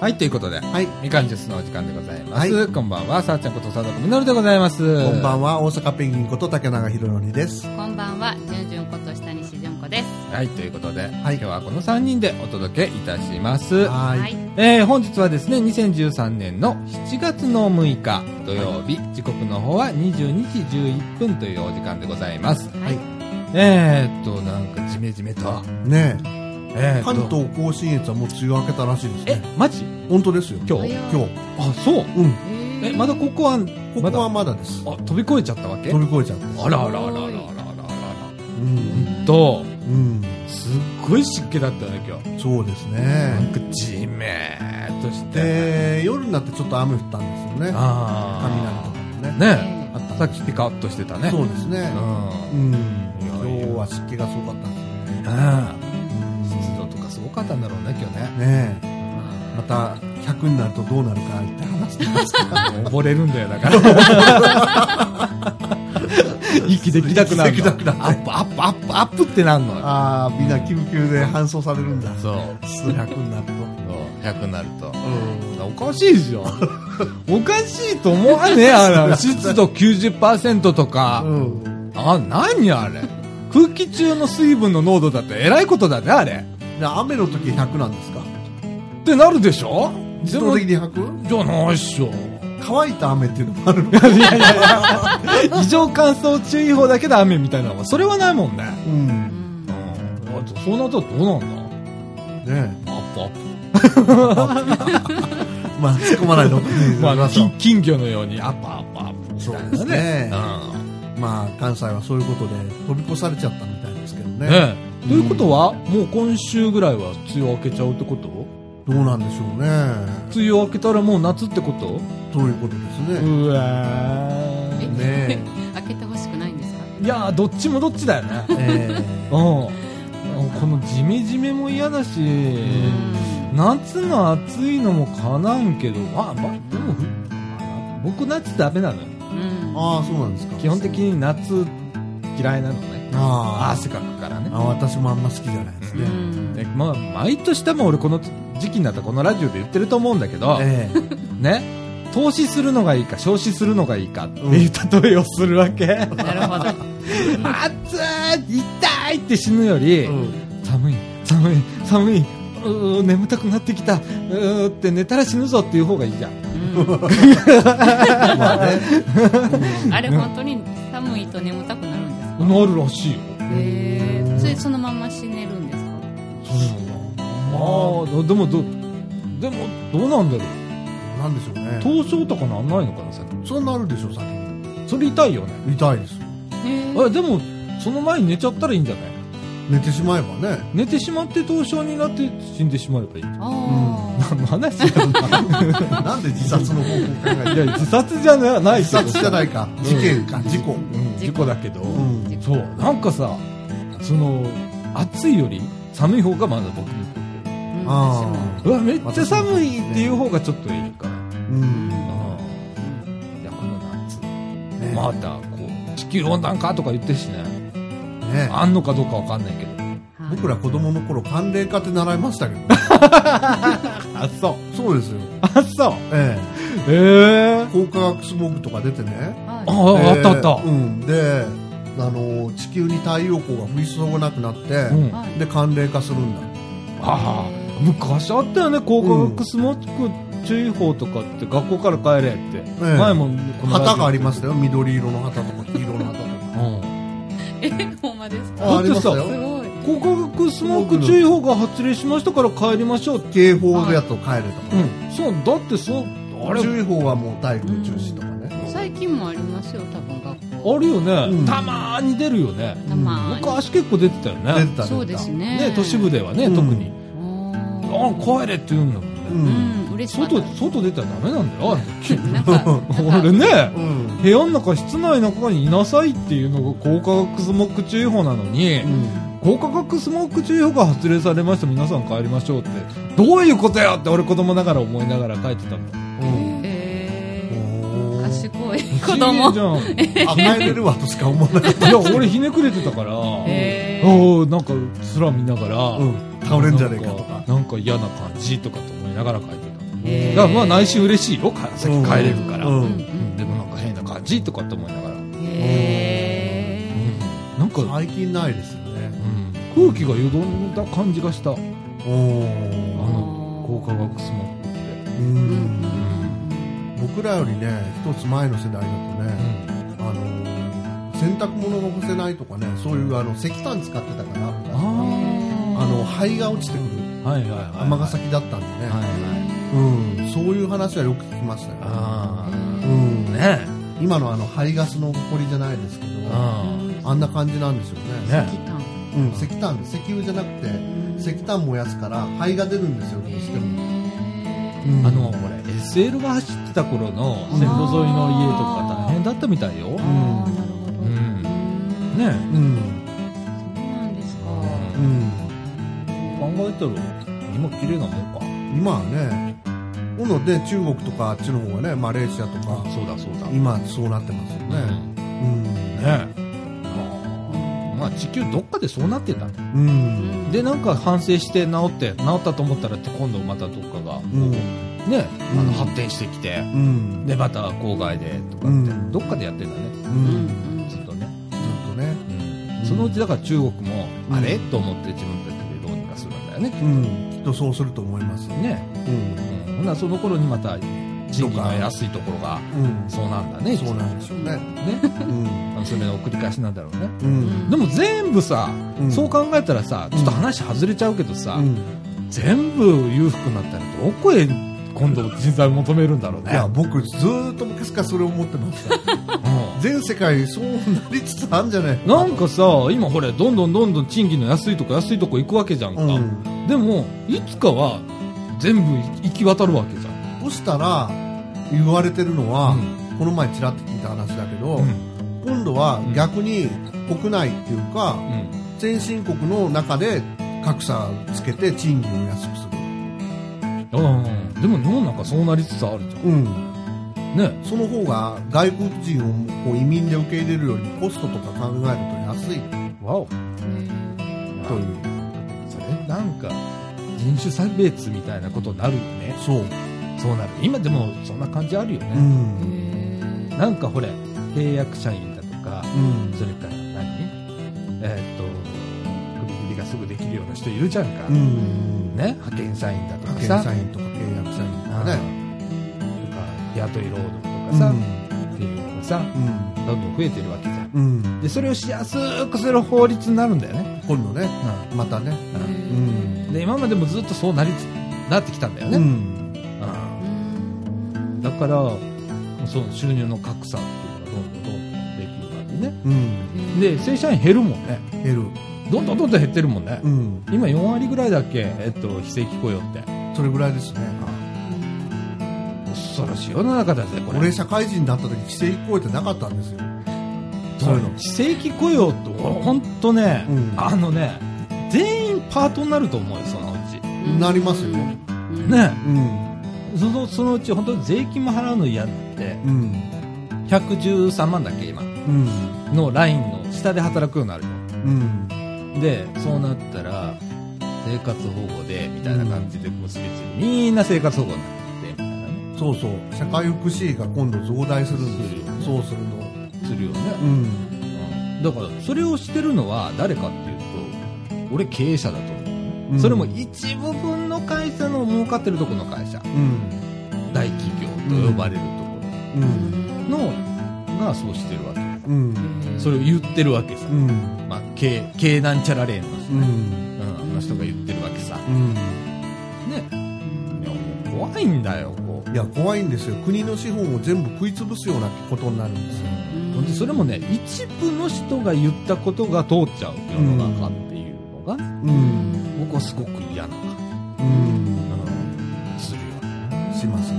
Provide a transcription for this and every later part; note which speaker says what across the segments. Speaker 1: はい、ということで、
Speaker 2: はい。
Speaker 1: みかんジュースのお時間でございます。
Speaker 2: は
Speaker 1: こんばんは、さあちゃんことさだこみのるでございます。
Speaker 2: こんば
Speaker 1: は。
Speaker 2: んは、大阪ペンギンこと竹永宏典です。
Speaker 3: こんばんは、じゅんじゅんこと下西じゅんこです。
Speaker 1: はい、ということで、
Speaker 2: い
Speaker 1: 今日はこの3人でお届けいたします。
Speaker 2: はーい。
Speaker 1: えー本日はですね、2013年の7月の6日土曜日、時刻の方は22時11分というお時間でございます。
Speaker 2: はい。
Speaker 1: えーっと、なんかジメジメと、
Speaker 2: ね
Speaker 1: えー
Speaker 2: え、
Speaker 1: っと
Speaker 2: 関東甲信越はもう梅雨明けたらしいです
Speaker 1: え
Speaker 2: ね。、
Speaker 1: マジ
Speaker 2: 本当ですよ。
Speaker 1: 今
Speaker 3: は
Speaker 1: 日
Speaker 3: い
Speaker 2: 今日。
Speaker 1: あ、そう
Speaker 2: うん。
Speaker 1: え、まだここは、
Speaker 2: ここはまだです。
Speaker 1: まだ、あ、飛び越えちゃったわけ
Speaker 2: 飛び越えちゃって。
Speaker 1: あらあらあらあらあらあら
Speaker 2: う
Speaker 1: あ
Speaker 2: ん。
Speaker 1: ら。と、
Speaker 2: うん。
Speaker 1: すっごい湿気だったね、今日。
Speaker 2: そうです
Speaker 1: なん
Speaker 2: ね。
Speaker 1: かじめーっとして。
Speaker 2: で、夜になってちょっと雨降ったんですよね。雷と
Speaker 1: あ
Speaker 2: かもね。
Speaker 1: 雷ね
Speaker 3: え
Speaker 1: あったさっきピカッとしてたね。
Speaker 2: そうですね。
Speaker 1: うん
Speaker 2: うん。今日は湿気がすごかったですね。うん
Speaker 1: 湿度とかすごかったんだろうね、今日ね。
Speaker 2: ねえ、また100になるとどうなるかって 話してますけど。
Speaker 1: 溺れるんだよ、だから。息できなくなるの。
Speaker 2: 息できなくな
Speaker 1: アップ、アップ、アップ、アップってなんのよ。
Speaker 2: ああ、みんな救急で搬送されるんだ。
Speaker 1: そう。
Speaker 2: 数百になると。
Speaker 1: そう100になると。
Speaker 2: うん。
Speaker 1: おかしいでしょおかしいと思わねえ あれ。湿度90%とか。
Speaker 2: うん。
Speaker 1: あ、何あれ。空気中の水分の濃度だってえらいことだね、あれ。
Speaker 2: で雨の時100なんですか
Speaker 1: ってなるでしょ
Speaker 2: 自動的
Speaker 1: で
Speaker 2: に 100?
Speaker 1: もじゃないっしょ。
Speaker 2: 乾いた雨っていうのもあるのか。
Speaker 1: 異常乾燥注意報だけで雨みたいなのは、それはないもんね。
Speaker 2: うん。
Speaker 3: う
Speaker 2: ね
Speaker 1: う
Speaker 3: ん
Speaker 1: ん。あと、そうなったらどうなん
Speaker 2: え。
Speaker 1: だアップアッ
Speaker 2: まあ、突っ 込まないと。
Speaker 1: プ。まあ、
Speaker 2: そ
Speaker 1: 金
Speaker 2: う
Speaker 1: 金魚のようにアップアップアップ。
Speaker 2: そうです
Speaker 1: う
Speaker 2: ね
Speaker 1: ん。。
Speaker 2: まあ、関西はそういうことで飛び越されちゃったみたいですけどね。
Speaker 1: ねえということは、もう今週ぐらいは梅雨明けちゃうってこと
Speaker 2: どうなんでしょうね。
Speaker 1: 梅雨明けたらもう夏ってこと
Speaker 2: そういうことですね。
Speaker 1: うわー
Speaker 3: ん
Speaker 2: ね
Speaker 3: 開けてほしくないんですか。
Speaker 1: いやーどっちもどっちだよね
Speaker 2: え。え
Speaker 1: うん
Speaker 2: え
Speaker 1: このジメジメも嫌だし、夏の暑いのもかなんけどあまあでもふ僕夏ダメなのよ
Speaker 3: うん。
Speaker 2: ああ、そうなんですか。
Speaker 1: 基本的に夏嫌いなのね
Speaker 2: あ
Speaker 1: 汗かくからね
Speaker 2: あ。あ、私もあんま好きじゃないです
Speaker 3: う
Speaker 2: ね。
Speaker 3: ん
Speaker 1: でまあ毎年多分俺この時期になったらこのラジオで言ってると思うんだけど、
Speaker 2: ええ。
Speaker 1: ね投資するのがいいか消費するのがいいかっていう例えをするわけ、
Speaker 3: なるほど。
Speaker 1: 暑い痛いって死ぬより、
Speaker 2: うん
Speaker 1: 寒い寒い寒いうー眠たくなってきたうーって寝たら死ぬぞっていう方がいいじゃん
Speaker 3: う
Speaker 2: まあね。
Speaker 3: んあれ本当に寒いと眠たくなる んですか。
Speaker 1: なるらしいよ
Speaker 3: へえ。それそのまま死ねるんですか。
Speaker 1: ああでもどでもどうなんだろう
Speaker 2: なんでしょうね。
Speaker 1: 凍傷とかなんないのかなさっ
Speaker 2: そうなるでしょ、先に。
Speaker 1: きそれ痛いよね
Speaker 2: 痛いです。
Speaker 3: へえ
Speaker 1: あでもその前に寝ちゃったらいいんじゃない
Speaker 2: 寝てしまえばね。
Speaker 1: 寝てしまって凍傷になって死んでしまえばいい
Speaker 3: あ
Speaker 1: 話が
Speaker 2: なんで自殺の方法考えて
Speaker 1: いや自殺じゃなない
Speaker 2: 自殺じゃ
Speaker 1: い、
Speaker 2: ないか。事件か、事故。
Speaker 1: うん、事故だけど、
Speaker 2: うん。
Speaker 1: そうなんかさその暑いより寒い方がまだ僕
Speaker 3: あ。
Speaker 2: あ
Speaker 1: うわめっちゃ寒いっていう方がちょっといいかな、
Speaker 2: うん。
Speaker 1: うん、いやこの夏
Speaker 2: ね
Speaker 1: まだこう地球温暖化とか言ってるしね
Speaker 2: ね
Speaker 1: あんのかどうかわかんないけど
Speaker 2: 僕
Speaker 3: ら。
Speaker 2: ら子供の頃、寒冷化って習いましたけど。
Speaker 1: あそう
Speaker 2: そうですよ。
Speaker 1: あそう
Speaker 2: え
Speaker 1: ええ
Speaker 2: え。高化学スモッグとか出てね。
Speaker 1: あ
Speaker 3: は
Speaker 1: あ、
Speaker 2: ええ
Speaker 1: あったあった、
Speaker 2: うん。で、あの、地球に太陽光が降り注がなくなって
Speaker 1: う、
Speaker 3: い。
Speaker 1: ん、あ
Speaker 3: はい。
Speaker 2: で、寒冷化するんだ。
Speaker 1: あ昔あったよね高化学スモッグ注意報とかって学校から帰れって、
Speaker 2: え
Speaker 1: 前もこの
Speaker 2: 旗がありまし
Speaker 1: す
Speaker 2: たよ。緑色の旗とか、黄色の旗とか。
Speaker 1: うん
Speaker 3: え、ほんまですか。
Speaker 2: あありました
Speaker 1: だ
Speaker 2: よ
Speaker 3: す。ごい。
Speaker 1: 高化学スモッグ注意報が発令しましたから帰りましょうって
Speaker 2: 警報だと帰れとか、
Speaker 1: うんそうだってそうあれ
Speaker 2: 注意報はもう体育中止とかね、
Speaker 3: 最近もありますよ、多分学校。
Speaker 1: あるよね、
Speaker 2: うん
Speaker 1: たまーに出るよね
Speaker 3: たまに。
Speaker 1: 昔結構出てたよね
Speaker 2: 出てた出てた
Speaker 3: そうですね。
Speaker 1: ね都市部ではね、
Speaker 2: うん
Speaker 1: 特に
Speaker 3: あ
Speaker 1: あ
Speaker 3: ー。
Speaker 1: 帰れって言うんだもんね、
Speaker 2: うん
Speaker 3: うん、嬉しかった
Speaker 1: 外外出たらダメなんだ よあれ
Speaker 3: なんか、なんか
Speaker 1: 俺ね
Speaker 2: うん
Speaker 1: 部屋の中室内の中にいなさいっていうのが高化学スモッグ注意報なのに、
Speaker 2: うん
Speaker 1: 高価格スモーク注意報が発令されました皆さん帰りましょうってどういうことやって俺子供ながら思いながら書いてたもん
Speaker 2: うん
Speaker 3: え
Speaker 2: おー
Speaker 3: ー、賢い子供。
Speaker 1: 不思議じ
Speaker 2: 甘えれるわとしか思わなかっ
Speaker 1: ゃんいや俺ひねくれてたから、
Speaker 3: へー
Speaker 1: おーなんか空見ながら、
Speaker 2: た、うん、倒れんじゃねえかとか
Speaker 1: なんかなんか嫌な感じとかと思いながら書いてた
Speaker 3: へー
Speaker 1: だからまあ内心嬉しいよか先帰れるから、
Speaker 2: うん
Speaker 1: でもなんか変な感じとかって思いながら、うん
Speaker 3: へ
Speaker 1: なんか、
Speaker 2: 最近ないですよね
Speaker 1: うん、空気がよどんだ感じがしたあ
Speaker 2: お
Speaker 3: ー
Speaker 2: ー
Speaker 1: の高化学スモッグって、
Speaker 2: う
Speaker 3: うんん
Speaker 2: 僕らよりね一つ前の世代だとね、あのー洗濯物が干せないとかねそういうあの石炭使ってたからあ
Speaker 1: あ
Speaker 2: の灰が落ちてくる
Speaker 1: あはいはいはい
Speaker 2: 尼崎だったんでね、
Speaker 1: はいはい
Speaker 2: うん、そういう話はよく聞きましたよ、
Speaker 1: あ
Speaker 2: う
Speaker 3: うん
Speaker 1: あねえ
Speaker 2: 今のあの排ガスの埃じゃないですけどあ
Speaker 1: あ
Speaker 2: んな感じなんですよね
Speaker 1: ね
Speaker 3: 石炭
Speaker 2: うん、石炭石油じゃなくて石炭燃やすから灰が出るんですよどうしても、うん
Speaker 1: あのこれ SL が走ってた頃の線路沿いの家とか大変だったみたいよ、
Speaker 3: あーなるほど
Speaker 1: うん
Speaker 3: うん
Speaker 1: ね
Speaker 2: うん
Speaker 3: そうなんですか
Speaker 1: え、
Speaker 2: うん
Speaker 1: うん、考えたら今綺麗なもんか
Speaker 2: 今はねほんので中国とかあっちの方がねマレーシアとか
Speaker 1: そうだそうだ
Speaker 2: 今そうなってますよね
Speaker 1: ね
Speaker 2: うん
Speaker 1: ねあーまあ地球どっかでそうなってた
Speaker 2: う
Speaker 3: うんん
Speaker 1: でなんか反省して治って治ったと思ったらって今度またどっかが、
Speaker 2: うん
Speaker 1: ねあ
Speaker 2: うん
Speaker 1: の発展してきて、
Speaker 2: うん
Speaker 1: でまた郊外でとかって、
Speaker 2: うん
Speaker 1: どっかでやってんだね
Speaker 2: う
Speaker 3: うんん
Speaker 1: ずっとね、
Speaker 2: ずっとね
Speaker 1: そのうちだから中国も、
Speaker 2: うん
Speaker 1: あれと思って自分たちでどうにかするんだよね
Speaker 2: うんきっとそうすると思います
Speaker 1: ね、
Speaker 2: うん
Speaker 1: うん、ほんならその頃にまた賃金が安いところが
Speaker 2: うん
Speaker 1: そうなんだね
Speaker 2: そうなんでしょうね
Speaker 1: ね
Speaker 2: うん
Speaker 1: それの繰り返しなんだろうね
Speaker 2: うん
Speaker 1: でも全部さ、
Speaker 2: うん
Speaker 1: そう考えたらさちょっと話外れちゃうけどさ、
Speaker 2: うん
Speaker 1: 全部裕福になったらどこへ今度人材求めるんだろう
Speaker 2: い
Speaker 1: ね
Speaker 2: や僕ずーっと昔からそれを思ってました
Speaker 1: う
Speaker 2: 全世界そうなりつつあるんじゃない
Speaker 1: んなんかさ今ほれどんどんどんどん賃金の安いとこ安いとこ行くわけじゃんか、
Speaker 2: うん
Speaker 1: でもいつかは全部行き渡るわけじゃん、
Speaker 2: そしたら言われてるのは、
Speaker 1: うん
Speaker 2: この前ちらっと聞いた話だけど、
Speaker 1: うん
Speaker 2: 今度は逆に国内っていう
Speaker 1: う
Speaker 2: か、
Speaker 1: ん
Speaker 2: 先進国の中で格差をつけて賃金を安くする、
Speaker 1: うんでも日本なんかそうなりつつあるじゃ
Speaker 2: う
Speaker 1: ん
Speaker 2: ん、
Speaker 1: ね
Speaker 2: その方が外国人をこう移民で受け入れるよりコストとか考えると安い
Speaker 1: わお
Speaker 2: という
Speaker 1: それなんか人種差別みたいなことになるよね
Speaker 2: そう、
Speaker 1: そうなる今でもそんな感じあるよね、
Speaker 2: うん
Speaker 1: なんかほれ契約社員だとか
Speaker 2: うん
Speaker 1: それから何えーっと首切りがすぐできるような人いるじゃんか、
Speaker 2: う
Speaker 1: ね
Speaker 2: ん、
Speaker 1: 派遣社員だとか
Speaker 2: 派
Speaker 1: さ
Speaker 2: 遣社員とか契約社員とかね
Speaker 1: とか雇い労働とかさ、っていうのがさ
Speaker 2: うん
Speaker 1: どんどん増えてるわけじゃん
Speaker 2: うん、うん、
Speaker 1: でそれをしやすくする法律になるんだよね、
Speaker 2: 今度ねまたね
Speaker 1: うんで今までもずっとそうなりつなってきたんだよね、
Speaker 2: うん
Speaker 1: うんだからその収入の格差っていうのがどんどんどんどんできるわけね
Speaker 2: うん
Speaker 1: で正社員減るもんね
Speaker 2: 減る
Speaker 1: どんどんどんどん減ってるもんね、
Speaker 2: うん
Speaker 1: 今4割ぐらいだっけ、えっと、非正規雇用って
Speaker 2: それぐらいですね
Speaker 1: 恐ろしい世の中だぜこれ
Speaker 2: 俺社会人になった時規制超えてなかったんですよそういうの
Speaker 1: 非正規雇用って本当ね、
Speaker 2: うん
Speaker 1: あのね全員パートになると思うよそのうち
Speaker 2: なりますよ
Speaker 1: ね
Speaker 2: うん
Speaker 1: そのそのうち本当に税金も払うの嫌になって
Speaker 2: うん
Speaker 1: 113万だっけ今
Speaker 2: うん
Speaker 1: のラインの下で働くようになる
Speaker 2: うん
Speaker 1: よでそうなったら生活保護でみたいな感じで結びついてみんな生活保護になってみたいなね
Speaker 2: そうそう社会福祉が今度増大するんです
Speaker 1: する
Speaker 2: よそうすると
Speaker 1: するよね、
Speaker 2: うん
Speaker 1: だからそれをしてるのは誰かっていうと俺経営者だと思う、
Speaker 2: うん
Speaker 1: それも一部分の会社の儲かってるところの会社
Speaker 2: うん
Speaker 1: 大企業と呼ばれるとこ
Speaker 2: うん
Speaker 1: ろの、がそうしてるわけ
Speaker 2: うん
Speaker 1: それを言ってるわけさ、
Speaker 2: うん
Speaker 1: まあ、経経団チャラレーンの人
Speaker 2: う
Speaker 1: ね,
Speaker 2: ん
Speaker 1: うん、あの人が言ってるわけさね
Speaker 2: うん
Speaker 1: いやもう怖いんだよこう、
Speaker 2: いや怖いんですよ国の資本を全部食い潰すようなことになるんですよ
Speaker 3: うん
Speaker 1: ほんでそれもね一部の人が言ったことが通っちゃう世の中っていうのが、
Speaker 2: うん
Speaker 1: 僕はすごく嫌な感
Speaker 2: うん
Speaker 1: じするよね
Speaker 2: しますね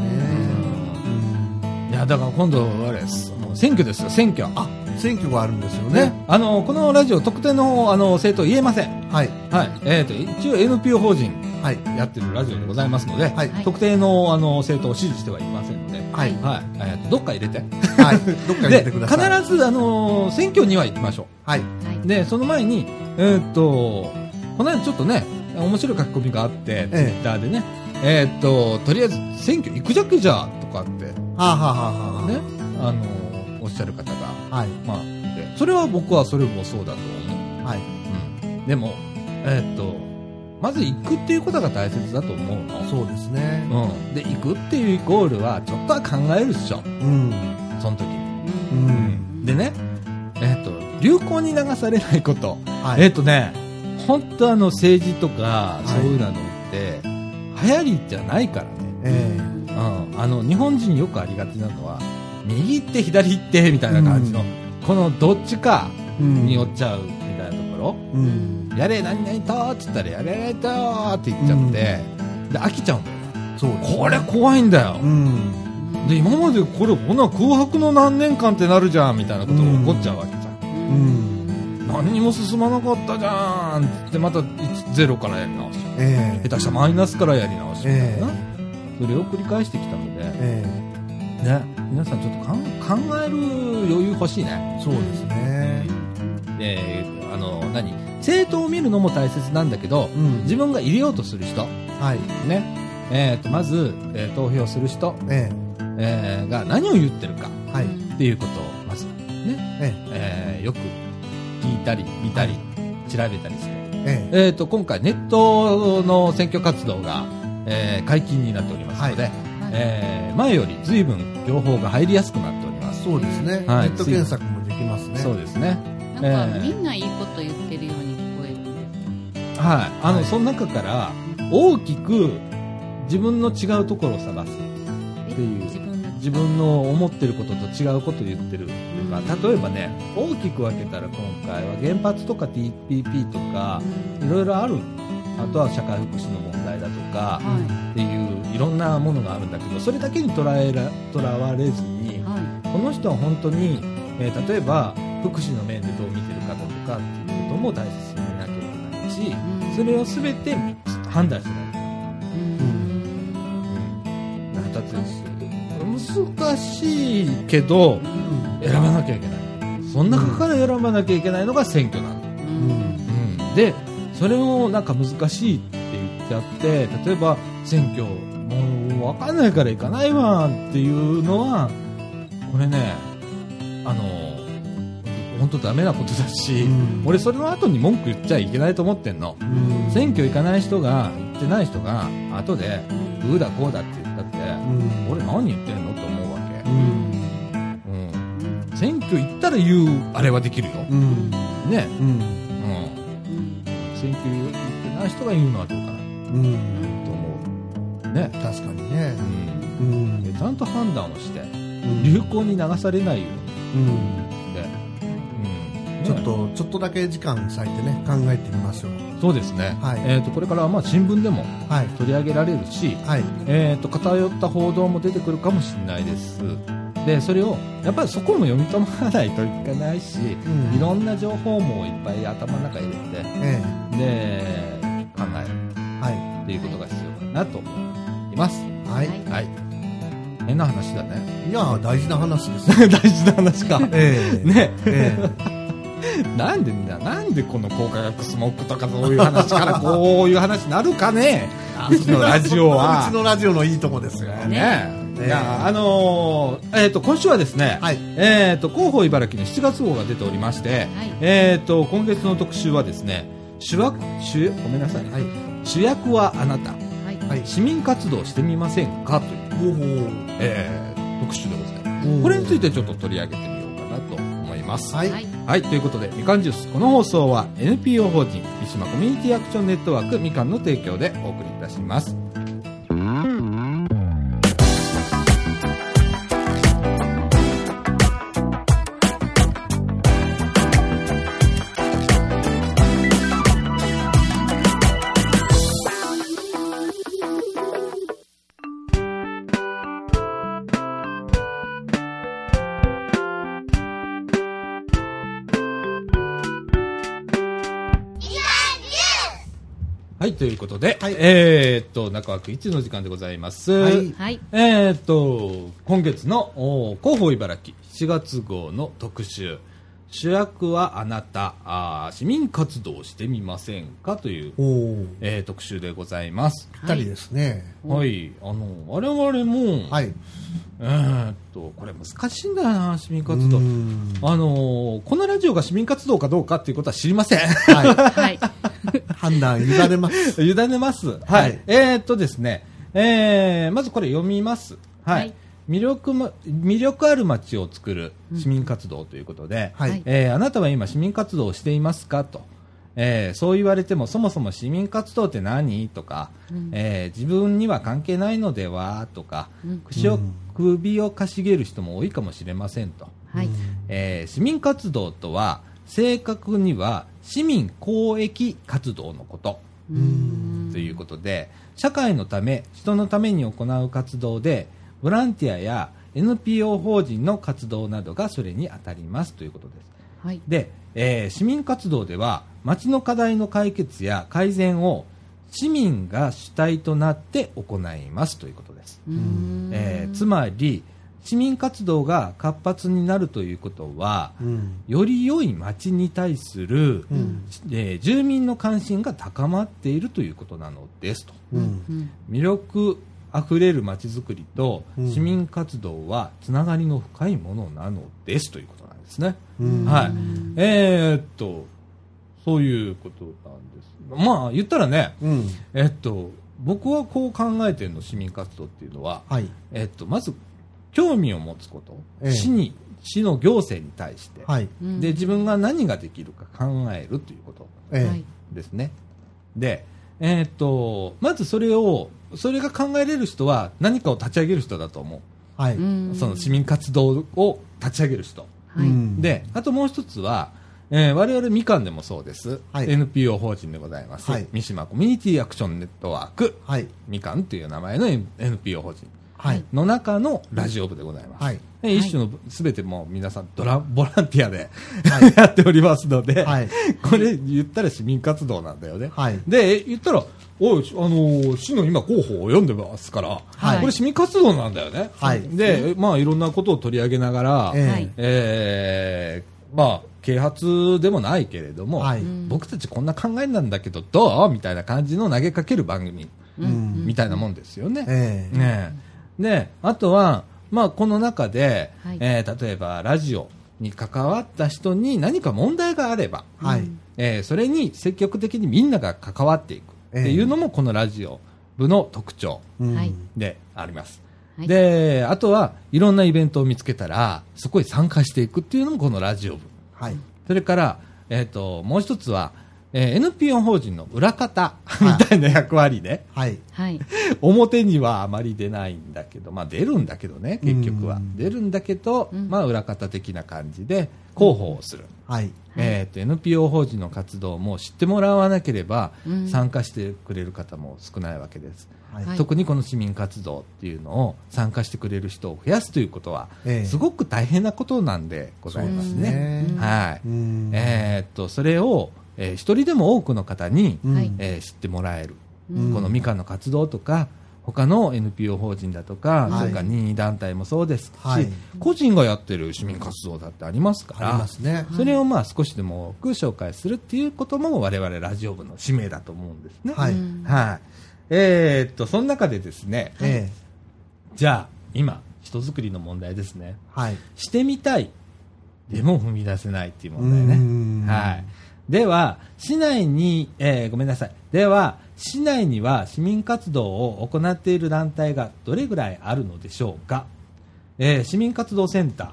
Speaker 2: うん
Speaker 1: いやだから今度あれですもう選挙ですよ選挙あ
Speaker 2: 選挙があるんですよ
Speaker 1: ね
Speaker 2: ね
Speaker 1: あのこのラジオ特定のあの政党言えません
Speaker 2: はい
Speaker 1: はいえっ、と一応 NPO 法人
Speaker 2: はい
Speaker 1: やってるラジオでございますので、
Speaker 2: はい
Speaker 3: はい
Speaker 1: 特定のあの政党を支持してはいませんので
Speaker 2: はい
Speaker 1: はい、えーとどっか入れて
Speaker 2: はいどっか入れ
Speaker 1: で
Speaker 2: てく
Speaker 1: 必
Speaker 2: ださい
Speaker 1: ずあの選挙には行きましょ
Speaker 2: はいう
Speaker 1: でその前にえっ、とこの間ちょっとね面白い書き込みがあってツイ
Speaker 2: え
Speaker 1: ッターでね、えーっと、とりあえず選挙行くじゃけじゃとかって、ね、
Speaker 2: はあ、はあはあはあ、
Speaker 1: あの、おっしゃる方が、
Speaker 2: はい
Speaker 1: まあ、でそれは僕はそれもそうだと思う。
Speaker 2: はい
Speaker 1: うん。でも、えーっと、まず行くっていうことが大切だと思うの。
Speaker 2: そうですね
Speaker 1: うん。で、行くっていうイコールは、ちょっとは考えるっしょ。
Speaker 2: うん
Speaker 1: その時に。
Speaker 2: う
Speaker 3: うん
Speaker 2: ん
Speaker 1: でね、えっ、と、流行に流されないこと。
Speaker 2: はい
Speaker 1: えっ、とね、本当あの政治とか
Speaker 2: は、い
Speaker 1: そういうのって、流行りじゃないからね。
Speaker 2: え
Speaker 1: うん。あの、日本人によくありがちなのは、右行って左行って、みたいな感じの、このどっちか
Speaker 2: え
Speaker 1: によっちゃう、みたいなところ。
Speaker 2: うん
Speaker 1: やれ、何々とーって言ったら、やれないとーって言っちゃって、で、飽きちゃうんだよね。
Speaker 2: そうです
Speaker 1: これ怖いんだよ。
Speaker 2: うん
Speaker 1: で今までこれこんな空白の何年間ってなるじゃんみたいなことが起こっちゃうわけじゃん、
Speaker 2: うん
Speaker 1: 何にも進まなかったじゃんって言ってまた1ゼロからやり直し
Speaker 2: ええ
Speaker 1: 下手したらマイナスからやり直しみたいな、
Speaker 2: え
Speaker 1: それを繰り返してきたので、ね、
Speaker 2: え
Speaker 1: 皆さんちょっとかん考える余裕欲しいね
Speaker 2: えそうですね
Speaker 1: であの何政党を見るのも大切なんだけど
Speaker 2: うん
Speaker 1: 自分が入れようとする人
Speaker 2: はい
Speaker 1: ねえーとまず、えー投票する人、
Speaker 2: え
Speaker 1: えーが何を言ってるか
Speaker 2: えはい
Speaker 1: っていうことをまずえ
Speaker 2: え
Speaker 1: ーよく聞いたり見たり調べたりする、
Speaker 2: ええ
Speaker 1: えー、と今回ネットの選挙活動が、えー解禁になっておりますので、えー前より随分情報が入りやすくなっておりま
Speaker 2: え
Speaker 1: す、
Speaker 2: そうですねネ
Speaker 1: はい
Speaker 2: ット検索もできますね
Speaker 1: そうですね
Speaker 3: なん
Speaker 1: え
Speaker 3: か
Speaker 1: ー
Speaker 3: みんないいこと言ってるように聞こえるね。
Speaker 1: はいあの、
Speaker 2: はい
Speaker 1: その中から大きく自分の違うところを探す
Speaker 3: え
Speaker 1: っていう
Speaker 3: 自分の
Speaker 1: 自分の思ってることと違うことを言ってるまあ例えばね大きく分けたら今回は原発とか TPP とかいろいろあるあとは社会福祉の問題だとか
Speaker 3: は
Speaker 1: っていういろんなものがあるんだけどそれだけにとらえらとらわれずに
Speaker 3: いは
Speaker 1: この人は本当に、えー例えば福祉の面でどう見てるかとかっていうことも大切になきゃいけないし
Speaker 3: い。
Speaker 1: それを全て判断しない
Speaker 3: うん
Speaker 1: と難しいけど
Speaker 2: うん
Speaker 1: 選ばなきゃいけないその中から選ばなきゃいけないのが選挙なの。
Speaker 2: うん
Speaker 1: でそれをなんか難しいって言っちゃって例えば選挙もう分かんないから行かないわっていうのはこれねあの本当ダメなことだし、
Speaker 2: うん
Speaker 1: 俺それの後に文句言っちゃいけないと思ってんの
Speaker 2: うん
Speaker 1: 選挙行かない人が行ってない人が後でうーだこうだって言ったって
Speaker 2: うん
Speaker 1: 俺何言ってんのと思うわ
Speaker 2: う
Speaker 1: け、
Speaker 2: ん
Speaker 1: うん、
Speaker 3: うん
Speaker 1: 選挙行ったら言うあれはできるよ
Speaker 2: うん
Speaker 1: ね
Speaker 2: う
Speaker 1: う
Speaker 2: ん
Speaker 1: ん
Speaker 3: うん
Speaker 1: 選挙行ってない人が言うのはどうかな
Speaker 2: うん
Speaker 1: と思うね、
Speaker 2: 確かにね
Speaker 1: うん、
Speaker 2: うん
Speaker 1: でちゃんと判断をして流行に流されないよう
Speaker 2: うん
Speaker 1: にして、うん
Speaker 2: ちょっとちょっとだけ時間割いてね考えてみましょう
Speaker 1: そうですね、
Speaker 2: はい
Speaker 1: えー、とこれからはまあ新聞でも
Speaker 2: はい
Speaker 1: 取り上げられるし、
Speaker 2: はい
Speaker 1: えー、と偏った報道も出てくるかもしれないですでそれをやっぱりそこも読み止まないといけないし
Speaker 2: うん
Speaker 1: いろんな情報もいっぱい頭の中に入れて
Speaker 2: え
Speaker 1: で考える
Speaker 2: えは
Speaker 1: っていうことが必要かなと思います
Speaker 2: いは
Speaker 3: はい
Speaker 2: い
Speaker 1: はい変な話だね
Speaker 2: いやー大事な話です ね
Speaker 1: 大事な話か
Speaker 2: え え
Speaker 1: ね
Speaker 2: ええ
Speaker 1: なんでな、なんでこの高化学スモックとかそういう話 からこういう話になるかねうちのラジオは
Speaker 2: うち。のラジオのいいとこですよ
Speaker 1: ね
Speaker 2: ね
Speaker 1: いや、あのーえっ、と、今週はですね、
Speaker 2: はい
Speaker 1: えっ、と、広報茨城の7月号が出ておりまして、
Speaker 3: はい
Speaker 1: えっ、と、今月の特集はですね、主役、主、ごめんなさい、
Speaker 2: はい
Speaker 1: 主役はあなた、
Speaker 3: はい
Speaker 2: はい
Speaker 1: 市民活動してみませんかという、
Speaker 2: お
Speaker 1: えー特集でございます。
Speaker 2: お
Speaker 1: これについてちょっと取り上げてみようかなと思います。
Speaker 2: はい
Speaker 3: はい
Speaker 1: はい、ということで、みかんジュース、この放送は NPO 法人三島コミュニティアクションネットワークみかんの提供でお送りいたします。はい、ということで、
Speaker 2: はい
Speaker 1: えーっと、中枠1の時間でございます。
Speaker 2: はい
Speaker 3: はい
Speaker 1: えーっと、今月のおー広報茨城7月号の特集、主役はあなたあー市民活動してみませんかという、
Speaker 2: おお
Speaker 1: えー特集でございます。
Speaker 2: ぴったりですね
Speaker 1: はい、あの我々も、
Speaker 2: はい
Speaker 1: えーっとこれ難しいんだよな市民活動
Speaker 2: うー。ん
Speaker 1: あのーこのラジオが市民活動かどうかっていうことは知りません。
Speaker 2: は
Speaker 3: はい。
Speaker 2: い判断委ねます
Speaker 1: 委ねます。はい。
Speaker 2: はい
Speaker 1: えーっとですね、えーまずこれ読みます。はい。
Speaker 3: はい
Speaker 1: 魅力ま、魅力ある街を作る市民活動ということで、
Speaker 2: はい、
Speaker 3: はい
Speaker 1: えーあなたは今市民活動をしていますかと。えーそう言われてもそもそも市民活動って何とか、
Speaker 3: うん
Speaker 1: えー自分には関係ないのではとか、
Speaker 3: うん
Speaker 1: 首を
Speaker 2: うん
Speaker 1: 首をかしげる人も多いかもしれませんと、
Speaker 3: はい。
Speaker 1: えー市民活動とは正確には市民公益活動のこと
Speaker 3: う
Speaker 1: ということで、社会のため人のために行う活動でボランティアや NPO 法人の活動などがそれに当たりますということです
Speaker 3: はい。
Speaker 1: で、えー市民活動では町の課題の解決や改善を市民が主体となって行いますということです
Speaker 3: うん
Speaker 1: えーつまり市民活動が活発になるということは
Speaker 2: うん
Speaker 1: より良い町に対する、
Speaker 2: うん
Speaker 1: えー住民の関心が高まっているということなのですと
Speaker 2: うん
Speaker 3: うん
Speaker 1: 魅力あふれる町づくりと
Speaker 2: うん
Speaker 1: 市民活動はつながりの深いものなのですということなんですね、
Speaker 2: うん
Speaker 1: はいえーっとそういうことなんですまあ言ったらね
Speaker 2: うん
Speaker 1: えっと僕はこう考えてるの市民活動っていうのは
Speaker 2: はい
Speaker 1: えっと、まず興味を持つこと、
Speaker 2: ええ
Speaker 1: 市に市の行政に対して、
Speaker 2: はい
Speaker 3: うん
Speaker 1: で自分が何ができるか考えるということ
Speaker 2: ええ
Speaker 3: はい
Speaker 1: ですね。で、えっとまずそれをそれが考えれる人は何かを立ち上げる人だと思
Speaker 2: はいううん
Speaker 1: う、
Speaker 3: ん
Speaker 1: その市民活動を立ち上げる人、
Speaker 3: はい。
Speaker 1: であともう一つは、えー我々みかんでもそうです、
Speaker 2: はい
Speaker 1: NPO 法人でございます、
Speaker 2: はい
Speaker 1: 三島コミュニティアクションネットワーク
Speaker 2: はい
Speaker 1: みかんという名前の NPO 法人
Speaker 2: はい
Speaker 1: の中のラジオ部でございます。
Speaker 2: はい
Speaker 1: で一種のすべてもう皆さんドラボランティアで
Speaker 2: はい
Speaker 1: やっておりますので、
Speaker 2: はい
Speaker 1: これ言ったら市民活動なんだよね。
Speaker 2: はい
Speaker 1: で、言ったら、おい、あのー市の今候補を読んでますから、
Speaker 2: はい
Speaker 1: これ市民活動なんだよね。
Speaker 2: はい
Speaker 1: で、まあいろんなことを取り上げながら、
Speaker 2: ええ
Speaker 3: はい
Speaker 1: えーまあ、啓発でもないけれども、
Speaker 2: はい
Speaker 3: うん
Speaker 1: 僕たちこんな考えなんだけど、どうみたいな感じの投げかける番組
Speaker 2: うん
Speaker 1: みたいなもんですよね。
Speaker 2: ええ
Speaker 1: ねえ、であとは、まあ、この中で、
Speaker 3: はい
Speaker 1: えー例えばラジオに関わった人に何か問題があれば、
Speaker 2: はい
Speaker 1: えーそれに積極的にみんなが関わっていくっていうのもこのラジオ部の特徴
Speaker 2: うん
Speaker 3: はい
Speaker 1: であります。
Speaker 3: はい。
Speaker 1: であとはいろんなイベントを見つけたらそこに参加していくっていうのもこのラジオ部
Speaker 2: はい
Speaker 1: それから、えー、ともう一つは、えー NPO 法人の裏方みたいな役割で、
Speaker 2: はい
Speaker 3: はい。
Speaker 1: 表にはあまり出ないんだけど、まあ、出るんだけどね、結局は
Speaker 2: うん。
Speaker 1: 出るんだけど、
Speaker 3: うん
Speaker 1: まあ、裏方的な感じで広報をする、
Speaker 2: はい
Speaker 1: えーと NPO 法人の活動も知ってもらわなければ、
Speaker 3: うん
Speaker 1: 参加してくれる方も少ないわけです、
Speaker 2: はい
Speaker 3: はい
Speaker 1: 特にこの市民活動っていうのを参加してくれる人を増やすということは、
Speaker 2: ええ
Speaker 1: すごく大変なことなんでございますね。
Speaker 2: そうですね
Speaker 1: は
Speaker 2: う
Speaker 1: い
Speaker 2: ん
Speaker 1: えー、とそれを、えー一人でも多くの方に、
Speaker 2: うん
Speaker 3: はい
Speaker 1: えー知ってもらえる。
Speaker 2: うん
Speaker 1: このみかんの活動とか、他の NPO 法人だとか、
Speaker 2: はい
Speaker 1: それから任意団体もそうですし、
Speaker 2: はい
Speaker 1: 個人がやってる市民活動だってありますか
Speaker 2: あり
Speaker 1: ら
Speaker 2: ま、すね
Speaker 1: それをまあ少しでも多く紹介するっていうことも、我々ラジオ部の使命だと思うんですね。
Speaker 2: はい
Speaker 3: うん
Speaker 1: はいえーっと、その中でですね、
Speaker 2: ええ
Speaker 1: じゃあ、今、人づくりの問題ですね。
Speaker 2: はい
Speaker 1: してみたい、でも踏み出せないっていう問題ね。
Speaker 2: ね
Speaker 1: はい。では、市内に、えーごめんなさい。では、市内には市民活動を行っている団体がどれぐらいあるのでしょうか。えー市民活動センター。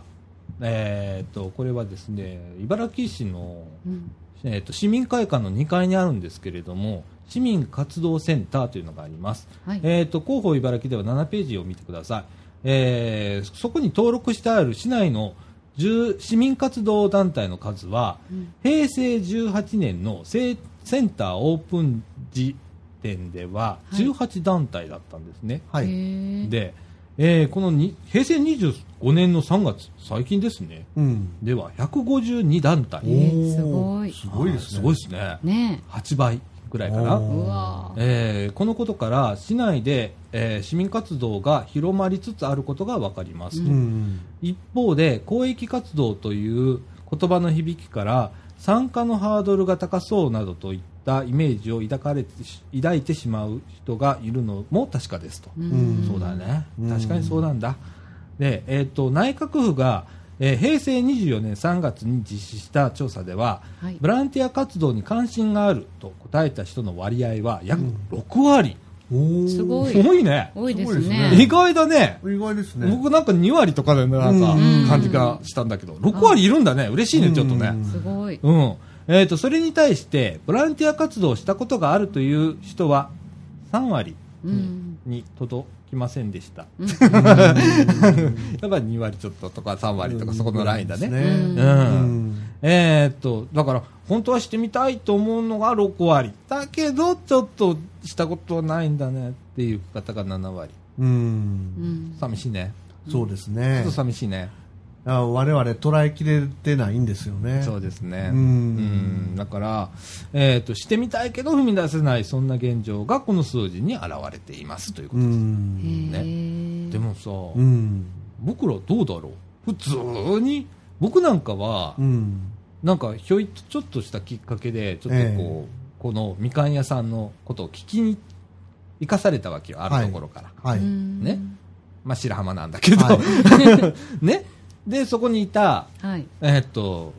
Speaker 1: えー、と、これはですね、茨城市の、
Speaker 3: うん
Speaker 1: えー、と市民会館の2階にあるんですけれども、市民活動センターというのがあります。
Speaker 3: はい。
Speaker 1: えー、と広報茨城では7ページを見てください、えーそこに登録してある市内の10市民活動団体の数は、
Speaker 3: うん
Speaker 1: 平成18年のセセンターオープン時点では
Speaker 3: はい
Speaker 1: 18団体だったんですね、
Speaker 2: は
Speaker 3: へ
Speaker 2: い
Speaker 3: ー
Speaker 1: で、えーこのに平成25年の3月最近ですね
Speaker 2: うん
Speaker 1: では152団体
Speaker 3: えーすごい
Speaker 2: おーすごいですね
Speaker 1: すごいですね
Speaker 3: ね
Speaker 1: 8倍ぐらいかな
Speaker 3: え。
Speaker 2: おー
Speaker 3: うわー
Speaker 1: えーこのことから市内で、えー市民活動が広まりつつあることが分かります、
Speaker 3: う
Speaker 2: うんん
Speaker 1: 一方で公益活動という言葉の響きから参加のハードルが高そうなどといったイメージを抱かれてし抱いてしまう人がいるのも確かですと、
Speaker 2: ん
Speaker 1: そうだね
Speaker 2: うん
Speaker 1: 確かにそうなんだ、でえー、と内閣府が、えー平成24年3月に実施した調査では
Speaker 3: はい
Speaker 1: ボランティア活動に関心があると答えた人の割合は約6割、
Speaker 2: おお
Speaker 3: すごい
Speaker 1: 多いね
Speaker 3: 多いです
Speaker 2: すごいです
Speaker 1: 意
Speaker 3: ね。
Speaker 1: 外だね
Speaker 2: 意外ですね
Speaker 1: 僕なんか2割とかでなんか
Speaker 3: うん
Speaker 1: 感じがしたんだけど6割いるんだね嬉しいねちょっとね
Speaker 3: すごい。
Speaker 1: うん、えー、とそれに対してボランティア活動をしたことがあるという人は3割
Speaker 3: うん。
Speaker 1: に届きませんでした、
Speaker 3: うん
Speaker 1: やっぱり2割ちょっととか3割とかそこのラインだね、
Speaker 3: うん
Speaker 1: うんえー、っとだから本当はしてみたいと思うのが6割だけどちょっとしたことはないんだねっていう方が7割
Speaker 2: うん、う
Speaker 3: うんん。
Speaker 1: 寂しいね
Speaker 2: そうです
Speaker 1: ちょっ
Speaker 2: ね
Speaker 1: と寂しいね、
Speaker 2: あ我々捉えきれてないんですよね
Speaker 1: そうですね
Speaker 2: うん
Speaker 1: うんだから、えー、としてみたいけど踏み出せないそんな現状がこの数字に表れていますというこ
Speaker 2: う
Speaker 1: と、
Speaker 3: へ
Speaker 2: ん
Speaker 3: え。
Speaker 1: でもさ、
Speaker 2: うん
Speaker 1: 僕らどうだろう普通に僕なんかは、
Speaker 2: うん
Speaker 1: なんかひょいっとちょっとしたきっかけでちょっとこう、
Speaker 2: え
Speaker 1: このみかん屋さんのことを聞きに生かされたわけよあるところから、
Speaker 2: はい、
Speaker 3: うん
Speaker 1: ね。まあ白浜なんだけど、
Speaker 2: は
Speaker 1: ねでそこにいた
Speaker 3: はい。
Speaker 1: えーっと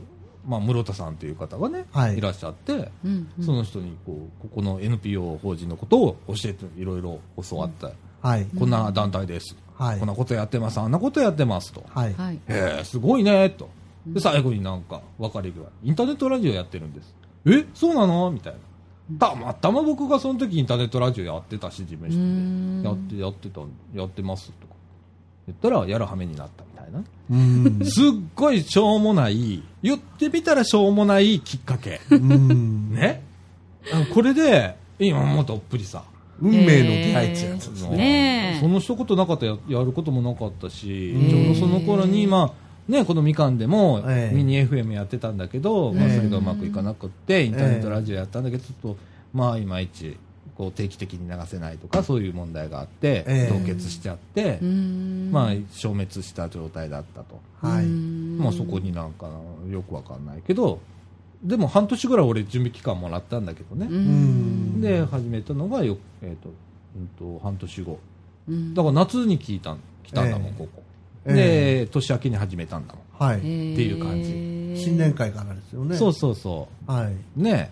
Speaker 1: まあ室田さんという方がね、、
Speaker 2: はいい
Speaker 1: らっしゃって
Speaker 3: うん。うん
Speaker 1: その人にこうここの NPO 法人のことを教えていろいろ教わった、
Speaker 2: はい
Speaker 1: こんな団体です、
Speaker 2: はい
Speaker 1: こんなことやってますあんなことやってますと、
Speaker 2: はい
Speaker 3: はい。
Speaker 1: へえすごいねと
Speaker 3: うん
Speaker 1: で最後になんか別れ際インターネットラジオやってるんですえそうなのみたいなたまたま僕がその時インターネットラジオやってたし自分
Speaker 3: う
Speaker 1: して
Speaker 3: ん
Speaker 1: てやってやってたやってますとか言ったらやるはめになったみたいな
Speaker 2: うん
Speaker 1: すっごいしょうもない言ってみたらしょうもないきっか け
Speaker 2: うん
Speaker 1: ねあのこれで今もうどっぷりさ
Speaker 2: 運命の出会いってやつですね、
Speaker 3: ねえ
Speaker 1: その一言なかったらややることもなかったし、
Speaker 2: うん
Speaker 1: ちょうどその頃に、まあね、このみかんでも
Speaker 2: ええ
Speaker 1: ミニ FM やってたんだけど、まあ、
Speaker 2: ええ
Speaker 1: それがうまくいかなくって、インターネットラジオやったんだけど、ちょっと、まあ、いまいちこう定期的に流せないとか、そういう問題があって、
Speaker 2: ええ
Speaker 1: 凍結しちゃって、
Speaker 3: うん。
Speaker 1: まあ、消滅した状態だったと。
Speaker 2: は
Speaker 3: う
Speaker 2: い
Speaker 3: ん
Speaker 1: まあ、そこ。になんかよくわかんないけど、でも半年ぐらい俺準備期間もらったんだけど
Speaker 3: う
Speaker 1: ね。
Speaker 3: ん。
Speaker 1: で、始めたのがよ、えっ、と、うんと、半年後。
Speaker 3: うん
Speaker 1: だから夏に聞いたん来たんだもん、
Speaker 2: ええ
Speaker 1: ここ
Speaker 2: え
Speaker 1: で、年明けに始めたんだもん、
Speaker 2: はい、
Speaker 1: っていう感じ
Speaker 3: じ
Speaker 2: 新年会からですよね
Speaker 1: そうそうそ
Speaker 2: はいう
Speaker 1: ねえ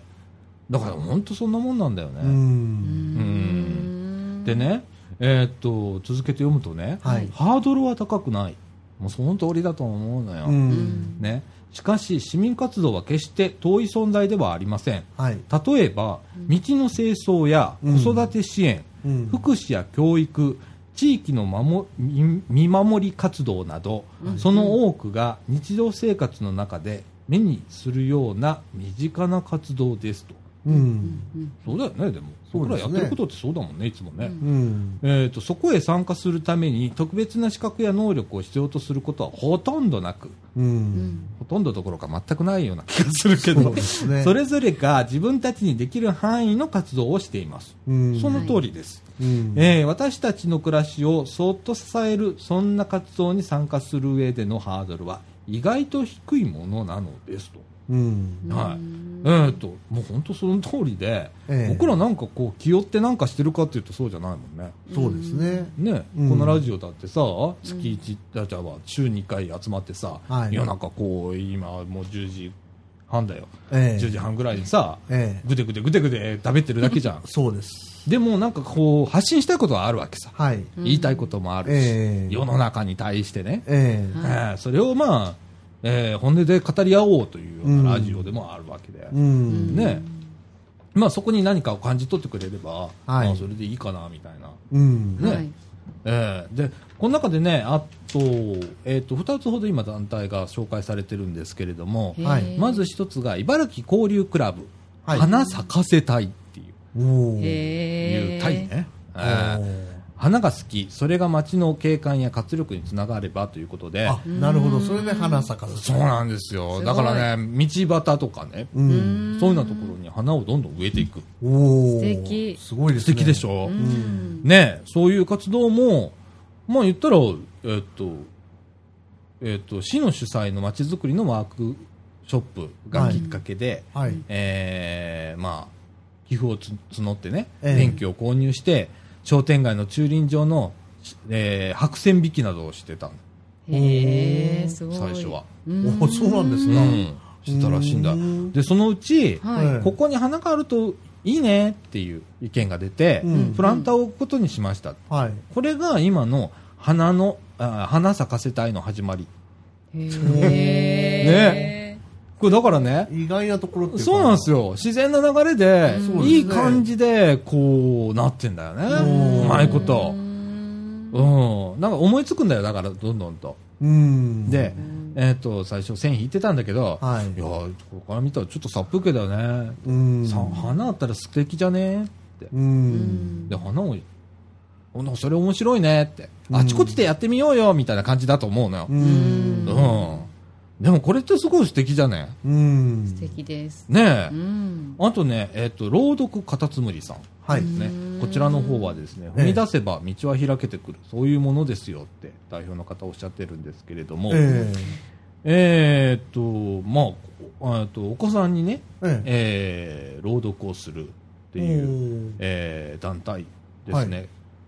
Speaker 1: だから本当そんなもんなんだよね、
Speaker 2: う
Speaker 3: うんん
Speaker 1: で。ねえーっと続けて読むとね、
Speaker 2: はい
Speaker 1: ハードルは高くないもうその通りだと思うのよ、
Speaker 2: うん
Speaker 1: ね、しかし市民活動は決して遠い存在ではありません
Speaker 2: はい
Speaker 1: 例えば道の清掃や
Speaker 2: うん
Speaker 1: 子育て支援、
Speaker 2: うん
Speaker 1: 福祉や教育地域の守見見守り活動など、
Speaker 3: うん
Speaker 1: その多くが日常生活の中で目にするような身近な活動ですと
Speaker 2: うん
Speaker 1: そうだよねでも
Speaker 2: そう
Speaker 1: 僕ら
Speaker 2: ですね
Speaker 1: やってることってそうだもんねいつもね、
Speaker 3: うん
Speaker 2: うん
Speaker 1: えー、とそこへ参加するために特別な資格や能力を必要とすることはほとんどなく
Speaker 2: うん
Speaker 1: ほとんどどころか全くないような気がするけど
Speaker 2: そうですね
Speaker 1: それぞれが自分たちにできる範囲の活動をしています、
Speaker 2: うん
Speaker 1: その通りです、
Speaker 2: うん
Speaker 1: えー私たちの暮らしをそっと支えるそんな活動に参加する上でのハードルは意外と低いものなのですと,、
Speaker 2: うん
Speaker 1: はいえー、ともう本当その通りで、
Speaker 2: ええ
Speaker 1: 僕らなんかこう気負ってなんかしてるかっていうとそうじゃないもんね
Speaker 2: そうですね
Speaker 1: ね、
Speaker 2: うん
Speaker 1: このラジオだってさ月1あじゃあ週2回集まってさ、
Speaker 2: はい
Speaker 1: 夜中こう今もう10時半だよ、
Speaker 2: ええ
Speaker 1: 10時半ぐらいにさ、
Speaker 2: ええ
Speaker 1: ぐでぐでぐでぐで食べてるだけ じゃん
Speaker 2: そうです
Speaker 1: でもなんかこう発信したいことはあるわけさ
Speaker 2: はい
Speaker 3: うん
Speaker 1: 言いたいこともあるし、
Speaker 2: ええ
Speaker 1: 世の中に対してね、
Speaker 2: え
Speaker 1: え
Speaker 2: え
Speaker 3: はい
Speaker 1: えそれをまあ、えー本音で語り合おうというような
Speaker 2: うん
Speaker 1: ラジオでもあるわけで、
Speaker 2: うん
Speaker 1: ねまあ、そこに何かを感じ取ってくれれば、
Speaker 2: はい
Speaker 1: まあ、それでいいかなみたいな、
Speaker 2: うん
Speaker 1: ね
Speaker 3: はい
Speaker 1: ええでこの中でねあと,、えー、と2つほど今団体が紹介されてるんですけれども
Speaker 2: はい
Speaker 3: へー
Speaker 1: まず1つが茨城交流クラブ、
Speaker 2: はい
Speaker 1: 花咲かせたいっていう,、
Speaker 2: おお
Speaker 1: い
Speaker 3: へ
Speaker 1: う
Speaker 3: ー
Speaker 1: たいね。ええ花が好き、それが街の景観や活力につながればということで、
Speaker 2: あなるほどそれで花咲かせ
Speaker 1: そうなんですよ。
Speaker 3: すごい
Speaker 1: だからね、道端とかね、
Speaker 2: うん
Speaker 1: そういうようなところに花をどんどん植えていく。
Speaker 2: おお
Speaker 3: 素敵
Speaker 2: すごいです
Speaker 1: 素
Speaker 2: ね
Speaker 1: 敵でし
Speaker 2: ょ
Speaker 1: ょ、
Speaker 3: うん
Speaker 1: ねそういう活動も、まあ言ったら、えっと、えっと、市の主催の街づくりのワークショップがきっかけで、
Speaker 2: はい。
Speaker 1: えーまあ、寄付をつ募ってね、
Speaker 2: ええ
Speaker 1: 電気を購入して、商店街の駐輪場の、えー白線引きなどをしてたの
Speaker 3: へえ、すごい。
Speaker 1: 最初は。
Speaker 3: うん
Speaker 2: おそうなんです
Speaker 1: う
Speaker 2: ね
Speaker 1: ん、してたらしいんだ
Speaker 2: う。ん
Speaker 1: で、そのうち、
Speaker 3: はい。
Speaker 2: はい
Speaker 1: ここに花があるといいねっていう意見が出て、
Speaker 2: うん
Speaker 1: プランターを置くことにしました。
Speaker 2: はい。
Speaker 1: これが今の花の、あ花咲かせたいの始まり。
Speaker 3: へえ。ね。
Speaker 1: これだからね、
Speaker 2: 意外なところっていうか
Speaker 1: そうなんですよ。自然な流れで、
Speaker 3: うん
Speaker 1: いい感じで、こう、なってんだよね。
Speaker 2: うん
Speaker 1: うまいこと
Speaker 3: う。
Speaker 1: うん。なんか思いつくんだよ、だから、どんどんと。
Speaker 2: うん。
Speaker 1: で、
Speaker 3: ん。
Speaker 1: えっ、と、最初線引いてたんだけど、
Speaker 2: はい。
Speaker 1: いやー、ここから見たらちょっと殺風景だよね。
Speaker 2: うん。
Speaker 1: さ花あったら素敵じゃねって。
Speaker 2: う。
Speaker 3: うんん
Speaker 1: で、花を、おなんかそれ面白いねって。
Speaker 2: うん
Speaker 1: あちこちでやってみようよ、みたいな感じだと思うのよ
Speaker 2: う。ん
Speaker 1: う。ん。でもこれってすごい素敵じゃね
Speaker 2: うん。
Speaker 3: 素敵です。
Speaker 1: ね
Speaker 3: う
Speaker 1: え。
Speaker 3: ん。
Speaker 1: あとね、えっ、と、朗読カタツムリさん。
Speaker 2: はい。
Speaker 1: ね
Speaker 3: うん、
Speaker 1: こちらの方はですね
Speaker 2: ええ
Speaker 1: 踏み出せば道は開けてくる、そういうものですよって代表の方おっしゃってるんですけれども、
Speaker 2: え
Speaker 1: えーっとまあ、えーっとお子さんにね、
Speaker 2: え。え
Speaker 1: え
Speaker 2: え。
Speaker 1: ー朗読をするっていう、
Speaker 2: う。
Speaker 1: えー団体ですね、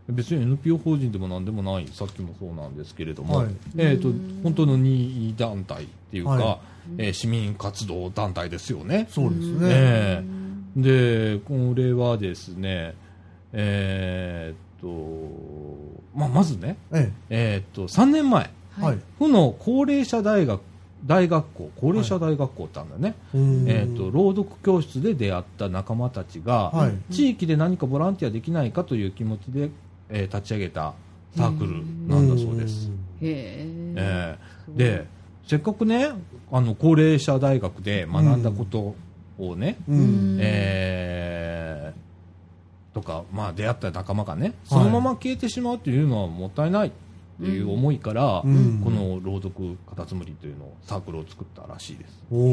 Speaker 2: は
Speaker 1: 別に NPO 法人でもなんでもないさっきもそうなんですけれども、
Speaker 2: はい
Speaker 1: えーっと本当の任意団体っていうか、
Speaker 2: は
Speaker 1: えー市民活動団体ですよね。
Speaker 2: そうです
Speaker 1: ね
Speaker 2: ね。
Speaker 1: えでこれはですねえーっと、まあ、まずね、
Speaker 2: え
Speaker 1: えーっと3年前
Speaker 2: え。はい。
Speaker 1: 府の高齢者大学大学校高齢者大学校ってあるんだよね、
Speaker 2: うん
Speaker 1: えーっと朗読教室で出会った仲間たちが、
Speaker 2: はい。
Speaker 1: 地域で何かボランティアできないかという気持ちで、えー立ち上げたサークルなんだそうです、
Speaker 3: へえ。
Speaker 1: えーでせっかくねあの高齢者大学で学んだことをね、
Speaker 2: うん。うん。
Speaker 1: えーとか、まあ、出会った仲間がねそのまま消えてしまうというのはもったいないっていう思いから、
Speaker 2: うん
Speaker 1: この朗読カタツムリというのをサークルを作ったらしいです
Speaker 2: おー
Speaker 3: へ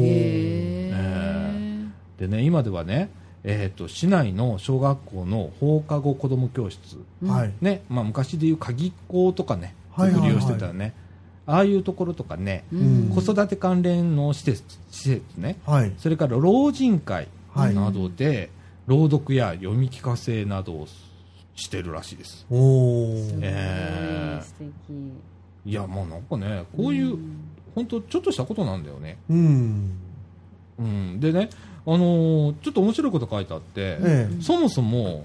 Speaker 3: え。
Speaker 1: でね今ではね、えー、と市内の小学校の放課後子ども教室、
Speaker 2: はい。
Speaker 1: ねまあ、昔でいう鍵っ子とかね
Speaker 2: はいはいはい
Speaker 1: 利用してたよね、ああいうところとかね
Speaker 2: うん
Speaker 1: 子育て関連の施設施設ね
Speaker 2: はい。
Speaker 1: それから老人会
Speaker 2: はい。
Speaker 1: などで朗読や読み聞かせなどをしてるらしいです
Speaker 2: お
Speaker 3: すごい
Speaker 2: ー。
Speaker 1: えー
Speaker 3: 素敵。
Speaker 1: いやもうなんかねこういう本当ちょっとしたことなんだよね、
Speaker 2: うん。
Speaker 1: うん、でね、あのーちょっと面白いこと書いてあって、
Speaker 2: ええ。
Speaker 1: そもそも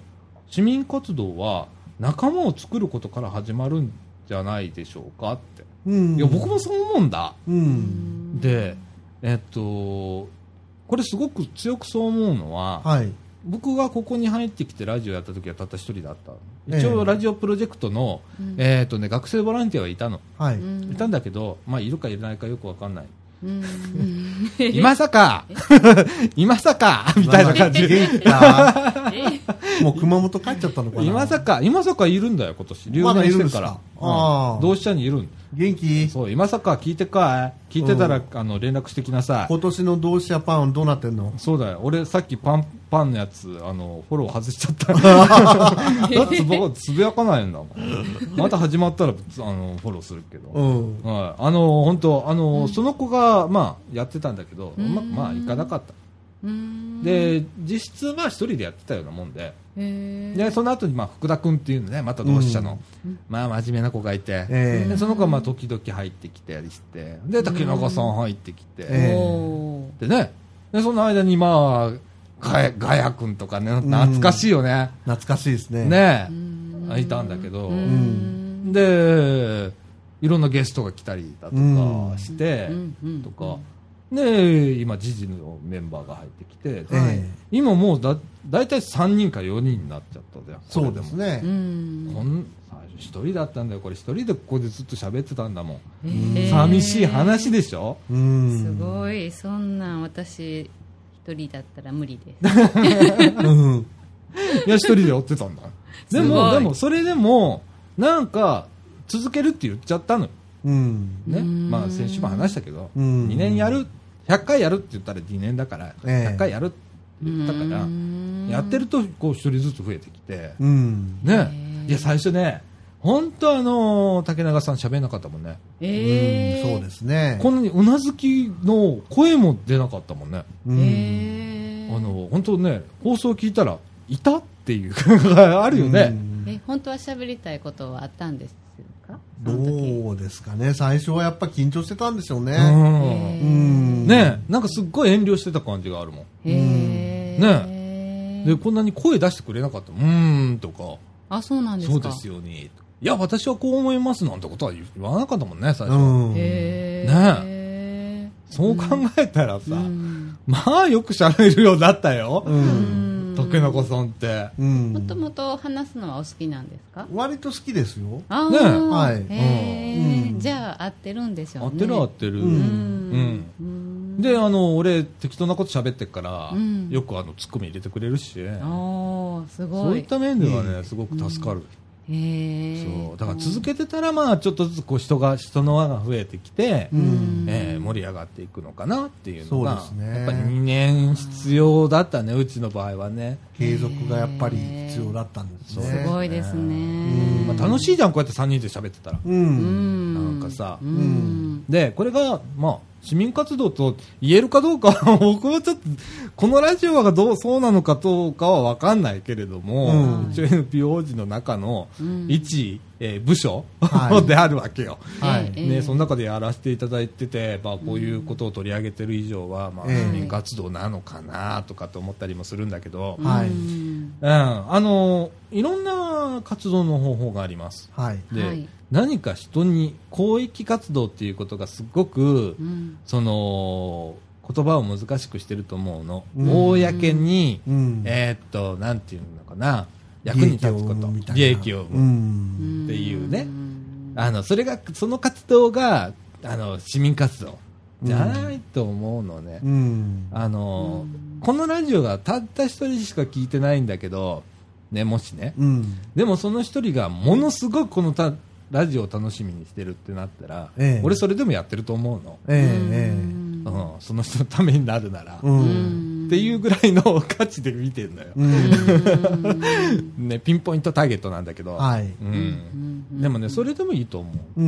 Speaker 1: 市民活動は仲間を作ることから始まるんじゃないでしょうかって
Speaker 2: うん。
Speaker 1: いや僕もそう思うんだ
Speaker 2: うん。
Speaker 1: でえっとこれすごく強くそう思うのは、
Speaker 2: はい。
Speaker 1: 僕がここに入ってきてラジオやった時はたった一人だった
Speaker 2: ええ
Speaker 1: 一応ラジオプロジェクトの、
Speaker 3: うん
Speaker 1: えーとね、学生ボランティアはいたの、
Speaker 2: はい。
Speaker 3: うん
Speaker 1: いたんだけど、まあ、いるかいらないかよくわかんない
Speaker 3: うん
Speaker 1: 今坂 今坂みたいな感じ
Speaker 2: 元気か
Speaker 3: え
Speaker 2: もう熊本帰っちゃったのかな。
Speaker 1: 今坂今坂いるんだよ今年留
Speaker 2: まだ
Speaker 1: 年
Speaker 2: い
Speaker 1: し
Speaker 2: るん
Speaker 1: て
Speaker 2: で
Speaker 1: る
Speaker 2: す
Speaker 1: か、
Speaker 2: からああ
Speaker 1: うん同志社にいるん
Speaker 2: 元気
Speaker 1: そう今坂聞いてかい聞いてたら、
Speaker 2: うん
Speaker 1: あの連絡してきなさい
Speaker 2: 今年の同志社パンどうなってんの
Speaker 1: そうだよ俺さっきパンパンのやつあのフォロー外しちゃった だって僕つぶやかないんだもんまた始まったらあのフォローするけど、
Speaker 2: うん。
Speaker 1: はい、あの本当あの、その子が、まあ、やってたんだけど、う
Speaker 3: うん
Speaker 1: まくまあいかなかった、
Speaker 3: うん
Speaker 1: で実質まあ一人でやってたようなもんで、
Speaker 3: へえ
Speaker 1: でその後にまあ福田君っていうねまた同志社の、まあ真面目な子がいて、
Speaker 2: ええ
Speaker 1: でその子はまあ時々入ってきたりしてで竹中さん入ってきて、
Speaker 2: ええ
Speaker 3: おー
Speaker 1: でねでその間にまあガヤガヤ君とかね懐かしいよね、
Speaker 2: 懐かしいですね。。
Speaker 1: ね
Speaker 3: うん
Speaker 1: いたんだけど
Speaker 3: うん
Speaker 1: でいろんなゲストが来たりだとかして、
Speaker 3: うんうん
Speaker 1: とか、で今、時事のメンバーが入ってきて、
Speaker 2: ええ
Speaker 1: 今もうだ大体3人か4人になっちゃったじゃん、
Speaker 2: そうです
Speaker 3: う
Speaker 2: ね。
Speaker 3: ん
Speaker 1: こん最初、1人だったんだよ、これ、1人でここでずっと喋ってたんだもん、
Speaker 3: へえ
Speaker 1: 寂しい話でしょ、
Speaker 2: うん。
Speaker 3: すごいそんなん私一人だったら無理です
Speaker 2: うん。
Speaker 1: いや、1人でやってたんだ、です
Speaker 3: ご
Speaker 1: も、
Speaker 3: い
Speaker 1: でもそれでも、なんか、続けるって言っちゃったのよ、
Speaker 2: うん。
Speaker 1: ね、
Speaker 3: うん
Speaker 1: まあ、先週も話したけど、
Speaker 2: うん
Speaker 1: 2年やる、100回やるって言ったら2年だから、
Speaker 2: ええ
Speaker 1: 100回やるって言ったから、
Speaker 3: うん
Speaker 1: やってると、こう、1人ずつ増えてきて。
Speaker 2: うん。
Speaker 1: ね
Speaker 3: へ、ー
Speaker 1: いや最初ね本当あのー竹中さん喋んなかったもんね。
Speaker 3: ええ
Speaker 2: うんそうですね。
Speaker 1: こんなにうなずきの声も出なかったもんね。
Speaker 2: うん
Speaker 3: ええ
Speaker 1: あの本当ね放送聞いたらいたっていう のがあるよね。
Speaker 2: うん
Speaker 3: え本当は喋りたいことはあったんですかその時
Speaker 2: どうですかね。最初はやっぱ緊張してたんでしょう
Speaker 1: う
Speaker 2: ね。
Speaker 1: ん。
Speaker 2: うん
Speaker 1: ねなんかすっごい遠慮してた感じがあるもん。
Speaker 3: へえ
Speaker 1: でこんなに声出してくれなかった。うーんとか
Speaker 3: あそうなんです
Speaker 1: そ
Speaker 3: か
Speaker 1: うですよね。いや私はこう思いますなんてことは言わなかったもんね最
Speaker 2: う
Speaker 1: 初。
Speaker 2: ん。
Speaker 3: へえ
Speaker 1: そう考えたらさ、
Speaker 3: うん
Speaker 1: まあよく喋るようになったよ。
Speaker 2: う。
Speaker 3: うんん
Speaker 1: 竹中さんって。
Speaker 2: うん
Speaker 3: もともと話すのはお好きなんですか
Speaker 2: 割と好きですよ。
Speaker 3: ああ、
Speaker 1: ね
Speaker 2: はい
Speaker 3: へえ
Speaker 2: うん
Speaker 3: じゃあ合ってるんでしょう
Speaker 1: 合
Speaker 3: ね
Speaker 1: ってる合ってる。
Speaker 2: う
Speaker 3: うんん、うん、
Speaker 1: で、あの、俺、適当なこと喋ってっから、
Speaker 3: うん
Speaker 1: よくあの、ツッコミ入れてくれるし、
Speaker 3: おーすご
Speaker 1: そうい
Speaker 3: い
Speaker 1: った面ではね、すごく助かる。
Speaker 3: へえ
Speaker 1: そう。だから続けてたら、まあ、ちょっとずつこう、人が、人の輪が増えてきて、
Speaker 2: う
Speaker 3: うん
Speaker 1: えー盛り上がっていくのかなっていうのが
Speaker 2: そうですね
Speaker 1: やっぱり2年必要だったねうちの場合はね、
Speaker 2: 継続がやっぱり必要だったんですね。
Speaker 1: そう
Speaker 3: すごいですね、
Speaker 2: う
Speaker 1: ま
Speaker 2: ん
Speaker 1: あ、楽しいじゃんこうやって3人で喋ってたら、
Speaker 2: う。
Speaker 3: うんん
Speaker 1: なんかさ
Speaker 3: うん
Speaker 1: でこれが、まあ、市民活動と言えるかどうかは 僕もちょっとこのラジオがどうそうなのかどうかは分かんないけれども、
Speaker 2: うん
Speaker 1: うち NPO 時の中の
Speaker 3: うん
Speaker 1: 一、えー部署、
Speaker 2: はい
Speaker 1: であるわけよ。
Speaker 2: はい
Speaker 3: ええ
Speaker 1: ね、その中でやらせていただいてて、まあ、こういうことを取り上げてる以上は、まあ、
Speaker 2: ええ
Speaker 1: 市民活動なのかなとかと思ったりもするんだけど、
Speaker 2: はい
Speaker 3: うん
Speaker 1: うん、あのいろんな活動の方法があります。
Speaker 2: はい。
Speaker 1: で、
Speaker 3: はい
Speaker 1: 何か人に公益活動っていうことがすごく、
Speaker 3: うん
Speaker 1: その言葉を難しくしてると思うの、
Speaker 2: うん
Speaker 1: 公に、
Speaker 2: うん。
Speaker 1: えーっとなんていうのかな役に立つこ
Speaker 2: 利益を生
Speaker 1: と
Speaker 2: むみたいな
Speaker 1: 利益を生
Speaker 2: う
Speaker 1: む
Speaker 2: ん。
Speaker 1: っていうね
Speaker 3: ん
Speaker 1: あのそれがその活動があの市民活動じゃないと思うのね、
Speaker 2: うん。
Speaker 1: あのこのラジオがたった一人しか聞いてないんだけど、ね、もしね
Speaker 2: うん。
Speaker 1: でもその一人がものすごくこのたラジオを楽しみにしてるってなったら、
Speaker 2: ええ
Speaker 1: 俺それでもやってると思うの、
Speaker 2: えええ
Speaker 1: うんその人のためになるなら、
Speaker 2: え。う。
Speaker 3: うんん
Speaker 1: っていうぐらいの価値で見てるのよ、
Speaker 2: うん。
Speaker 3: う
Speaker 1: ね、ピンポイントターゲットなんだけど、
Speaker 2: はい。
Speaker 1: うん
Speaker 3: ん
Speaker 1: でもねそれでもいいと思う、
Speaker 2: う
Speaker 1: う
Speaker 2: ん。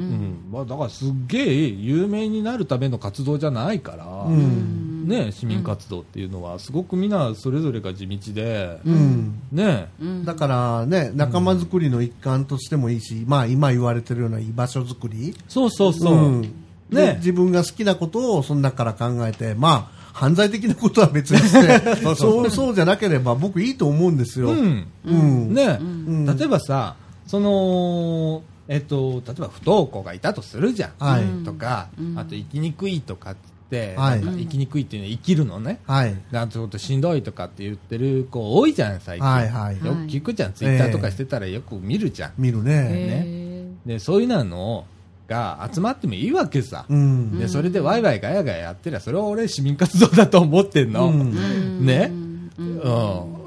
Speaker 1: んまあ、だからすっげえ有名になるための活動じゃないから、
Speaker 2: うん
Speaker 1: ね、市民活動っていうのはすごくみんなそれぞれが地道で、
Speaker 2: うん。
Speaker 1: ね
Speaker 3: うん
Speaker 2: だからね、仲間づくりの一環としてもいいし、まあ今言われてるような居場所づくり。
Speaker 1: そうそうそう、
Speaker 2: ん
Speaker 1: ね
Speaker 2: で自分が好きなことをその中から考えて、まあ、犯罪的なことは別 にして、そうそうじゃなければ僕いいと思うんですよ。
Speaker 1: うん
Speaker 2: うん。
Speaker 1: ね、
Speaker 2: ん
Speaker 1: 例えばさその、えっと、例えば不登校がいたとするじゃん、
Speaker 2: はい
Speaker 1: とか、あと生きにくいとかって、
Speaker 2: はい
Speaker 1: なんか生きにくいっていうのは生きるのね、
Speaker 2: はい。
Speaker 1: なんてことしんどいとかって言ってる子多いじゃん最近、
Speaker 2: はいはい
Speaker 1: よく聞くじゃんツイッターとかしてたらよく見るじゃん、
Speaker 2: 見るね。
Speaker 3: ね
Speaker 1: でそういうのが集まってもいいわけさ、
Speaker 2: うん。
Speaker 1: でそれでワイワイガヤガヤやってりゃそれは俺市民活動だと思ってんの、
Speaker 2: うん
Speaker 1: ね
Speaker 3: うん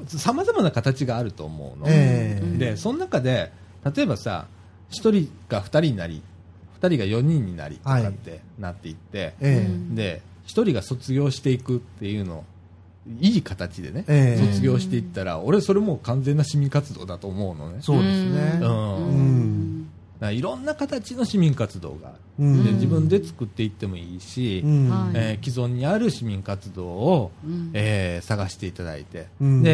Speaker 1: さまざまな形があると思うの、
Speaker 2: ええ
Speaker 1: でその中で例えばさ1人が2人になり2人が4人になりとかってなっていって、
Speaker 2: え
Speaker 1: で1人が卒業していくっていうのいい形でね、
Speaker 2: ええ
Speaker 1: 卒業していったら俺それもう完全な市民活動だと思うのね
Speaker 2: え。そうですね。
Speaker 1: うん
Speaker 2: う
Speaker 1: だか
Speaker 2: ん。
Speaker 1: らいろんな形の市民活動がある
Speaker 2: う
Speaker 1: で
Speaker 2: ん。
Speaker 1: 自分で作っていってもいいし、
Speaker 2: うん。
Speaker 3: はい
Speaker 1: えー既存にある市民活動を、
Speaker 3: うん
Speaker 1: えー探していただいて、
Speaker 2: うん
Speaker 1: で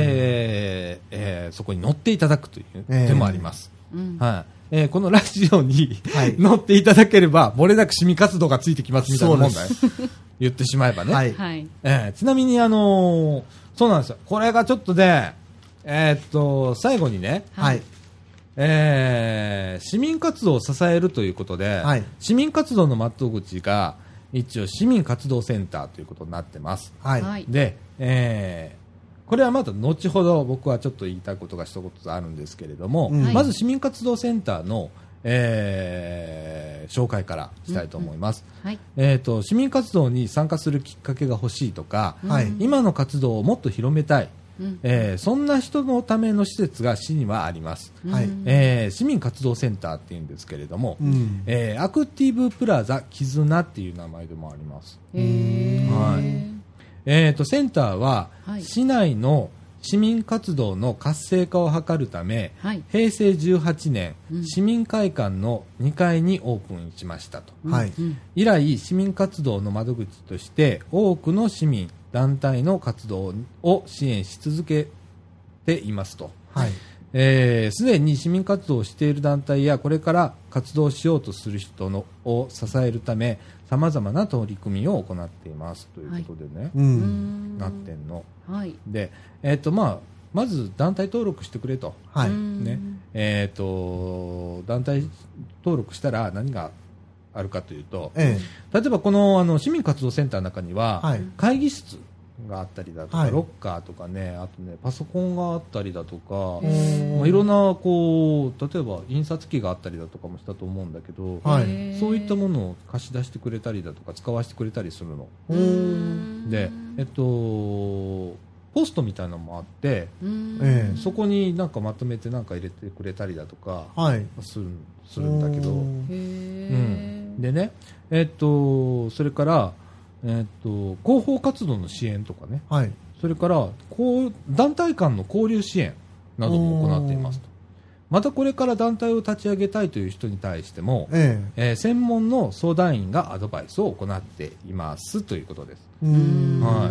Speaker 1: えーそこに乗っていただくという手もあります、
Speaker 3: うん
Speaker 1: はいえーこのラジオに、
Speaker 2: はい
Speaker 1: 乗っていただければ漏れなく市民活動がついてきますみたいな問題
Speaker 2: そ
Speaker 1: 言ってしまえばね、
Speaker 2: はい。
Speaker 3: はい
Speaker 1: えーちなみに、あのーそうなんですよこれがちょっとで、えーっと最後にね、
Speaker 2: はい。
Speaker 1: えー市民活動を支えるということで、
Speaker 2: はい
Speaker 1: 市民活動の窓口が一応市民活動センターということになってます、
Speaker 2: はい。
Speaker 1: で、えーこれはまだ後ほど僕はちょっと言いたいことが一言あるんですけれども、
Speaker 2: うん
Speaker 1: まず市民活動センターの、えー紹介からしたいと思います、
Speaker 3: はい
Speaker 1: えー、と市民活動に参加するきっかけが欲しいとか、
Speaker 2: はい
Speaker 1: 今の活動をもっと広めたい、
Speaker 3: うん
Speaker 1: えーそんな人のための施設が市にはあります、
Speaker 2: はい
Speaker 1: えー市民活動センターっていうんですけれども、
Speaker 2: うん。
Speaker 1: えーアクティブプラザ絆っていう名前でもあります、
Speaker 3: へえ
Speaker 1: はいえー、とセンターは
Speaker 3: はい
Speaker 1: 市内の市民活動の活性化を図るため
Speaker 3: はい。
Speaker 1: 平成18年、
Speaker 3: うん
Speaker 1: 市民会館の2階にオープンしましたと
Speaker 2: はい
Speaker 3: うん
Speaker 1: 以来市民活動の窓口として多くの市民団体の活動を支援し続けていますと
Speaker 2: はい
Speaker 1: えーすで、に市民活動をしている団体やこれから活動しようとする人のを支えるためさまざまな取り組みを行っていますということでね、
Speaker 2: う
Speaker 3: うんん
Speaker 1: なってんの
Speaker 3: はい。
Speaker 1: で、えーとまあ、まず団体登録してくれと,、
Speaker 2: はい
Speaker 1: ね
Speaker 3: ね。
Speaker 1: えー、と団体登録したら何があるかというと
Speaker 2: え
Speaker 1: 例えばこのあの市民活動センターの中に
Speaker 2: え
Speaker 1: は、
Speaker 2: はい
Speaker 1: 会議室があったりだとか、
Speaker 2: はい
Speaker 1: ロッカーとかねあとねパソコンがあったりだとか。ま
Speaker 2: も
Speaker 1: あ、いろんなこう例えば印刷機があったりだとかもしたと思うんだけど、
Speaker 2: はい
Speaker 3: へー
Speaker 1: そういったものを貸し出してくれたりだとか使わせてくれたりするの
Speaker 2: お
Speaker 3: う
Speaker 2: ー
Speaker 3: ん
Speaker 1: で、えっと、ポストみたいなのもあって
Speaker 3: うん
Speaker 2: ええ
Speaker 1: そこになんかまとめてなんか入れてくれたりだとか
Speaker 2: はい
Speaker 1: するするんだけど
Speaker 3: へ
Speaker 1: う
Speaker 3: え。
Speaker 1: でね、えっと、それから、えっと、広報活動の支援とかね
Speaker 2: はい
Speaker 1: それからこう団体間の交流支援なども行っていますとまたこれから団体を立ち上げたいという人に対しても、
Speaker 2: え
Speaker 1: えー専門の相談員がアドバイスを行っていますということです
Speaker 2: えうーん
Speaker 1: はい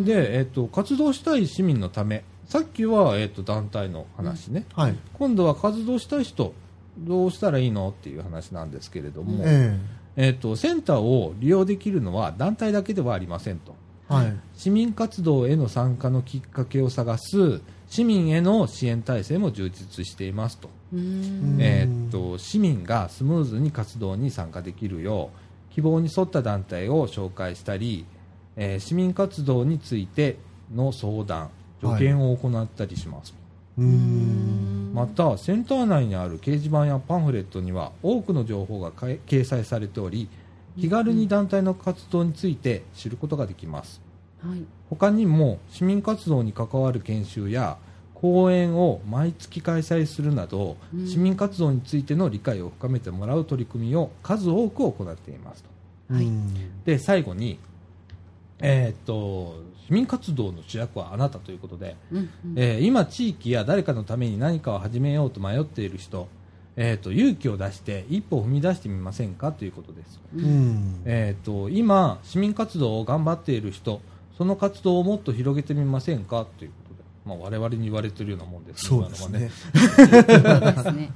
Speaker 3: い
Speaker 1: で、えっと活動したい市民のためさっきは、えっと団体の話ね、
Speaker 2: はい
Speaker 1: 今度は活動したい人どうしたらいいのっていう話なんですけれども、えっ
Speaker 2: え
Speaker 1: とセンターを利用できるのは団体だけではありませんと
Speaker 2: えはい
Speaker 1: 市民活動への参加のきっかけを探す市民への支援体制も充実していますと,、
Speaker 3: うん
Speaker 1: え
Speaker 2: え
Speaker 1: ーっと市民がスムーズに活動に参加できるよう希望に沿った団体を紹介したり、えー市民活動についての相談助言を行ったりします、
Speaker 2: うーん
Speaker 1: またセンター内にある掲示板やパンフレットには多くの情報がかえ掲載されており気軽に団体の活動について知ることができます
Speaker 3: はい。
Speaker 1: 他にも市民活動に関わる研修や講演を毎月開催するなど、
Speaker 3: うん
Speaker 1: 市民活動についての理解を深めてもらう取り組みを数多く行っていますと
Speaker 2: う
Speaker 3: はい
Speaker 2: ん
Speaker 1: で最後に、えーっと市民活動の主役はあなたということで、
Speaker 3: うんうん
Speaker 1: えー今、地域や誰かのために何かを始めようと迷っている人、えーっと勇気を出して一歩を踏み出してみませんかということです。
Speaker 2: うん
Speaker 1: えー、と今、市民活動を頑張っている人その活動をもっと広げてみませんかということで、まあ、我々に言われているようなもんです
Speaker 2: そうですね
Speaker 3: そう ですね
Speaker 1: 今のはね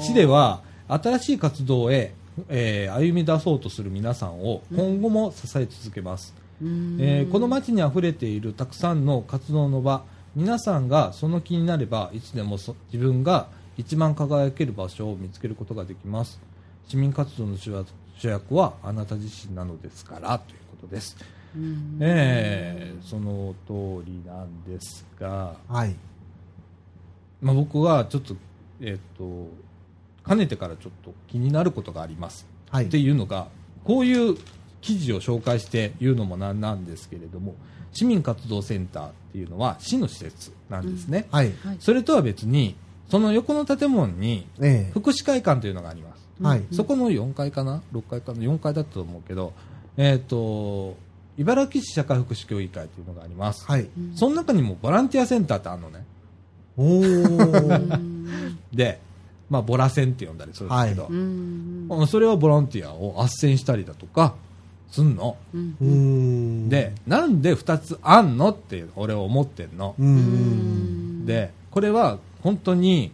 Speaker 1: 市では新しい活動へ、えー歩み出そうとする皆さんを今後も支え続けます、
Speaker 3: うん
Speaker 1: えーこの街にあふれているたくさんの活動の場皆さんがその気になればいつでもそ自分が一番輝ける場所を見つけることができます市民活動の主役主役はあなた自身なのですからということです、
Speaker 3: うん
Speaker 1: えーその通りなんですが、
Speaker 2: はい
Speaker 1: まあ、僕はちょっと,、えー、とかねてからちょっと気になることがあります
Speaker 2: は
Speaker 1: って
Speaker 2: い
Speaker 1: いうのがこういう記事を紹介して言うのもなんなんですけれども市民活動センターっていうのは市の施設なんですね、
Speaker 2: はい
Speaker 3: はい
Speaker 1: それとは別にその横の建物に
Speaker 2: え
Speaker 1: 福祉会館というのがあります
Speaker 2: はい
Speaker 3: うん
Speaker 1: そこの4階かな6階かな4階だったと思うけどえっ、と茨城市社会福祉協議会というのがあります、
Speaker 2: えはい
Speaker 3: うん
Speaker 1: その中にもボランティアセンターってあるのね
Speaker 2: お ー
Speaker 3: うん
Speaker 1: でまあボラセンって呼んだりするんですけど、
Speaker 2: は
Speaker 3: うん
Speaker 1: うんそれはボランティアを斡旋したりだとかすんの
Speaker 3: うん
Speaker 2: うーん
Speaker 1: でなんで2つあんのって俺は思ってんの、
Speaker 2: うーん
Speaker 1: でこれは本当に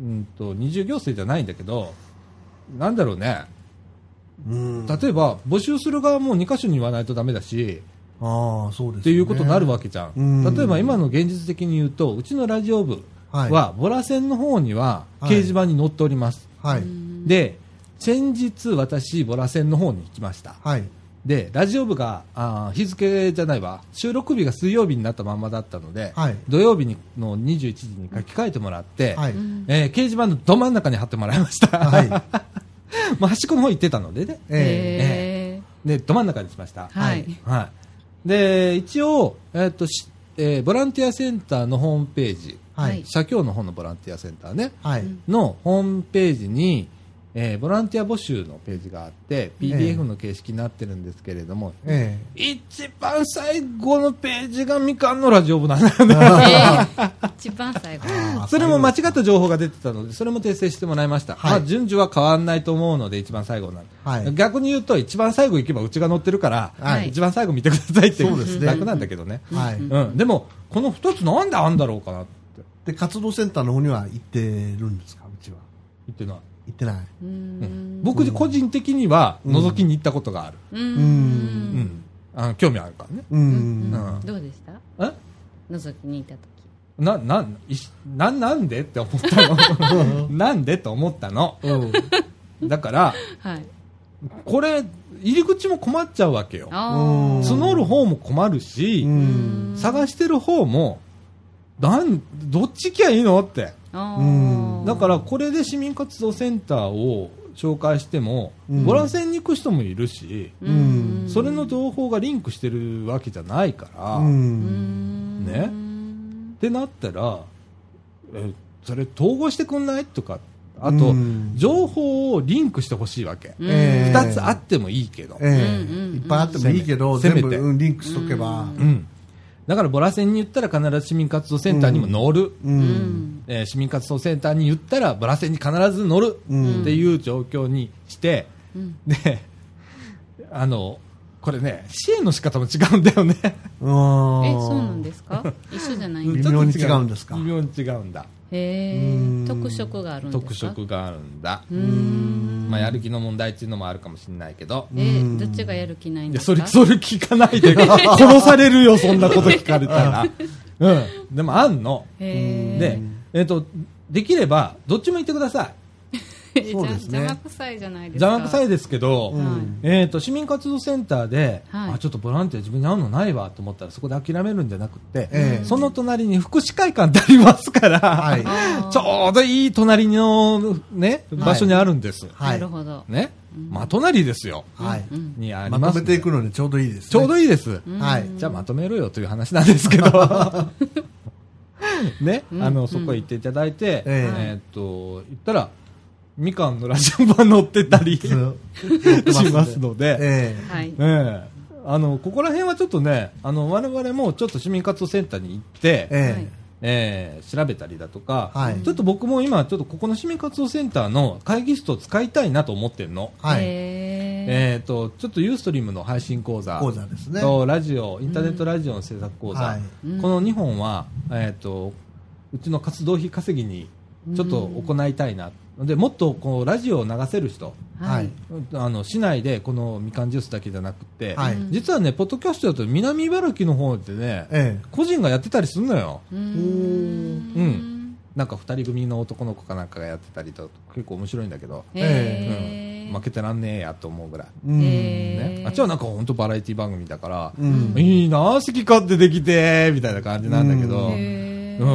Speaker 1: うんと二重行政じゃないんだけどなんだろうね
Speaker 2: うん
Speaker 1: 例えば募集する側も2箇所に言わないとダメだし
Speaker 2: ああそうですね
Speaker 1: っていうことになるわけじゃ
Speaker 2: うん
Speaker 1: ん例えば今の現実的に言うとうちのラジオ部
Speaker 2: はい
Speaker 1: はボラ線の方には掲示板に載っております、
Speaker 2: はい
Speaker 1: で先日私ボラ線の方に行きました
Speaker 2: はい
Speaker 1: でラジオ部があー日付じゃないわ収録日が水曜日になったまんまだったので、
Speaker 2: はい
Speaker 1: 土曜日にの21時に書き換えてもらって、
Speaker 2: はい
Speaker 3: うん
Speaker 1: えー掲示板のど真ん中に貼ってもらいました、
Speaker 2: はい
Speaker 1: まあ端っこの方行ってたのでね
Speaker 2: ええ
Speaker 3: へ
Speaker 1: でど真ん中にしました、
Speaker 3: ーはい
Speaker 1: はい、で一応、えーっとしえーボランティアセンターのホームページ
Speaker 2: は
Speaker 3: はいい
Speaker 1: 社協の方のボランティアセンターね
Speaker 2: はい
Speaker 1: のホームページに、えーボランティア募集のページがあって、PDF の形式になってるんですけれども、
Speaker 2: え
Speaker 1: 一番最後のページがみかんのラジオ部なんだよね。
Speaker 3: え一番最後。
Speaker 2: え
Speaker 1: それも間違った情報が出てたので、それも訂正してもらいました。
Speaker 2: はい
Speaker 1: まあ、順序は変わんないと思うので、一番最後なんで。
Speaker 2: はい
Speaker 1: 逆に言うと、一番最後行けばうちが載ってるから、
Speaker 2: はい
Speaker 1: 一番最後見てくださいって
Speaker 2: そうですね
Speaker 1: 楽なんだけどね。
Speaker 2: はい、
Speaker 3: うん
Speaker 1: うん。でも、この二つなんであんだろうかなって
Speaker 2: で活動センターの方には行ってるんですかうちは
Speaker 1: 言ってない。
Speaker 2: 行ってない
Speaker 3: うん
Speaker 1: 僕個人的には
Speaker 2: うん
Speaker 1: 覗きに行ったことがある。
Speaker 3: う
Speaker 1: うんん。あの興味あるからね。
Speaker 2: う、
Speaker 3: うんん
Speaker 1: うん
Speaker 3: どうでした
Speaker 1: え
Speaker 3: 覗きに行った
Speaker 1: な、
Speaker 3: 時
Speaker 1: な、いしな、なんでって思った の。なんでと思ったの。だから、
Speaker 3: はい
Speaker 1: これ、入り口も困っちゃうわけよ。
Speaker 3: あ
Speaker 2: うん
Speaker 3: あ
Speaker 1: 募る方も困るし
Speaker 2: う、ん
Speaker 1: 探してる方も、なん、どっち行きゃいいのって。
Speaker 3: あ
Speaker 2: うん
Speaker 3: ー
Speaker 1: だから、これで市民活動センターを紹介しても、
Speaker 2: うん
Speaker 1: ボラセンに行く人もいるし、
Speaker 3: うん
Speaker 2: うん
Speaker 1: それの情報がリンクしてるわけじゃないから、
Speaker 2: う
Speaker 1: っ
Speaker 2: ん
Speaker 1: ねてなったら、え、それ統合してくんないとか、あと、
Speaker 2: うん
Speaker 1: 情報をリンクしてほしいわけ。
Speaker 3: うん
Speaker 2: ええ
Speaker 1: 二つあってもいいけど。
Speaker 2: ええ
Speaker 3: うんうんうん
Speaker 2: いっぱいあってもいいけど
Speaker 1: せ
Speaker 2: 全
Speaker 1: め
Speaker 2: 部
Speaker 1: せめて
Speaker 2: うんリンクしとけば
Speaker 1: うん。だから、ボラセンに言ったら必ず市民活動センターにも乗る。
Speaker 2: う
Speaker 3: うんん
Speaker 1: えー市民活動センターに言ったら、ボラセンに必ず乗る
Speaker 2: う
Speaker 1: っ
Speaker 2: ん
Speaker 1: ていう状況にして、
Speaker 3: うん
Speaker 1: で、あの、これね、支援の仕方も違うんだよね。
Speaker 2: うん
Speaker 3: えそうなんですか一緒じゃないん
Speaker 2: 微
Speaker 3: だ
Speaker 2: 妙に違うんですか
Speaker 1: 微妙に違うんだ。
Speaker 3: へ
Speaker 2: うん
Speaker 3: え特色があるんですか
Speaker 1: 特色があるんだ。
Speaker 3: うーん
Speaker 1: まあ、やる気の問題っていうのもあるかもしれないけど。
Speaker 3: えどっちがやる気ないん
Speaker 1: い
Speaker 3: で
Speaker 1: や、
Speaker 3: す
Speaker 1: それ、
Speaker 3: か
Speaker 1: それ聞かない で。殺されるよ、そんなこと聞かれたら。 うん。でも、あんの。
Speaker 3: へー
Speaker 1: で、えっと、できれば、どっちも言ってくださ
Speaker 3: え
Speaker 2: そうですね
Speaker 3: 邪魔くさいじゃない
Speaker 1: い。
Speaker 3: ですか
Speaker 1: 邪魔くさいですけど、
Speaker 2: うん
Speaker 1: えー、と市民活動センターで、
Speaker 3: はい
Speaker 1: あちょっとボランティア自分に合うのないわと思ったらそこで諦めるんじゃなくて、
Speaker 2: ええ
Speaker 1: その隣に福祉会館ってありますから、
Speaker 2: はい
Speaker 3: あー
Speaker 1: ちょうどいい隣の、ね、
Speaker 2: い
Speaker 1: 場所にあるんです、
Speaker 2: はい
Speaker 3: なるほど
Speaker 1: ねまとなりですよ、
Speaker 2: はい
Speaker 3: うん
Speaker 1: にあり
Speaker 2: ま
Speaker 1: ま
Speaker 2: と
Speaker 1: す
Speaker 2: め
Speaker 1: ん
Speaker 2: て
Speaker 1: で
Speaker 2: いくのにちょうどいいです
Speaker 1: ちょうど
Speaker 2: いい
Speaker 1: いいです、
Speaker 2: はい
Speaker 1: じゃあまとめろよという話なんですけど、 ね、あのそこへ行っていただいて、
Speaker 2: ええ
Speaker 1: えー、と行ったらみかんのラジオ版乗ってたりし ますので。
Speaker 2: ええ
Speaker 3: はい
Speaker 1: ねえあのここら辺はちょっとねあの我々もちょっと市民活動センターに行って、え
Speaker 2: え
Speaker 1: ー調べたりだとか、
Speaker 2: はい
Speaker 1: ちょっと僕も今ちょっとここの市民活動センターの会議室を使いたいなと思ってるの、
Speaker 2: えはい
Speaker 3: へ
Speaker 1: えー、とちょっとユーストリームの配信講座
Speaker 2: 講座ですね
Speaker 1: とラジオインターネットラジオの制作講座、
Speaker 2: はい
Speaker 3: うん
Speaker 1: この2本は、えー、とうちの活動費稼ぎにちょっと行いたいな、でもっとこうラジオを流せる人
Speaker 3: ー
Speaker 2: はい
Speaker 1: あの市内でこのみかんジュースだけじゃなくて、
Speaker 2: はい
Speaker 1: 実はね、ポッドキャストだと南茨城の方でね、
Speaker 2: え
Speaker 1: 個人がやってたりするのよ。
Speaker 3: うー
Speaker 1: うんなんか二人組の男の子かなんかがやってたりと、結構面白いんだけど、
Speaker 3: へ
Speaker 1: う
Speaker 3: ー
Speaker 1: ん、負けてらんねえやと思うぐらい。
Speaker 2: えうん
Speaker 3: へ
Speaker 1: ね、
Speaker 3: ー
Speaker 1: あっちはなんか本当バラエティ番組だから、
Speaker 2: うん
Speaker 1: いいなあ、好き勝手できて、みたいな感じなんだけど、
Speaker 2: うん
Speaker 1: い
Speaker 3: へ
Speaker 1: うん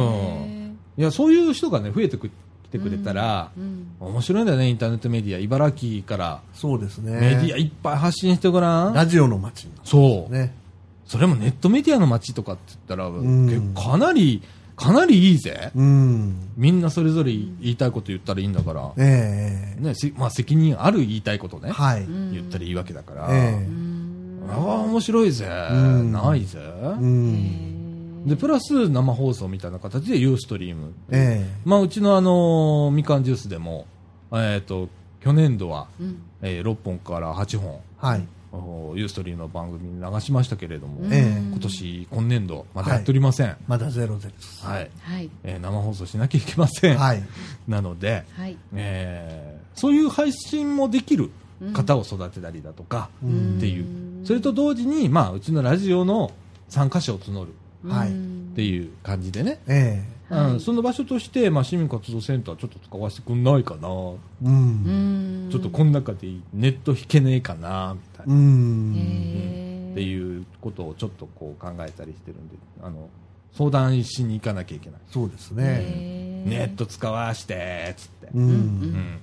Speaker 3: ー
Speaker 1: や、そういう人がね、増えてく来てくれたら、
Speaker 3: うん
Speaker 1: 面白いんだよね、インターネットメディア。茨城から
Speaker 2: そうですね
Speaker 1: メディアいっぱい発信してごらん。
Speaker 2: ラジオの街
Speaker 1: そう。
Speaker 2: ね
Speaker 1: それもネットメディアの街とかって言ったら、
Speaker 2: ん
Speaker 1: 結構かなり、かなりいいぜ。
Speaker 2: うん
Speaker 1: みんなそれぞれ言いたいこと言ったらいいんだから、
Speaker 2: ええ
Speaker 1: ね、せまあ責任ある言いたいことね、
Speaker 2: はい
Speaker 3: うん
Speaker 1: 言ったらいいわけだから、
Speaker 2: え
Speaker 3: う
Speaker 2: え
Speaker 3: ん
Speaker 1: ああ、面白いぜ、
Speaker 2: ん
Speaker 1: ないぜ、
Speaker 2: うん
Speaker 1: で、プラス生放送みたいな形でユーストリーム。
Speaker 2: え
Speaker 1: まあ、うちのあのーみかんジュースでも、えっ、と、去年度は、
Speaker 3: うん
Speaker 1: えー6本から8本、
Speaker 2: えはい
Speaker 1: おーユーストリームの番組に流しましたけれども、
Speaker 3: うん
Speaker 2: ええ
Speaker 1: 今年、今年度、まだやっておりません。はい。
Speaker 2: まだゼロです
Speaker 3: はい
Speaker 1: えー生放送しなきゃいけません。
Speaker 2: はい
Speaker 1: なので、
Speaker 3: はい
Speaker 1: えーそういう配信もできる方を育てたりだとか
Speaker 2: う
Speaker 3: うん
Speaker 1: っていう、
Speaker 3: うん
Speaker 1: それと同時に、まあ、うちのラジオの参加者を募る
Speaker 2: はい
Speaker 3: うん
Speaker 1: っていう感じでね、
Speaker 2: え
Speaker 3: はい
Speaker 1: うん、その場所として、まあ、市民活動センターちょっと使わせてくんないかな、
Speaker 2: えうん
Speaker 3: うん
Speaker 1: ちょっとこの中でネット引けねえかなみたいな、
Speaker 2: うん
Speaker 3: へー
Speaker 1: っていうことをちょっとこう考えたりしてるんであの相談しに行かなきゃいけない、
Speaker 2: そうですね。
Speaker 3: へー
Speaker 1: ネット使わしてっつって、
Speaker 2: う
Speaker 1: う
Speaker 2: ん。
Speaker 1: ん、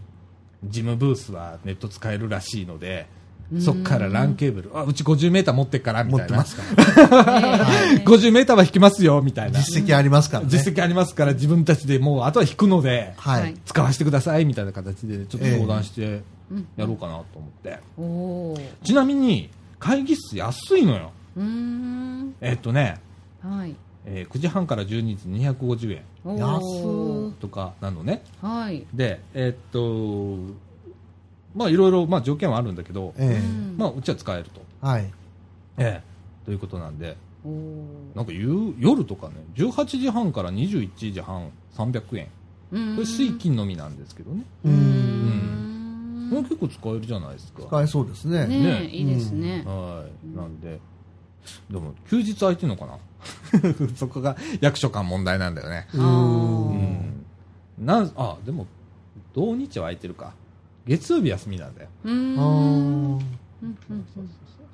Speaker 1: ジムブースはネット使えるらしいので、
Speaker 3: うん
Speaker 1: そっからランケーブルあうち 50m 持ってっからみ
Speaker 2: 持
Speaker 1: た
Speaker 2: っ
Speaker 1: い
Speaker 2: てま
Speaker 1: な
Speaker 2: すから。
Speaker 3: ねえ
Speaker 1: 50m は引きますよみたいな
Speaker 2: 実績ありますからね。
Speaker 1: 実績ありますから自分たちでもうあとは引くので
Speaker 2: は
Speaker 3: はいい。
Speaker 1: 使わせてくださいみたいな形でちょっと相談して
Speaker 3: うん
Speaker 1: やろうかなと思って、
Speaker 3: おおー
Speaker 1: ちなみに会議室安いのよ
Speaker 3: うーん
Speaker 1: えっとね、
Speaker 3: はい
Speaker 1: えー9時半から12時250円
Speaker 3: お
Speaker 2: 安
Speaker 3: お
Speaker 2: っ
Speaker 1: とかなのね
Speaker 3: はい
Speaker 1: でえっとまあいろいろまあ条件はあるんだけど、
Speaker 2: え
Speaker 3: うん
Speaker 1: まあうちは使えると、
Speaker 2: え。はい。
Speaker 1: ええということなんで
Speaker 3: おー
Speaker 1: なんか夕夜とかね18時半から21時半300円
Speaker 3: う
Speaker 1: こ
Speaker 3: ん
Speaker 1: れ水金のみなんですけどね、
Speaker 2: う
Speaker 3: う
Speaker 2: ー
Speaker 3: ー
Speaker 2: ん。
Speaker 3: ん
Speaker 1: もう結構使えるじゃないですか
Speaker 2: 使えそうですね。
Speaker 3: ね
Speaker 1: ね
Speaker 3: えいいですね
Speaker 1: はいなんででも休日空いてるのかな そこが役所間問題なんだよね
Speaker 2: う
Speaker 3: あ
Speaker 2: ー。
Speaker 3: ー
Speaker 1: うんんなんあでも土日は空いてるか月曜日休みなんだよ
Speaker 3: うーん
Speaker 2: あー
Speaker 3: うんうんうん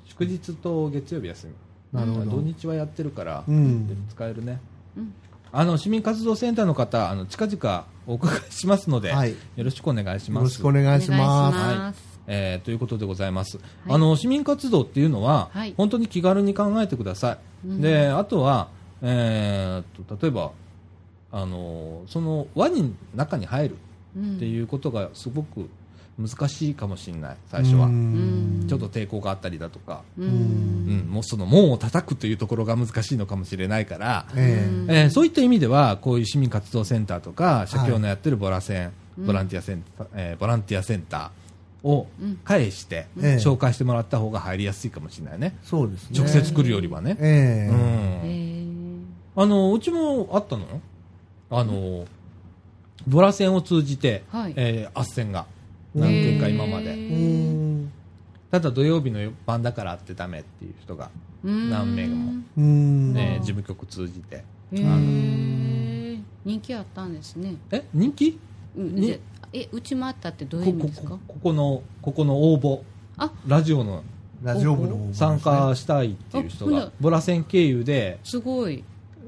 Speaker 1: 祝日と月曜日休み
Speaker 2: なるほ
Speaker 1: 土
Speaker 2: ど。
Speaker 1: 日はやってるから、
Speaker 2: うん。
Speaker 1: 使えるね
Speaker 3: うん
Speaker 1: あの市民活動センターの方あの近々お伺いしますので、
Speaker 2: はい。よ
Speaker 1: よろしくお願いします
Speaker 2: ろしくお願いします。
Speaker 1: す
Speaker 3: お願いしす
Speaker 1: えーということでございます、
Speaker 3: はい
Speaker 1: あの市民活動っていうのは、
Speaker 3: はい
Speaker 1: 本当に気軽に考えてください、
Speaker 3: うん
Speaker 1: であとは、えーっと例えばあのその輪に中に入る
Speaker 3: うん
Speaker 1: っていうことがすごく難しいかもしれない最初は、
Speaker 2: うん
Speaker 1: ちょっと抵抗があったりだとか、
Speaker 3: う
Speaker 1: うん
Speaker 3: ん
Speaker 1: もうその門を叩くというところが難しいのかもしれないから、
Speaker 2: え
Speaker 3: うん
Speaker 1: えーそういった意味ではこういう市民活動センターとか社協のやってるボラセン、ボランティアセンター、えーボランティアセンターを
Speaker 3: うん
Speaker 1: 返して
Speaker 2: えええ
Speaker 1: 紹介してもらった方が入りやすいかもしれないね、
Speaker 2: そうですね。
Speaker 1: 直接来るよりはね、
Speaker 2: え
Speaker 1: う
Speaker 2: え。
Speaker 3: へ
Speaker 1: ん、
Speaker 3: ー
Speaker 1: あのうちもあったのよあのボラセンを通じて、
Speaker 3: はい
Speaker 1: えー、斡旋が何件か今ま
Speaker 3: へ
Speaker 1: で
Speaker 2: う
Speaker 3: ー
Speaker 2: ん。
Speaker 1: ただ土曜日の晩だからってダメっていう人が、
Speaker 3: うん
Speaker 1: 何名も
Speaker 2: うん。
Speaker 1: ね
Speaker 3: うん
Speaker 1: 事務局通じて
Speaker 3: へー人気あったんですね
Speaker 1: え人気
Speaker 3: うん
Speaker 1: に
Speaker 3: でえうちもあったってどういう意
Speaker 1: こ
Speaker 3: 味
Speaker 1: こ
Speaker 3: ですか
Speaker 1: こここのここの応募
Speaker 3: あ
Speaker 1: ラジオの
Speaker 2: ラジオ部の方ですね
Speaker 1: 参加したいっていう人
Speaker 3: あほ
Speaker 1: が
Speaker 3: な
Speaker 1: ボラセン経由です
Speaker 3: ごい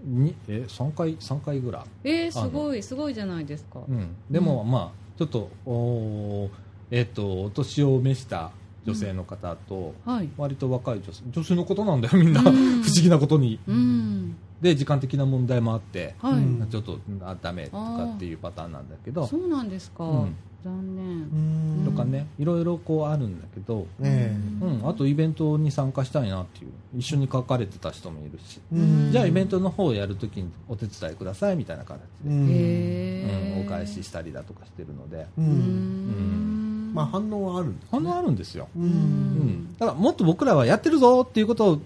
Speaker 1: にえ3回三回ぐらい、
Speaker 3: えー、すごいすごいじゃないですか、
Speaker 1: うん、でも、まあちょっとおーえっ、とお年を召した女性の方と、
Speaker 3: はい
Speaker 1: 割と若い女性女性のことなんだよみんな、
Speaker 3: うん
Speaker 1: 不思議なことに
Speaker 3: うん
Speaker 1: で時間的な問題もあって、
Speaker 3: はい、
Speaker 2: うん
Speaker 1: ちょっとあダメとかっていうパターンなんだけど
Speaker 3: そうなんですか、
Speaker 1: うん
Speaker 3: 残
Speaker 2: う
Speaker 3: 念
Speaker 2: ん。
Speaker 1: とかねいろいろこうあるんだけど、
Speaker 2: ええ。
Speaker 1: うん、あとイベントに参加したいなっていう一緒に書かれてた人もいるし
Speaker 2: うん
Speaker 1: じゃあイベントの方をやるときにお手伝いくださいみたいな形
Speaker 2: う
Speaker 1: で、
Speaker 2: ん
Speaker 3: へ
Speaker 1: う
Speaker 3: え、
Speaker 1: んお返ししたりだとかしてるので
Speaker 2: う。
Speaker 3: うんん
Speaker 2: まあ反応はあるんです
Speaker 1: 反応あるんですよ、
Speaker 2: う。
Speaker 1: うんん、ただもっと僕らはやってるぞっていうことを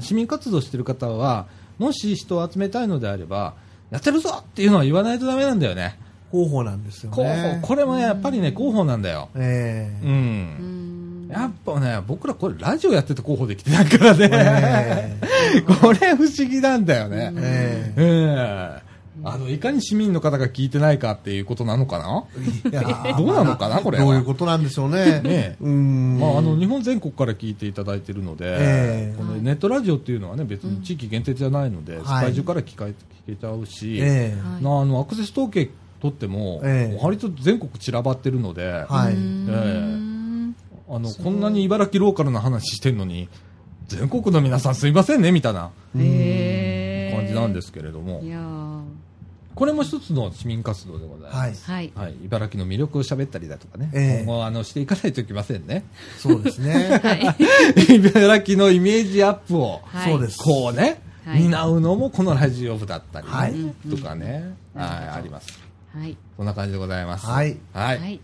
Speaker 1: 市民活動してる方はもし人を集めたいのであればやってるぞっていうのは言わないとダメなんだよね
Speaker 2: 候補なんですよ
Speaker 1: 広
Speaker 2: ね
Speaker 1: 報。これもねやっぱりね広報なんだよ
Speaker 2: え
Speaker 1: う
Speaker 2: え。
Speaker 3: うんん
Speaker 1: やっぱね僕らこれラジオやってて広報できてないからね、
Speaker 2: え
Speaker 1: これ不思議なんだよね、
Speaker 2: えええ
Speaker 1: ええあのいかに市民の方が聞いてないかっていうことなのかな、
Speaker 2: いやー
Speaker 1: どうなのかな
Speaker 2: まあ
Speaker 1: これは
Speaker 2: どういうことなんでしょう
Speaker 1: ね
Speaker 2: ね。
Speaker 1: え
Speaker 2: うん。
Speaker 1: まあ、あの日本全国から聞いていただいているので、
Speaker 2: ええ
Speaker 1: このネットラジオっていうのは、ね、別に地域限定じゃないので、
Speaker 2: ん
Speaker 1: 世界中から聞か聞けちゃうし、
Speaker 2: ええ
Speaker 3: はい
Speaker 1: なあのアクセス統計取っても、
Speaker 2: ええ
Speaker 1: 割と全国散らばってるので、
Speaker 2: はい
Speaker 3: うん
Speaker 1: あの
Speaker 3: すごい
Speaker 1: こんなに茨城ローカルな話してるのに全国の皆さんすいませんねみたいな
Speaker 3: へえ
Speaker 1: 感じなんですすけれども、
Speaker 3: いやー
Speaker 1: これも一つの市民活動でございます。
Speaker 2: はい。
Speaker 3: はい、
Speaker 1: はい、茨城の魅力を喋ったりだとかね、
Speaker 2: ええ
Speaker 1: 今後あのしていかないといけませんね
Speaker 2: そうですね。
Speaker 1: 茨城のイメージアップを
Speaker 3: はい
Speaker 2: そうです。
Speaker 1: こうね、
Speaker 3: はい
Speaker 1: 担うのもこのラジオ部だったり、
Speaker 2: はい
Speaker 1: とかね、
Speaker 3: うん
Speaker 1: はい
Speaker 3: なるほど
Speaker 1: あります
Speaker 3: はい
Speaker 1: こんな感じでございます
Speaker 2: はい
Speaker 1: はい、
Speaker 3: はい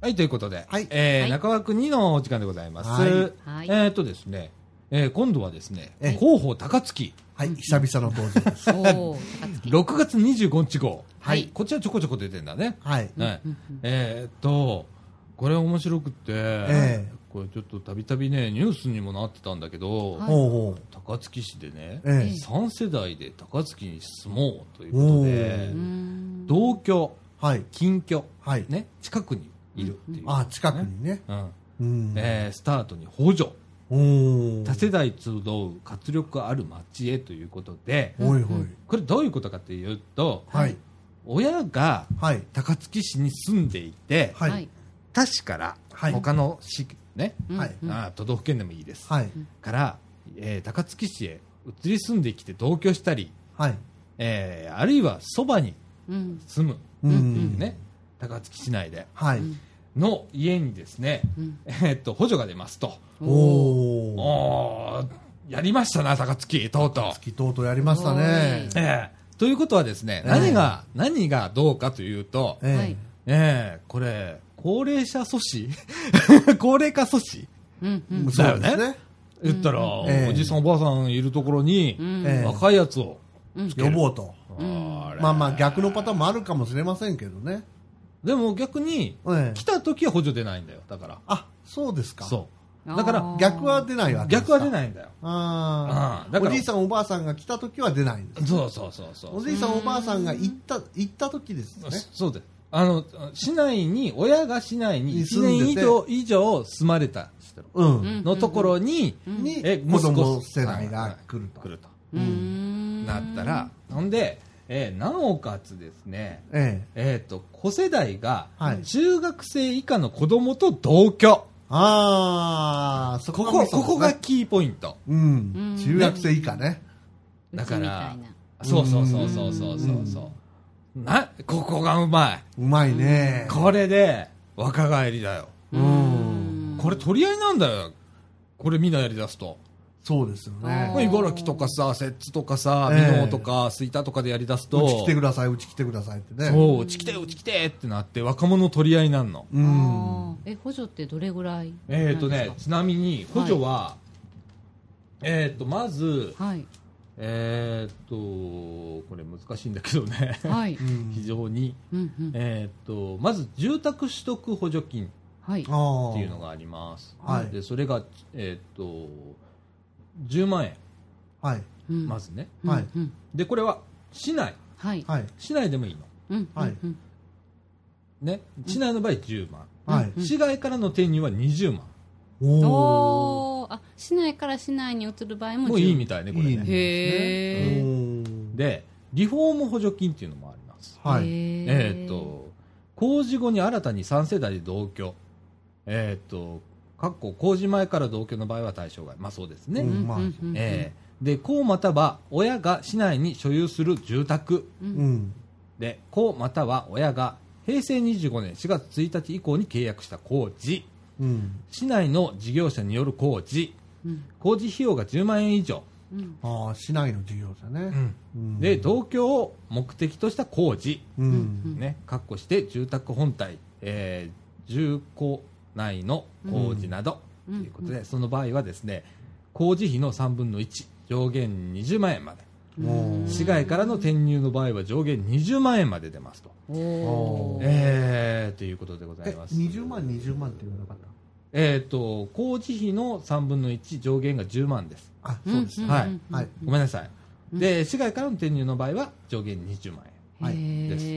Speaker 1: はいということで、
Speaker 2: はい
Speaker 1: えー
Speaker 3: はい
Speaker 1: 中枠2のお時間でございます、
Speaker 2: はい
Speaker 3: はい
Speaker 1: えーっとですね、えー今度はですね
Speaker 2: ええ
Speaker 1: 広報高槻
Speaker 2: はい。久々の登場です。
Speaker 3: おー高
Speaker 1: 6
Speaker 3: 槻
Speaker 1: 月25日号、
Speaker 3: はい
Speaker 1: こっちはちょこちょこ 出てんだね、
Speaker 2: はい。
Speaker 1: はい
Speaker 3: うんうんうん
Speaker 1: えーっとこれ面白くて、
Speaker 2: ええ
Speaker 1: これちょっとたびたびねニュースにもなってたんだけど、
Speaker 3: はい
Speaker 2: ほうほう
Speaker 1: 高槻市でね、
Speaker 2: え
Speaker 3: え
Speaker 1: 3世代で高槻に住もうということで
Speaker 2: お
Speaker 3: うーん
Speaker 1: 同居
Speaker 2: えはい
Speaker 1: 近居、
Speaker 2: はい
Speaker 1: ね、近くにいるっていう、
Speaker 2: あ近くにね
Speaker 1: うん
Speaker 2: うん
Speaker 1: えースタートに補助
Speaker 2: おお
Speaker 1: 多世代集う活力ある街へということで
Speaker 2: ほいほい
Speaker 1: これどういうことかというと
Speaker 2: はい
Speaker 1: 親が
Speaker 2: はい
Speaker 1: 高槻市に住んでいて
Speaker 2: はい
Speaker 3: はい
Speaker 1: 他市から
Speaker 2: はい
Speaker 1: 他の市、ね
Speaker 3: うん
Speaker 2: はい
Speaker 3: うん
Speaker 1: あー都道府県でもいいです、
Speaker 2: はい
Speaker 1: から、えー高槻市へ移り住んできて同居したり、
Speaker 2: はい
Speaker 1: えーあるいはそばに
Speaker 3: うん
Speaker 1: 住む、
Speaker 2: う
Speaker 3: うん
Speaker 2: ん
Speaker 1: ね高槻市内で
Speaker 2: はい
Speaker 3: うん
Speaker 1: の家にですね、
Speaker 3: うん
Speaker 1: えーっと補助が出ますと、
Speaker 3: おー
Speaker 2: おお
Speaker 1: おーやりましたな高槻とうとう
Speaker 2: 月とうとうやりましたね
Speaker 3: す
Speaker 1: ええということはですね、
Speaker 2: ええ
Speaker 1: 何が、何がどうかというと、え
Speaker 2: ええ
Speaker 3: はい
Speaker 1: えこれ、高齢者阻止 高齢化阻止
Speaker 3: うんうん
Speaker 2: そうですね
Speaker 1: 言ったら、
Speaker 2: ええ
Speaker 1: おじさんおばあさんいるところ
Speaker 3: う
Speaker 1: に、
Speaker 3: ん
Speaker 2: ええ
Speaker 1: 若いやつを。
Speaker 3: うん
Speaker 2: 呼ぼうと
Speaker 3: ん
Speaker 1: れ
Speaker 2: まあまあ逆のパターンもあるかもしれませんけどね
Speaker 1: でも逆に、
Speaker 2: ええ
Speaker 1: 来た時は補助出ないんだよ、だから。
Speaker 2: あそうですか
Speaker 1: そう。
Speaker 3: あー
Speaker 1: だから、
Speaker 2: 逆は出ないわけです
Speaker 1: 逆
Speaker 2: か
Speaker 1: は出ないんだよ。うんだ
Speaker 2: あ
Speaker 1: から
Speaker 2: あおじいさんおばあさんが来た時は出ないんです
Speaker 1: そうそうそうそ
Speaker 2: お
Speaker 1: う。
Speaker 2: じいさんおばあさんが行った行った時ですよね
Speaker 1: そうです。あの、市内に、親が市内に1
Speaker 2: 住ん
Speaker 1: 年
Speaker 2: で
Speaker 1: 以
Speaker 2: て
Speaker 1: 上以上住まれた人
Speaker 2: う
Speaker 3: うんん
Speaker 1: のところに、
Speaker 3: うん
Speaker 2: に
Speaker 1: え
Speaker 2: 子供世代が来ると
Speaker 1: 来ると。
Speaker 3: うーん
Speaker 1: なったら、ほんで、えーなおかつですね、
Speaker 2: え
Speaker 1: え
Speaker 2: え
Speaker 1: ー、と子世代が
Speaker 2: はい
Speaker 1: 中学生以下の子供と同居、
Speaker 2: ああそ
Speaker 1: こ
Speaker 2: こ
Speaker 1: こ
Speaker 2: が
Speaker 1: ここがキーポイント
Speaker 2: う
Speaker 3: うん
Speaker 2: ん中学生以下ね
Speaker 1: だから
Speaker 3: うちみたいな
Speaker 1: そうそうそうそうそうそうそうなここがうまいう
Speaker 2: まいね
Speaker 1: これで若返りだよ
Speaker 2: う
Speaker 3: うん
Speaker 1: これ取り合いなんだよこれみんなやりだすと
Speaker 2: そうですよ
Speaker 3: あ
Speaker 2: ね
Speaker 3: ー
Speaker 1: 茨城とかさ摂津とかさ
Speaker 2: ええ
Speaker 1: 箕面とか吹田とかでやりだすと
Speaker 2: うち来てくださいうち来てくださいって ね
Speaker 1: そううち来てうち来てってなって若者取り合いなんの
Speaker 2: う
Speaker 3: あ
Speaker 2: ん
Speaker 3: ーえ補助ってどれぐらい
Speaker 1: えーと
Speaker 3: なん
Speaker 1: ね、
Speaker 3: です
Speaker 1: ちなみに補助は、えーとまず、
Speaker 3: かはい
Speaker 1: えーとこれ難しいんだけどね、
Speaker 3: はい
Speaker 2: うん
Speaker 1: 非常に、
Speaker 3: うんうん
Speaker 1: えーとまず住宅取得補助金
Speaker 3: はい
Speaker 2: あー
Speaker 1: っていうのがあります、
Speaker 2: はい
Speaker 1: でそれが、えー、と10万円、
Speaker 2: はい
Speaker 3: うん
Speaker 1: まずね、
Speaker 2: はい
Speaker 3: うんうん
Speaker 1: でこれは市内、
Speaker 3: はい
Speaker 2: はい
Speaker 1: 市内でもいいの、
Speaker 3: うん
Speaker 2: はい
Speaker 3: うんうん
Speaker 1: ね、市内の場合10万、
Speaker 2: はい
Speaker 3: うん
Speaker 1: 市外からの転入は20万、
Speaker 2: お
Speaker 3: おーあ市内から市内に移る場合も
Speaker 1: もういい
Speaker 3: み
Speaker 1: みたいね、これね。
Speaker 2: いいね
Speaker 1: たい
Speaker 3: へえ
Speaker 2: で
Speaker 1: でリフォーム補助金っていうのもあります。
Speaker 2: はい
Speaker 1: えーっと工事後に新たに3世代で同居、えーっとかっこ工事前から同居の場合は対象外、まあ、そうですね、
Speaker 2: うんまあ
Speaker 1: えーで子または親が市内に所有する住宅
Speaker 2: う
Speaker 3: う
Speaker 2: んん
Speaker 1: で子または親が平成25年4月1日以降に契約した工事
Speaker 2: うん
Speaker 1: 市内の事業者による工事
Speaker 3: うん
Speaker 1: 工事費用が10万円以上、
Speaker 3: うん
Speaker 2: ああ市内の事業者ねうん
Speaker 1: で同居を目的とした工事
Speaker 2: うん
Speaker 1: ね、確保して住宅本体、えー住戸内の工事など、
Speaker 3: うん
Speaker 1: ということで、その場合はですね工事費の3分の1上限20万円まで
Speaker 2: もう
Speaker 1: 市外からの転入の場合は上限20万円まで出ますと、
Speaker 3: おー
Speaker 1: えーということでござい
Speaker 2: え
Speaker 1: ます
Speaker 2: 20万20万って言わなかった
Speaker 1: えー、と工事費の3分の1上限が10万です
Speaker 2: あそうです
Speaker 3: ん
Speaker 2: ね
Speaker 3: ん
Speaker 1: はい
Speaker 3: ん
Speaker 2: はい
Speaker 1: ごめんなさい、で市外からの転入の場合は上限20万
Speaker 2: はい
Speaker 3: へ
Speaker 1: です円、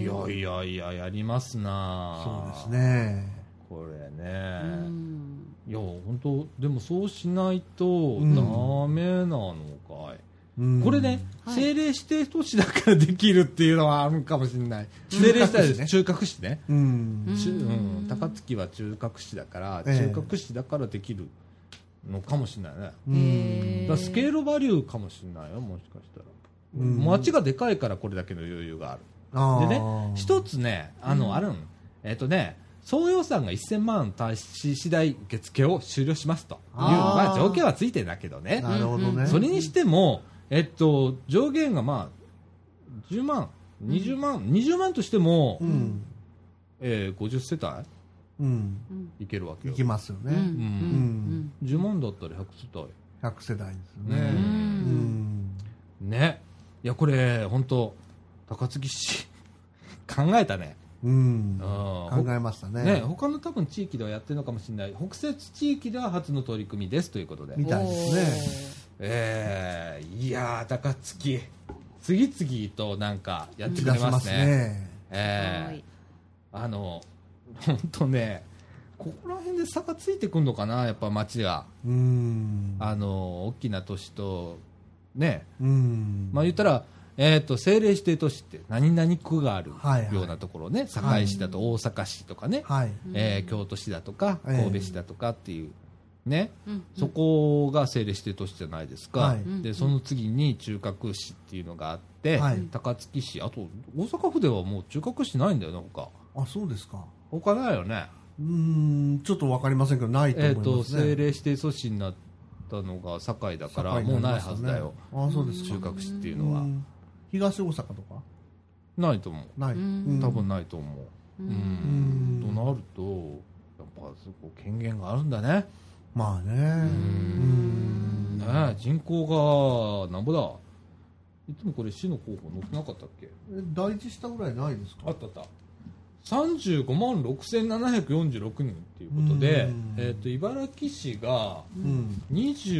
Speaker 3: え
Speaker 1: いやいやいややります
Speaker 2: そう
Speaker 1: な
Speaker 2: で
Speaker 1: あ
Speaker 2: すね
Speaker 1: これ
Speaker 3: う
Speaker 1: ね、
Speaker 3: ん
Speaker 1: いや本当でもそうしないとダ
Speaker 2: ん
Speaker 1: メなのかい、
Speaker 2: うん
Speaker 1: これね、
Speaker 3: はい
Speaker 1: 政令指定都市だからできるっていうのはあるかもしれない政令指定です中核市ね
Speaker 2: うん
Speaker 1: 中
Speaker 3: うん
Speaker 1: うん、高槻は中核市だから、
Speaker 2: ええ
Speaker 1: 中核市だからできるのかもしれないね
Speaker 2: う
Speaker 1: だ
Speaker 3: へ
Speaker 1: からスケールバリューかもしれないよもしかしたら、
Speaker 2: うん
Speaker 1: 街がでかいからこれだけの余裕がある
Speaker 2: あ
Speaker 1: で
Speaker 2: ー
Speaker 1: ね、一つね、あの、あるん、えっ、とね、総予算が1000万対し次第受付を終了しますという、
Speaker 2: あー
Speaker 1: まあ条件はついてんだけどね、
Speaker 2: なるほど
Speaker 3: うんうん
Speaker 2: ね
Speaker 1: それにしても、えっと、上限がまあ、10万、20万、20万としても、
Speaker 2: うん
Speaker 1: えー、50世帯
Speaker 2: うん
Speaker 3: うん
Speaker 1: いけるわけ
Speaker 2: い
Speaker 1: よ
Speaker 2: き。ますよ
Speaker 3: うん
Speaker 2: ね
Speaker 3: うん
Speaker 1: 10万だったら100世
Speaker 2: 100世代ですよ
Speaker 1: 帯。
Speaker 2: ね
Speaker 3: う
Speaker 1: ね
Speaker 2: うん ん
Speaker 1: えね。いや、これ、本当高槻市、考えたね。
Speaker 2: うん
Speaker 1: う
Speaker 2: 考
Speaker 1: ん
Speaker 2: えましたね
Speaker 1: ね、他の多分地域ではやってるのかもしれない北摂地域では初の取り組みですということで、
Speaker 2: みたいですね
Speaker 1: えー、いやー高槻次々となんかやって
Speaker 2: 打ち
Speaker 1: く
Speaker 2: 出
Speaker 1: れ
Speaker 2: し
Speaker 1: ま
Speaker 2: ますす
Speaker 1: ね
Speaker 2: ね
Speaker 3: おー
Speaker 1: え
Speaker 3: は
Speaker 1: ー
Speaker 3: い
Speaker 1: あの本当ねここら辺で差がついてくるのかなやっぱ街は
Speaker 2: うん
Speaker 1: あの大きな都市とね
Speaker 2: うん
Speaker 1: まあ言ったら、えー、と政令指定都市って何々区がある
Speaker 2: はいはい
Speaker 1: ようなところね、
Speaker 2: はい
Speaker 1: 堺市だと大阪市とかね、
Speaker 2: はい
Speaker 1: えー京都市だとか
Speaker 2: ええ
Speaker 1: 神戸市だとかっていう、ね、
Speaker 3: うん
Speaker 1: そこが政令指定都市じゃないですか、
Speaker 2: はい
Speaker 1: でその次に中核市っていうのがあって、
Speaker 2: はい
Speaker 1: 高槻市あと大阪府ではもう中核市ないんだよなんか
Speaker 2: あそうですか
Speaker 1: 他ないよね
Speaker 2: うんちょっとわかりませんけどないと
Speaker 1: えっ、
Speaker 2: 思い
Speaker 1: と
Speaker 2: ますね
Speaker 1: 政令指定都市になったのが堺だから
Speaker 2: 堺に
Speaker 1: もう
Speaker 2: り
Speaker 1: ない
Speaker 2: ました
Speaker 1: は
Speaker 2: ね
Speaker 1: ずだよ、
Speaker 2: あそうですか
Speaker 1: 中核市っていううのは、
Speaker 2: ん東大阪とか
Speaker 1: ないと思う
Speaker 2: ない
Speaker 3: うん
Speaker 1: 多分ないと思う、う
Speaker 3: う
Speaker 1: ん
Speaker 3: ん
Speaker 1: となるとやっぱそこ権限があるんだね
Speaker 2: まあねうん
Speaker 1: ねえ人口がなんぼだいつもこれ市の候補載ってなかったっけ
Speaker 2: え大事したぐらいないです
Speaker 1: あ
Speaker 2: か
Speaker 1: ったあった35万6746人っていうこと
Speaker 2: う
Speaker 1: で
Speaker 2: ん、
Speaker 1: えっと茨城市が
Speaker 2: うん
Speaker 1: 24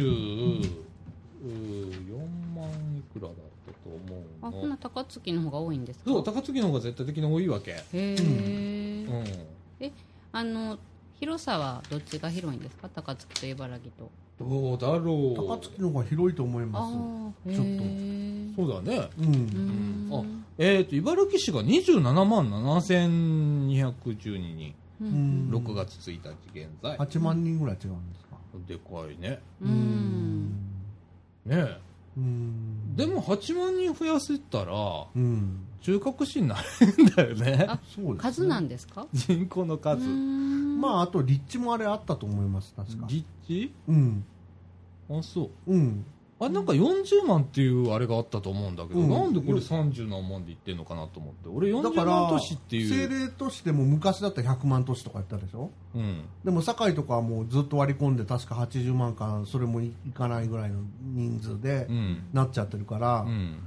Speaker 1: 万いくらだったと
Speaker 3: あ
Speaker 1: 思う
Speaker 3: こ
Speaker 1: んの
Speaker 3: な高槻の方が多いんですか
Speaker 1: そう高槻の方が絶対的に多いわけ
Speaker 3: へ
Speaker 1: う
Speaker 3: え、
Speaker 1: ん
Speaker 3: あの広さはどっちが広いんですか高槻と茨城と
Speaker 1: どうだろう
Speaker 2: 高槻の方が広いと思いま
Speaker 3: あー
Speaker 2: ちょっと
Speaker 3: へー
Speaker 1: そうだね
Speaker 2: すうん
Speaker 1: うんえー、と茨城市が27万7212人、
Speaker 3: う
Speaker 2: うん
Speaker 3: ん
Speaker 1: 6月1日現在、
Speaker 2: 8万人ぐらい違うんですか
Speaker 1: でかいね
Speaker 3: うんうん
Speaker 1: ねえ
Speaker 2: うん
Speaker 1: でも8万人増やせたら
Speaker 2: うん
Speaker 1: 中核市になるんだよね
Speaker 3: あ
Speaker 2: そうです
Speaker 3: 数なんですか
Speaker 1: 人口の数
Speaker 3: ま
Speaker 2: まああと立地もあれあったと思います確か
Speaker 1: 立地
Speaker 2: うん
Speaker 1: あそう
Speaker 2: うん
Speaker 1: あれなんか40万っていうあれがあったと思うんだけど、
Speaker 2: うん
Speaker 1: なんでこれ30何万で言ってんのかなと思って俺
Speaker 2: だ
Speaker 1: 40
Speaker 2: から
Speaker 1: 万都市っていう、
Speaker 2: 政令都市でも昔だったら100万都市とかやったでしょ
Speaker 1: うん、
Speaker 2: でも堺とかはもうずっと割り込んで確か80万かそれもいかないぐらいの人数で
Speaker 1: うん
Speaker 2: なっちゃってるから、
Speaker 1: うん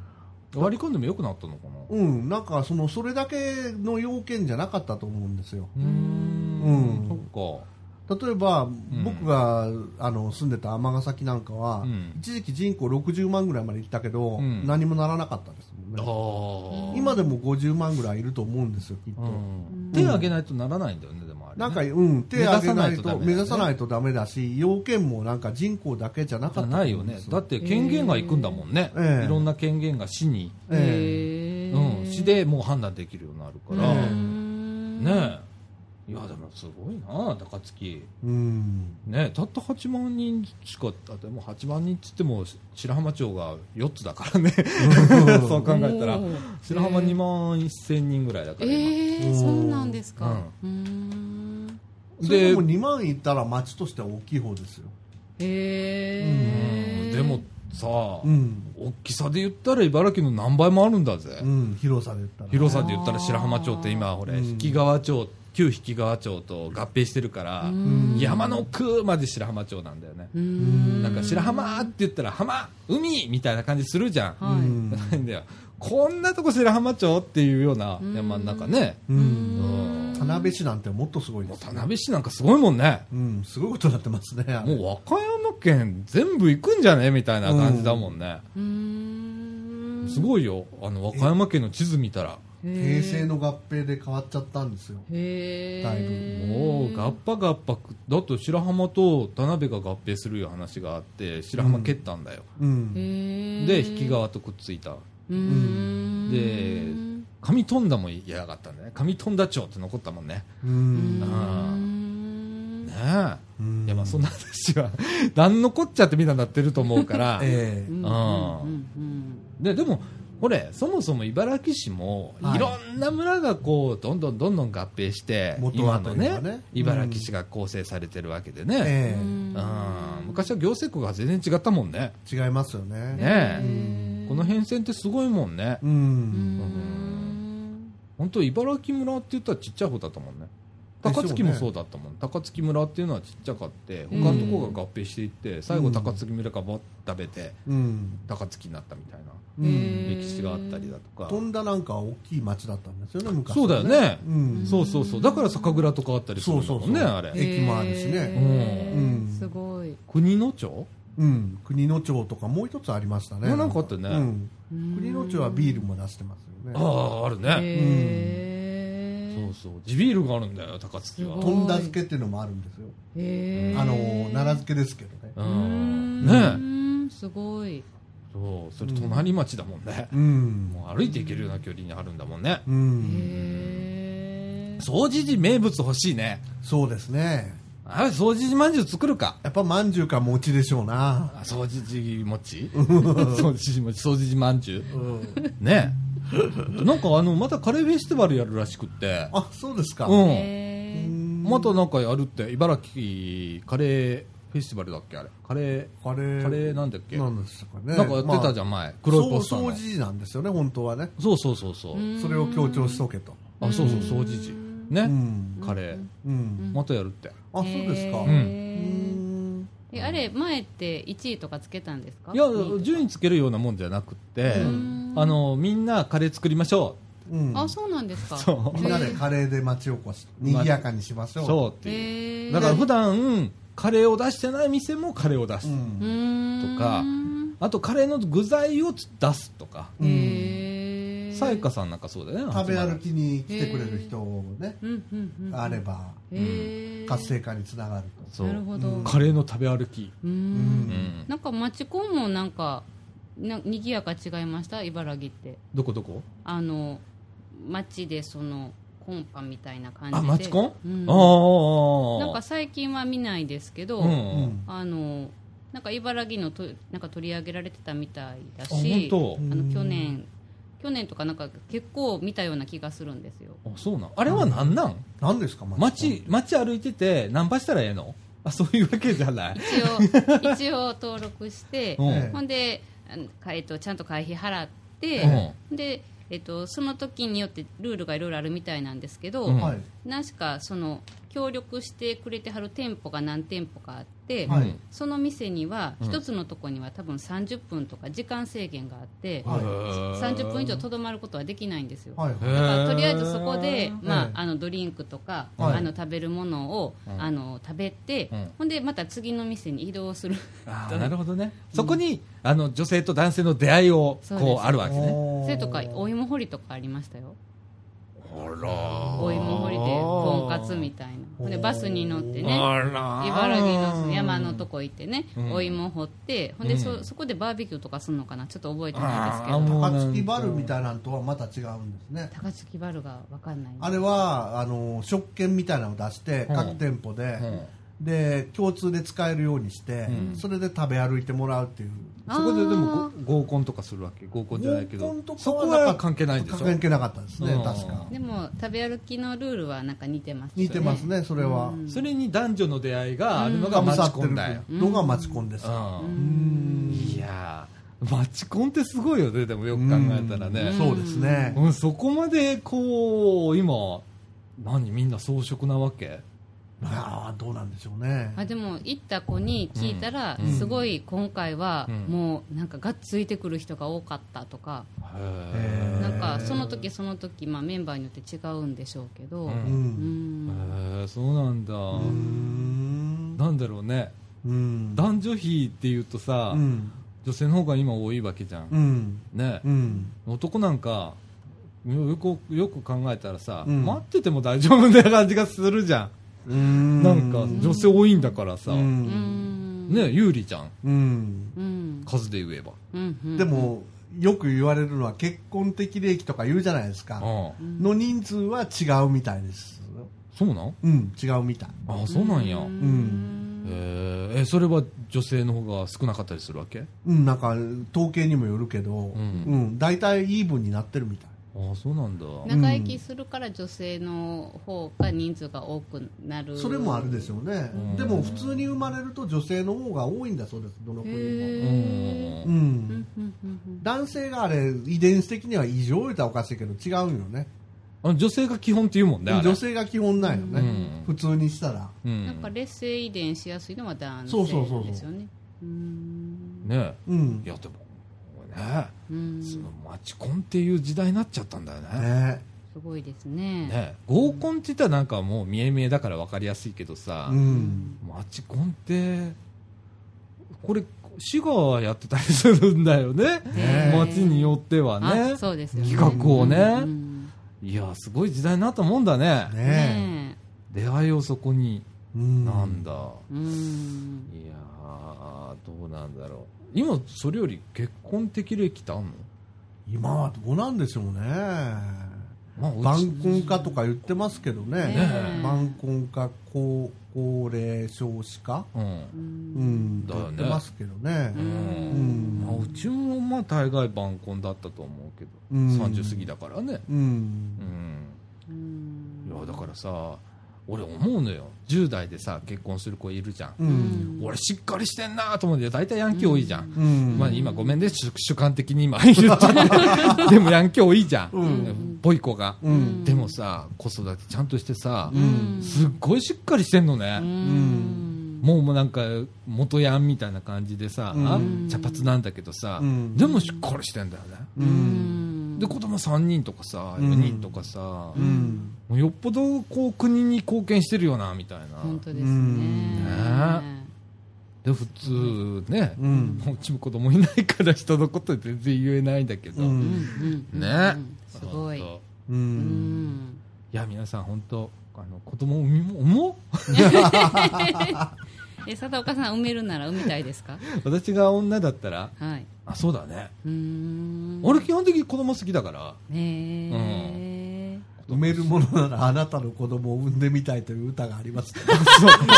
Speaker 1: 割り込んでもよくなったのかな
Speaker 2: うん、なんかそのそれだけの要件じゃなかったと思うんですよ。
Speaker 1: うー
Speaker 2: うん
Speaker 1: んそっか
Speaker 2: 例えば、僕があの住んでた尼崎なんかは、
Speaker 1: うん
Speaker 2: 一時期人口60万ぐらいまで行ったけど、
Speaker 1: うん
Speaker 2: 何もならなかったですもん
Speaker 1: あ
Speaker 2: ね。
Speaker 1: ー
Speaker 2: 今でも50万ぐらいいると思うんですよ、きっと。
Speaker 1: うん手を挙げないとならないんだよね、でもあれ、ね。
Speaker 2: なんか、うん、手挙げないと、目
Speaker 1: 目
Speaker 2: 指
Speaker 1: 指
Speaker 2: さ
Speaker 1: さ
Speaker 2: な
Speaker 1: ない
Speaker 2: とダメだし、要件もなんか人口だけじゃな
Speaker 1: じ
Speaker 2: か
Speaker 1: ゃ
Speaker 2: ったと思
Speaker 1: ないうよ
Speaker 2: んで
Speaker 1: ね
Speaker 2: す。
Speaker 1: だって権限が行くんだもんね。
Speaker 2: ええ
Speaker 1: いろんな権限が市に、
Speaker 2: え
Speaker 3: へ
Speaker 1: うん、
Speaker 3: ー
Speaker 1: 市でもう判断できるようになるか
Speaker 3: う
Speaker 1: ら、
Speaker 2: え
Speaker 3: ん
Speaker 1: ねえ。いや、でもすごいな、高槻。
Speaker 2: えうん。
Speaker 1: ねえたった8万人しか、あでも8万人っつっても、白浜町が4つだからね。 そう考えたら
Speaker 3: お、ー
Speaker 1: 白浜2万1000人ぐらいだから今。
Speaker 3: え
Speaker 2: う
Speaker 3: ー、
Speaker 2: ん
Speaker 3: そうなんですかうーん
Speaker 2: それで
Speaker 1: で
Speaker 2: も2万いったら町としては大きい方ですよ。
Speaker 1: うん
Speaker 3: へえ
Speaker 1: でもさ、
Speaker 2: うん。
Speaker 1: 大きさで言ったら茨城の何倍もあるんだぜ。
Speaker 2: うん、広さで言ったら。
Speaker 1: 広さで言ったら白浜町って今ほれ
Speaker 2: うん
Speaker 1: 引川町旧引川町と合併してるから
Speaker 2: ん
Speaker 1: 山の奥まで白浜町なんだよね
Speaker 3: うん
Speaker 1: なんか白浜って言ったら浜海みたいな感じするじゃん
Speaker 2: う
Speaker 3: は
Speaker 2: ん
Speaker 1: ないんだよこんなとこ白浜町っていうような山の中ね
Speaker 2: う、
Speaker 1: うんん
Speaker 2: 田辺市なんてもっとすごいで
Speaker 1: もう
Speaker 2: す
Speaker 1: 田、辺市なんかすごいもんね
Speaker 2: うん、すごいことになってますね、あれ
Speaker 1: もう和歌山県全部行くんじゃねみたいな感じだもんね
Speaker 3: いうん
Speaker 1: すごいよあの和歌山県の地図見たら
Speaker 2: 平成の合併で変わっちゃったんですよ、
Speaker 3: へえ
Speaker 2: だいぶ
Speaker 1: もうガッパガッパくだと白浜と田辺が合併するいう話があって白浜蹴ったんだよ、
Speaker 2: うん、
Speaker 3: へえ
Speaker 1: で引き川とくっついた
Speaker 3: うん
Speaker 1: で上富田も嫌がったんだね上富田町って残ったもんね
Speaker 2: う
Speaker 3: うん
Speaker 2: ん
Speaker 1: ねえ、
Speaker 2: うん
Speaker 1: いやまあそんな話は 何のこっちゃってみんななってると思うから、
Speaker 2: ええ
Speaker 3: うん
Speaker 1: あー
Speaker 3: うんうん
Speaker 1: ででもこれそもそも茨城市も
Speaker 2: はい
Speaker 1: いろんな村がこうどんどんどんどん合併して
Speaker 2: 元
Speaker 1: 今
Speaker 2: は
Speaker 1: の
Speaker 2: というかね
Speaker 1: ね
Speaker 2: うん
Speaker 1: 茨城市が構成されてるわけでね、
Speaker 2: え
Speaker 1: うん昔は行政区が全然違ったもんね
Speaker 2: え違いますよね
Speaker 1: ね
Speaker 2: う
Speaker 1: え
Speaker 2: ん
Speaker 1: この変遷ってすごいもんね
Speaker 2: う
Speaker 3: うんん
Speaker 1: 本当茨城村って言ったらちっちゃい方だったもんね高槻もそううだったもん、高槻村っていうのはちっちゃかって他のとこが合併していって最後高槻村がばっ食べて
Speaker 2: うん、
Speaker 1: 高槻になったみたいな
Speaker 2: うん、
Speaker 1: 歴史があったりだとか、
Speaker 2: 飛んだなんか大きい町だったんですよね昔
Speaker 1: そうだよね
Speaker 2: うん、
Speaker 1: そうそうそうだから酒蔵とかあったりするんだもんね
Speaker 2: そうそうそう
Speaker 1: あれ
Speaker 2: え駅もあるしね
Speaker 3: へー
Speaker 2: うん
Speaker 3: すごい。
Speaker 1: 国の町、
Speaker 2: うん、国の町とかもう一つありましたね
Speaker 1: あなんかあったね
Speaker 2: うん、国の町はビー
Speaker 3: ル。
Speaker 2: ルも出してますよね
Speaker 1: あああるね、
Speaker 3: へー
Speaker 1: そうそう地ビールがあるんだよ高槻は
Speaker 3: すごい
Speaker 2: とんだ漬けっていうのもあるんですよ、
Speaker 3: へー
Speaker 2: あの奈良漬けですけどね
Speaker 1: う
Speaker 3: うんー
Speaker 1: ね
Speaker 3: んすごい。
Speaker 1: そうそれ隣町だもんね、
Speaker 2: うん、
Speaker 1: もう歩いていけるような距離にあるんだもんね
Speaker 2: うん、
Speaker 3: へー
Speaker 1: 掃除時名物欲しいね
Speaker 2: そうですね
Speaker 1: あれ掃除時まんじゅう作るか
Speaker 2: やっぱまんじゅうか餅でしょうな
Speaker 1: あ掃除時 餅掃除時餅掃除時まんじゅう
Speaker 2: うん
Speaker 1: ねなんかあのまたカレーフェスティバルやるらしくって
Speaker 2: あそうですか、
Speaker 1: うん
Speaker 3: へー
Speaker 1: またなんかやるって茨城カレーフェスティバルだっけあれカレー
Speaker 2: カレー
Speaker 1: カレーなんだっけ
Speaker 2: なんですかね
Speaker 1: なんかやってたじゃん、前黒いポスター
Speaker 2: そう
Speaker 1: の
Speaker 2: 掃除時なんですよね本当はね
Speaker 1: そうそうそうそう、
Speaker 3: うん
Speaker 2: それを強調しとけと
Speaker 1: あそうそう掃除時ね、
Speaker 2: うん
Speaker 1: カレー
Speaker 2: うん
Speaker 1: またやるって
Speaker 2: あそうです
Speaker 1: ん
Speaker 2: かう
Speaker 3: へー
Speaker 2: ん
Speaker 3: えあれ前って一位とかつけたんですか？
Speaker 1: いや
Speaker 3: 二位
Speaker 1: 順位つけるようなもんじゃなくて、
Speaker 3: ん
Speaker 1: あのみんなカレー作りましょ
Speaker 2: うん
Speaker 3: あそうなんですか。
Speaker 1: そう
Speaker 2: みんなでカレーで町おこし賑やかにしまし
Speaker 1: う
Speaker 2: ょう
Speaker 1: そうっていう、
Speaker 3: へー
Speaker 1: だから普段カレーを出してない店もカレーを出す、
Speaker 2: うん
Speaker 3: うーん
Speaker 1: とかあとカレーの具材を出すとか
Speaker 2: うん
Speaker 3: へー
Speaker 1: さやかさんなんかそうだよね
Speaker 2: 食べ歩きに来てくれる人をね
Speaker 3: うんうんうん
Speaker 2: あれば
Speaker 3: へー
Speaker 2: 活性化につながる
Speaker 1: そ
Speaker 3: なる
Speaker 1: う
Speaker 3: ほど。
Speaker 2: うん
Speaker 1: カレーの食べ歩き、
Speaker 3: うー
Speaker 1: うん
Speaker 2: ん
Speaker 3: なんか町コンもなんかな賑やか違いました茨城って
Speaker 1: どこどこ
Speaker 3: あの町でそのコンパみたいな感じで
Speaker 1: あマチコン、
Speaker 3: うん
Speaker 1: ああ
Speaker 3: なんか最近は見ないですけど、
Speaker 2: と
Speaker 1: うん
Speaker 3: あのなんか茨城のとなんか取り上げられてたみたいだ
Speaker 1: あ本
Speaker 3: し
Speaker 1: 当
Speaker 3: あ
Speaker 2: うん
Speaker 3: の去年去年とかなんか結構見たような気がするんですよ
Speaker 1: あそうなんあれはなんなん、
Speaker 2: 何ですか町
Speaker 1: 街街歩いててナンパしたらええのあそういうわけじゃない、
Speaker 3: 一応一応登録して
Speaker 1: うん
Speaker 2: え
Speaker 3: ほんで、あのかえっと、ちゃんと会費払って、
Speaker 1: う
Speaker 3: でえっと、その時によってルールがいろいろあるみたいなんですけど、
Speaker 1: うん
Speaker 2: はい
Speaker 3: 何しかその協力してくれてはる店舗が何店舗かあって、
Speaker 2: はい
Speaker 1: うん
Speaker 3: その店には
Speaker 1: うん
Speaker 3: 一つのとこには多分30分とか時間制限があって、
Speaker 2: はい
Speaker 3: 30分以上とどまることはできないんですよ。
Speaker 2: はい
Speaker 1: へ
Speaker 3: だ
Speaker 1: ー
Speaker 3: からとりあえずそこで、
Speaker 2: え
Speaker 3: ま
Speaker 2: え
Speaker 3: あ、あのドリンクとか、
Speaker 2: はい
Speaker 3: あの食べるものを、
Speaker 1: うん
Speaker 3: あの食べて、
Speaker 1: うん
Speaker 3: ほんでまた次の店に移動する
Speaker 1: あーなるほどね、そこにあの女性と男性の出会いを
Speaker 3: そうで
Speaker 1: こ
Speaker 3: す
Speaker 1: うあるわけね
Speaker 3: そ
Speaker 2: お
Speaker 3: れ
Speaker 2: ー
Speaker 3: とかお芋掘りとかありましたよ
Speaker 1: あら
Speaker 3: お芋掘りでとんかつみたいなほんでバスに乗ってね
Speaker 1: ら
Speaker 3: 茨城の山のとこ行ってね、
Speaker 1: うん
Speaker 3: お芋掘ってほんでそ,、
Speaker 1: うん
Speaker 3: そこでバーベキューとかするのかなちょっと覚えてないです
Speaker 1: あ
Speaker 3: け
Speaker 1: ー
Speaker 3: ど
Speaker 1: もう
Speaker 2: 高槻バルみたいなのとはまた違うんですね
Speaker 3: 高槻バルが分かんない
Speaker 2: あれはあの食券みたいなのを出して
Speaker 1: うん
Speaker 2: 各店舗で、
Speaker 1: うん
Speaker 2: で共通で使えるようにして、
Speaker 1: うん
Speaker 2: それで食べ歩いてもらうっていう
Speaker 1: そこででも
Speaker 3: あ
Speaker 1: ご合コンとかするわけ合コンじゃないけど
Speaker 2: 合コンとかは
Speaker 1: そこは関係ないんでしょ
Speaker 2: 関係なかったですね
Speaker 1: うん
Speaker 2: 確か
Speaker 3: ーでも食べ歩きのルールはなんか似てますよね
Speaker 2: 似てますねそれは、
Speaker 3: うん
Speaker 1: それに男女の出会いがあるのが
Speaker 2: かぶ
Speaker 1: マ
Speaker 2: さ
Speaker 1: チ
Speaker 2: って
Speaker 1: コ
Speaker 2: る
Speaker 1: ンだよ、
Speaker 2: のがマチコンです、
Speaker 1: う
Speaker 3: うんん
Speaker 1: いやーマチコンってすごいよねでもよく考えたらね、
Speaker 2: そうですね、
Speaker 1: うん、そこまでこう今何みんな装飾なわけ
Speaker 2: いやーどうなんでしょうね
Speaker 3: あでも行った子に聞いたら、
Speaker 1: うん
Speaker 3: すごい今回は
Speaker 1: うん
Speaker 3: もうなんかがっついてくる人が多かったとか、
Speaker 2: へー
Speaker 3: なんかその時その時、まあ、メンバーによって違うんでしょうけ
Speaker 1: う
Speaker 3: ど、うん
Speaker 2: うんん
Speaker 1: へえそうなんだ、
Speaker 2: うーん
Speaker 1: なんだろうね
Speaker 2: うん
Speaker 1: 男女比っていうとさ、
Speaker 2: うん
Speaker 1: 女性の方が今多いわけじゃん、
Speaker 2: うん
Speaker 1: ね、
Speaker 2: うん
Speaker 1: 男なんかよくよく考えたらさ、
Speaker 2: うん
Speaker 1: 待ってても大丈夫な感じがするじゃん、
Speaker 2: うん
Speaker 1: なんか女性多いんだからさ、
Speaker 2: うん
Speaker 3: うん
Speaker 1: ね有利じゃん
Speaker 2: うん
Speaker 3: うん
Speaker 1: 数で言えば、
Speaker 3: うんうん
Speaker 2: でもよく言われるのは結婚的利益とか言うじゃないですか、
Speaker 1: うん
Speaker 2: の人数は違うみたいです
Speaker 1: そうなん
Speaker 2: うん違うみたい
Speaker 1: ああそうなんや、
Speaker 2: ん
Speaker 1: えーえそれは女性の方が少なかったりするわけ
Speaker 2: うんなんか統計にもよるけど、うん
Speaker 1: ん
Speaker 2: 大体イーブンになってるみたい
Speaker 1: ああそうなんだ
Speaker 3: 長生きするから女性の方が人数が多くなる
Speaker 2: それもあるでしょうね、
Speaker 1: うん
Speaker 2: でも普通に生まれると女性の方が多いんだそうですどの
Speaker 3: へ
Speaker 2: 国も、
Speaker 3: え
Speaker 2: う
Speaker 1: うん
Speaker 2: ん、
Speaker 3: うんうんうんうん
Speaker 2: 男性があれ遺伝子的には異常言うたらおかしいけど違うんよね
Speaker 1: ああの女性が基本って言うもんねあれ
Speaker 2: 女性が基本なんよね、
Speaker 1: うん
Speaker 2: 普通にしたら
Speaker 1: うん
Speaker 3: なんか劣勢遺伝しやすいのは男性
Speaker 2: そうそうそうそう
Speaker 3: ですよね。うん
Speaker 1: ね
Speaker 2: うん
Speaker 1: いやでもね
Speaker 3: うん
Speaker 1: そ
Speaker 3: す
Speaker 1: のマチコンっていう時代になっちゃったんだよね
Speaker 2: ね
Speaker 3: ごいですね。
Speaker 1: ね合コンって言ったらなんかもう見え見えだから分かりやすいけどさ、
Speaker 2: うん
Speaker 1: マチコンってこれシガーやってたりするんだよね
Speaker 2: ね
Speaker 1: 街によってはね
Speaker 3: あそうですよね。
Speaker 1: 企画をね
Speaker 3: うん
Speaker 1: いやすごい時代になったもんだね
Speaker 3: うん
Speaker 2: ね
Speaker 3: ね
Speaker 1: 出会いをそこに
Speaker 2: うん
Speaker 1: なんだ、
Speaker 3: えうん
Speaker 1: いやーどうなんだろう今それより結婚的歴ってあんの
Speaker 2: 今はどうなんでしょうね
Speaker 1: まあうち
Speaker 2: 晩婚化とか言ってますけどね
Speaker 1: ねえ
Speaker 2: 晩婚化高高齢少子化
Speaker 1: うん
Speaker 3: うん
Speaker 2: うんって
Speaker 1: だよね
Speaker 2: 言ってますけどね
Speaker 3: う
Speaker 2: うん
Speaker 3: ん
Speaker 1: まあ、うちもまあ大概晩婚だったと思うけど、
Speaker 2: うん
Speaker 1: 30過ぎだからね、
Speaker 2: う
Speaker 1: うんん、
Speaker 3: うん
Speaker 1: いやだからさ俺思うのよ10代でさ結婚する子いるじゃん、
Speaker 2: うんうん
Speaker 1: 俺しっかりしてんなと思うんだよ大体ヤンキー多いじゃん、
Speaker 2: うん
Speaker 1: まあ、今ごめんね主主観的に今言っちゃ ってでもヤンキー多いじゃん、
Speaker 2: うん
Speaker 1: ぽい子が、
Speaker 2: うん
Speaker 1: でもさ子育てちゃんとしてさ、
Speaker 2: うん
Speaker 1: すっごいしっかりしてんのね、
Speaker 3: うん
Speaker 1: もうもうなんか元ヤンみたいな感じでさ、
Speaker 2: うん
Speaker 1: 茶髪なんだけどさ、
Speaker 2: うん
Speaker 1: でもしっかりしてんだよね、
Speaker 2: う
Speaker 3: うんん
Speaker 1: で子供3人とかさ
Speaker 2: うん
Speaker 1: 4人とかさ、
Speaker 2: う
Speaker 1: も
Speaker 2: ん
Speaker 1: うよっぽどこう国に貢献してるよなみたいな
Speaker 3: 本当です
Speaker 2: うん
Speaker 3: ね。
Speaker 1: で普通ね、
Speaker 2: う
Speaker 1: うんうちも子供いないから人のこと全然言えないんだけど、
Speaker 2: うん
Speaker 3: うんうん
Speaker 1: ね、
Speaker 3: うんすごい。
Speaker 1: 本
Speaker 2: う
Speaker 3: うんん
Speaker 1: 当いや皆さん本当あの子供産みも思う
Speaker 3: え佐藤岡さん埋めるなら埋めたいですか。
Speaker 1: 私が女だったら
Speaker 3: はい。
Speaker 1: あそうだね、
Speaker 3: うーん。
Speaker 1: 俺基本的に子供好きだから
Speaker 3: ねえ。
Speaker 2: 埋めるものならあなたの子供を産んでみたいという歌がありますけど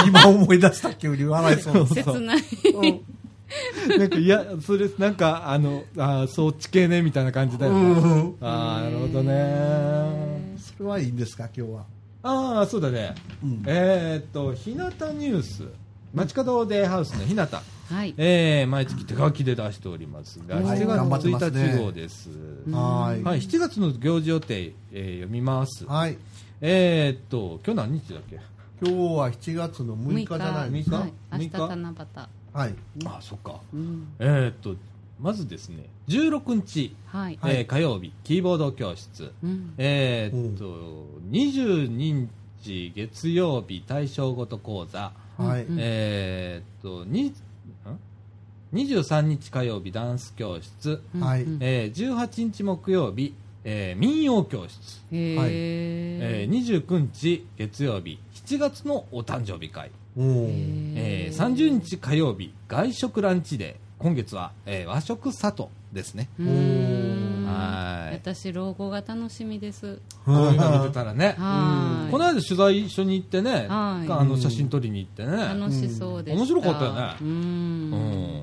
Speaker 2: 今思い出した急に笑いそう
Speaker 1: そう
Speaker 3: 切ない。
Speaker 2: うん
Speaker 1: なんかいやそれなんかあのあーそっち系ねみたいな感じだよね、
Speaker 2: うん
Speaker 1: ああなるほどね
Speaker 2: それはいいんですか今日は
Speaker 1: ああそうだね、
Speaker 2: うん
Speaker 1: えーっと日向ニュース街角デイハウスの日向、
Speaker 3: はい。
Speaker 1: えー、毎月手書きで出しておりますが
Speaker 2: はい
Speaker 1: 7
Speaker 2: 頑張ってます
Speaker 1: 月
Speaker 2: ね
Speaker 1: 1日号です、
Speaker 2: はーい
Speaker 1: はい、7月の行事予定、えー読みます、
Speaker 2: はい
Speaker 1: えーっと今日何日だっけ
Speaker 2: 今日は7月の6日じゃないですか
Speaker 3: はい明日
Speaker 1: 六日
Speaker 3: 七夕。
Speaker 2: はい
Speaker 1: あーそっか
Speaker 3: うん
Speaker 1: えーっとまずですね16日、
Speaker 3: はい。
Speaker 2: はい
Speaker 1: えー火曜日キーボード教室
Speaker 3: うん
Speaker 1: えーっと22日月曜日対象ごと講座、
Speaker 2: はい
Speaker 3: うん
Speaker 1: えーっとにん23日火曜日ダンス教室、
Speaker 3: うん
Speaker 2: はい
Speaker 3: うん
Speaker 1: えー18日木曜日、えー民謡教室、
Speaker 3: へ
Speaker 2: はい
Speaker 1: え
Speaker 3: え。
Speaker 1: ー29日月曜日7月のお誕生日会、
Speaker 2: おー
Speaker 1: え
Speaker 3: へ
Speaker 1: ー30日火曜日外食ランチデー今月は、えー和食里ですね
Speaker 3: うーん
Speaker 1: はい
Speaker 3: 私老後が楽しみです。
Speaker 1: こういうの見てたらね
Speaker 3: はい。
Speaker 1: この間取材一緒に行ってね、
Speaker 3: はい
Speaker 1: あの写真撮りに行ってね、
Speaker 3: 楽しそうでした。
Speaker 1: 面白かったよね
Speaker 3: うん
Speaker 1: うん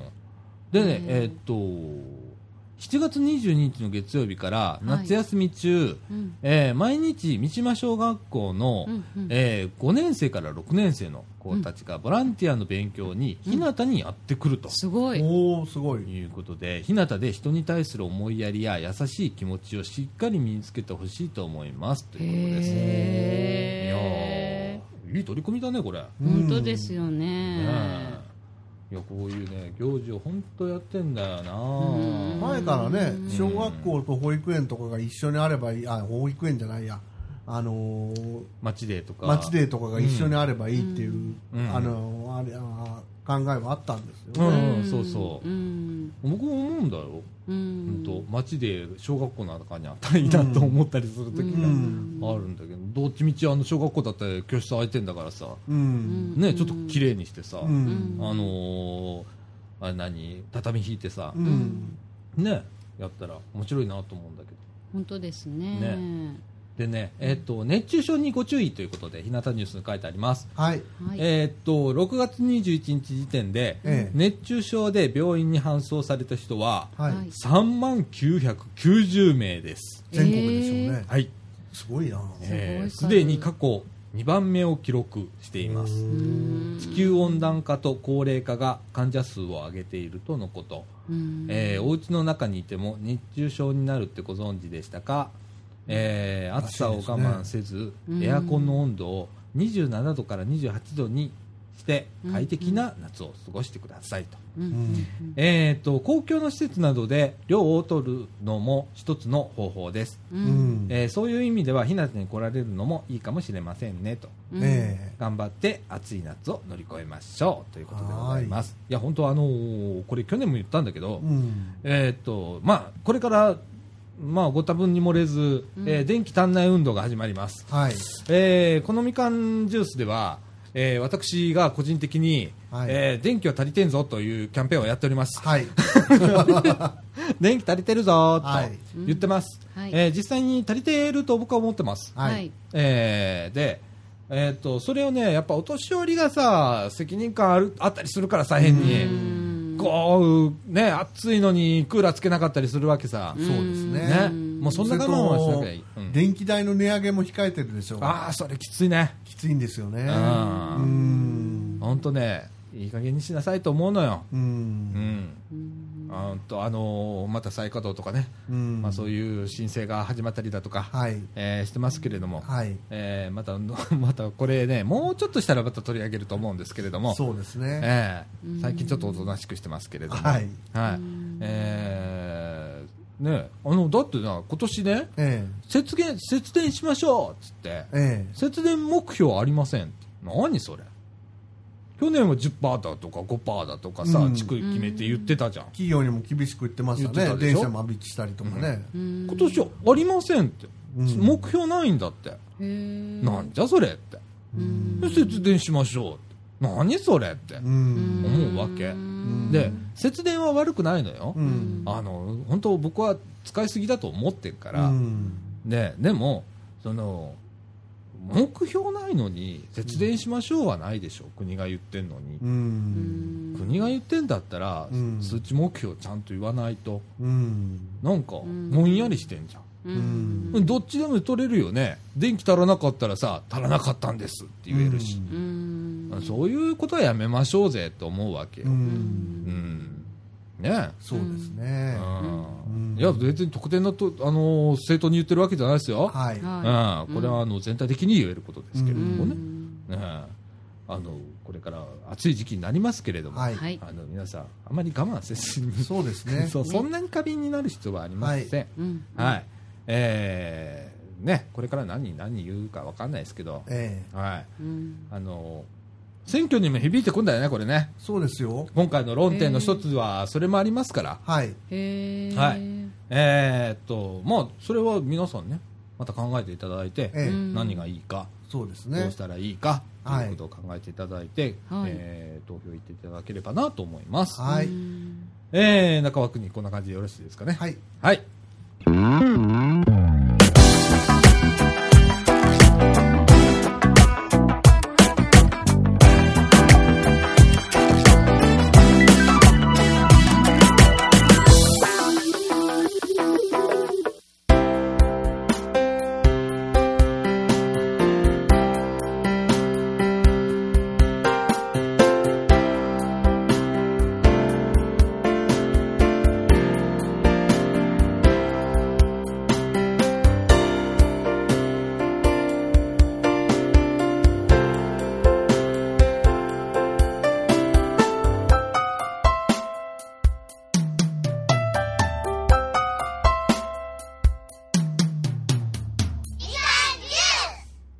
Speaker 1: でね、
Speaker 3: うん
Speaker 1: えーっと7月22日の月曜日から
Speaker 3: い
Speaker 1: 夏休み中、
Speaker 3: うん
Speaker 1: えー毎日三島小学校の、
Speaker 3: うんうん
Speaker 1: えー5年生から6年生の子たちがボランティアの勉強に日向にやってくると。
Speaker 3: すごい。
Speaker 2: おーすごい
Speaker 1: いうことで日向で人に対する思いやりや優しい気持ちをしっかり身につけてほしいと思いますということですいや
Speaker 3: へ
Speaker 1: ーいい取り組みだねこれ、ね
Speaker 3: ー本当ですよ
Speaker 1: え
Speaker 3: ね。
Speaker 1: いやこういうね行事を本当やってんだよな、
Speaker 3: うん
Speaker 2: 前からね小学校と保育園とかが一緒にあればいいあ保育園じゃないやあのー
Speaker 1: 街でとか
Speaker 2: 町デーとかが一緒にあればいいっていう、
Speaker 1: うん
Speaker 2: あのあれあ考えはあったんですよ、
Speaker 1: う
Speaker 2: ね
Speaker 1: んそうそう
Speaker 3: うん。
Speaker 1: 僕も思うんだよ、
Speaker 3: うん
Speaker 1: 本当街で小学校の中にあったらいいなと思ったりする時
Speaker 2: う
Speaker 1: が
Speaker 2: ん
Speaker 1: あるんだけど、どっちみちあの小学校だって教室空いてんだからさ、
Speaker 2: うんうん
Speaker 1: ねちょっと綺麗にしてさ、
Speaker 2: う
Speaker 3: う
Speaker 2: ん
Speaker 3: ん
Speaker 1: あのーあれ何畳引いてさ
Speaker 2: う、ん
Speaker 1: ねやったら面白いなと思うんだけど
Speaker 3: 本当ですね。
Speaker 1: でね、えっと熱中症にご注意ということで日向ニュースに書いてあります、
Speaker 2: はい
Speaker 3: はい。
Speaker 1: えっと6月21日時点で
Speaker 2: ええ
Speaker 1: 熱中症で病院に搬送された人は
Speaker 2: はい、
Speaker 3: はい
Speaker 1: 3万990名です
Speaker 2: 全国でしょうね、
Speaker 1: はい
Speaker 2: すごいな、
Speaker 3: すごい
Speaker 1: えー
Speaker 3: 数
Speaker 1: すでに過去2番目を記録しています
Speaker 3: うん
Speaker 1: 地球温暖化と高齢化が患者数を上げているとのこと、
Speaker 3: うん
Speaker 1: えーお家の中にいても熱中症になるってご存知でしたか、えー暑さを我慢せず、
Speaker 3: うん
Speaker 1: エアコンの温度を27度から28度にして
Speaker 3: うん
Speaker 1: 快適な夏を過ごしてくださいと,、
Speaker 3: うんうんうん
Speaker 1: えー、と公共の施設などで涼を取るのも一つの方法です、
Speaker 3: う
Speaker 2: うんん。え
Speaker 1: えーそういう意味では日向に来られるのもいいかもしれませんねと
Speaker 3: うん
Speaker 2: え
Speaker 1: 頑張って暑い夏を乗り越えましょうということでございますいや本当あのーこれ去年も言ったんだけど、
Speaker 2: うん。
Speaker 1: えーっとまあ、これから、まあ、ご多分に漏れず、
Speaker 3: うん
Speaker 1: えー電気足んない運動が始まります、
Speaker 2: はい。
Speaker 1: えーこのみかんジュースでは、えー私が個人的に、
Speaker 2: はい
Speaker 1: えー電気は足りてんぞというキャンペーンをやっております
Speaker 2: はい。
Speaker 1: 電気足りてるぞと
Speaker 2: はい
Speaker 1: 言ってます、
Speaker 3: はい
Speaker 1: えー実際に足りていると僕は思ってます、
Speaker 3: は
Speaker 2: はいい。
Speaker 1: えーでえーっとそれをねやっぱお年寄りがさ責任感あるあったりするからさ変に、
Speaker 3: うん
Speaker 1: こうね暑いのにクーラーつけなかったりするわけさ、
Speaker 2: そうです
Speaker 1: ね
Speaker 2: ね。
Speaker 1: もうそんな我慢はしなきゃいい、うん
Speaker 2: 電気代の値上げも控えてるでしょう
Speaker 1: ああそれきついね
Speaker 2: きついんですよね。
Speaker 1: あー
Speaker 2: うん。
Speaker 1: ほんとねいい加減にしなさいと思うのよ
Speaker 2: う。
Speaker 1: うんん
Speaker 3: うん
Speaker 1: あんとあのーまた再稼働とかね、
Speaker 2: うん。
Speaker 1: まあ、そういう申請が始まったりだとか、
Speaker 2: はい。
Speaker 1: えーしてますけれども、
Speaker 2: はい。
Speaker 1: えーまた またこれねもうちょっとしたらまた取り上げると思うんですけれども
Speaker 2: そうですね。
Speaker 1: えー最近ちょっとおとなしくしてますけれども
Speaker 2: はい。
Speaker 1: はいえーねあのだってな今年ね
Speaker 2: え
Speaker 1: 節電節電しましょうっつって
Speaker 2: え。え
Speaker 1: 節電目標ありません何それ去年は10%だとか5%だとかさ、
Speaker 2: うん
Speaker 1: 地区決めて言ってたじゃん、
Speaker 2: え。企業にも厳しく言ってまし
Speaker 1: 言
Speaker 2: た
Speaker 1: って
Speaker 2: ね。
Speaker 1: たでし
Speaker 2: 電
Speaker 1: ょ
Speaker 2: 車間引きしたりとかね。
Speaker 3: うん
Speaker 1: 今年はありませんって、
Speaker 2: うん
Speaker 1: 目標ないんだって、
Speaker 3: へー
Speaker 1: なんじゃそれって、
Speaker 3: うん
Speaker 1: 節電しましょうって何それって
Speaker 2: う。
Speaker 3: うんん
Speaker 1: 思うわけ
Speaker 3: うん
Speaker 1: で節電は悪くないのよ、
Speaker 2: うん。
Speaker 1: あの本当僕は使いすぎだと思ってるか
Speaker 2: う
Speaker 1: ら、
Speaker 2: ん。
Speaker 1: ででもその目標ないのに節電しましょうはないでしょ、国が言ってんのに、
Speaker 2: う。
Speaker 3: うんん
Speaker 1: 国が言ってんだったら、
Speaker 2: うん
Speaker 1: 数値目標ちゃんと言わないと
Speaker 2: うん。
Speaker 1: なんか
Speaker 3: ん
Speaker 1: もんやりしてんじゃん、
Speaker 3: うん
Speaker 1: どっちでも取れるよね電気足らなかったらさ足らなかったんですって言えるし、
Speaker 3: うん
Speaker 1: そういうことはやめましょうぜと思うわけよ、
Speaker 2: う
Speaker 1: うん
Speaker 2: ん。
Speaker 1: ね
Speaker 2: そうです
Speaker 1: え、
Speaker 2: ね。
Speaker 1: うん
Speaker 2: うん
Speaker 1: いや別に特定のと、あのー正当に言ってるわけじゃないですよ、
Speaker 2: はい。
Speaker 3: は
Speaker 1: うん、
Speaker 3: い
Speaker 1: これはあの全体的に言えることですけれどもね、
Speaker 3: うん
Speaker 1: ねえあのこれから暑い時期になりますけれども、
Speaker 2: はい。
Speaker 3: はい
Speaker 1: あの皆さんあまり我慢せずに
Speaker 2: そうです ね。
Speaker 1: そうそんなに過敏になる必要はありません。
Speaker 3: うん
Speaker 1: はい、えーね、これから何何言うかわかんないですけど、
Speaker 2: ええ。
Speaker 1: はい、
Speaker 3: うん
Speaker 1: あの選挙にも響いてくんだよね、これね、
Speaker 2: そうですよ。
Speaker 1: 今回の論点の一つはそれもありますから、
Speaker 2: はい。
Speaker 3: へー
Speaker 1: はいえーっとまあ、それは皆さんね、また考えていただいて、
Speaker 2: ええ
Speaker 3: うん
Speaker 1: 何がいいか、
Speaker 2: そうです
Speaker 1: どう
Speaker 2: ね
Speaker 1: し。たらいいかと
Speaker 2: はい
Speaker 1: いうことを考えていただいて、
Speaker 3: はい
Speaker 1: えー投票行っていただければなと思います。
Speaker 2: は
Speaker 3: う
Speaker 2: い。
Speaker 3: ん
Speaker 1: えー、中枠にこんな感じでよろしいですかね。
Speaker 2: はい。
Speaker 1: はい。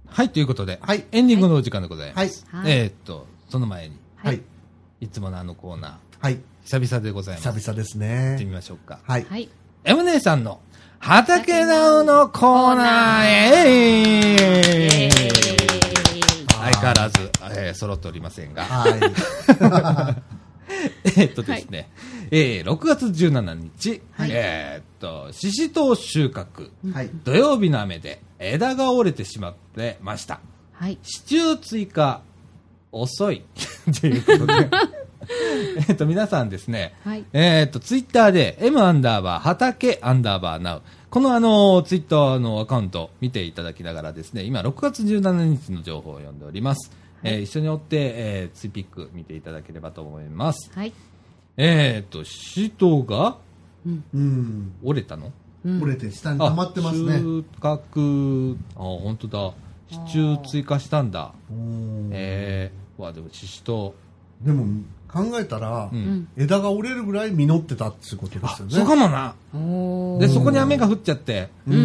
Speaker 1: はい、ということで、
Speaker 2: はい
Speaker 1: エンディングのお時間でございます。
Speaker 2: はい。
Speaker 3: はい
Speaker 1: えーっと、その前に、
Speaker 2: は
Speaker 3: はいい。
Speaker 1: いつものあのコーナ
Speaker 2: はい。
Speaker 1: ー、久々でございます。
Speaker 2: 久々です
Speaker 1: 行ってみ
Speaker 2: ね。
Speaker 1: ましょうか。
Speaker 2: はい。
Speaker 3: はい
Speaker 1: エムネさんの、畑直のコーナー、え
Speaker 3: イエ
Speaker 1: ー
Speaker 3: ーイ
Speaker 1: 相変わらず、えー、揃っておりませんが、
Speaker 2: はい。
Speaker 1: えーっとですね、えー、6月17日、
Speaker 3: はい
Speaker 1: えーっと、シシトウ収穫、
Speaker 2: はい。
Speaker 1: 土曜日の雨で枝が折れてしまってました。
Speaker 3: はい
Speaker 1: 支柱追加遅い っていうこと でえっと皆さんですね、
Speaker 3: はい
Speaker 1: えっとツイッターで M アンダーバー畑アンダーバーナウこのあのツイッターのアカウント見ていただきながらですね今6月17日の情報を読んでおります、えー一緒に追って、えーツイピック見ていただければと思います
Speaker 3: はい
Speaker 1: えっとシートが
Speaker 2: うん。
Speaker 1: 折れたの
Speaker 3: うん
Speaker 2: 折れて下に溜まってますね。
Speaker 1: 収穫、あ、本当だ。支柱追加したんだ。
Speaker 2: おー
Speaker 1: えー、わ、でもシシト
Speaker 2: でも考えたら、
Speaker 1: ウ。う。
Speaker 3: うんん
Speaker 2: 枝が折れるぐらい実ってたっていうことですよね。
Speaker 1: そうかもな。
Speaker 3: おー
Speaker 1: で、そこに雨が降っちゃって、
Speaker 2: うん
Speaker 3: う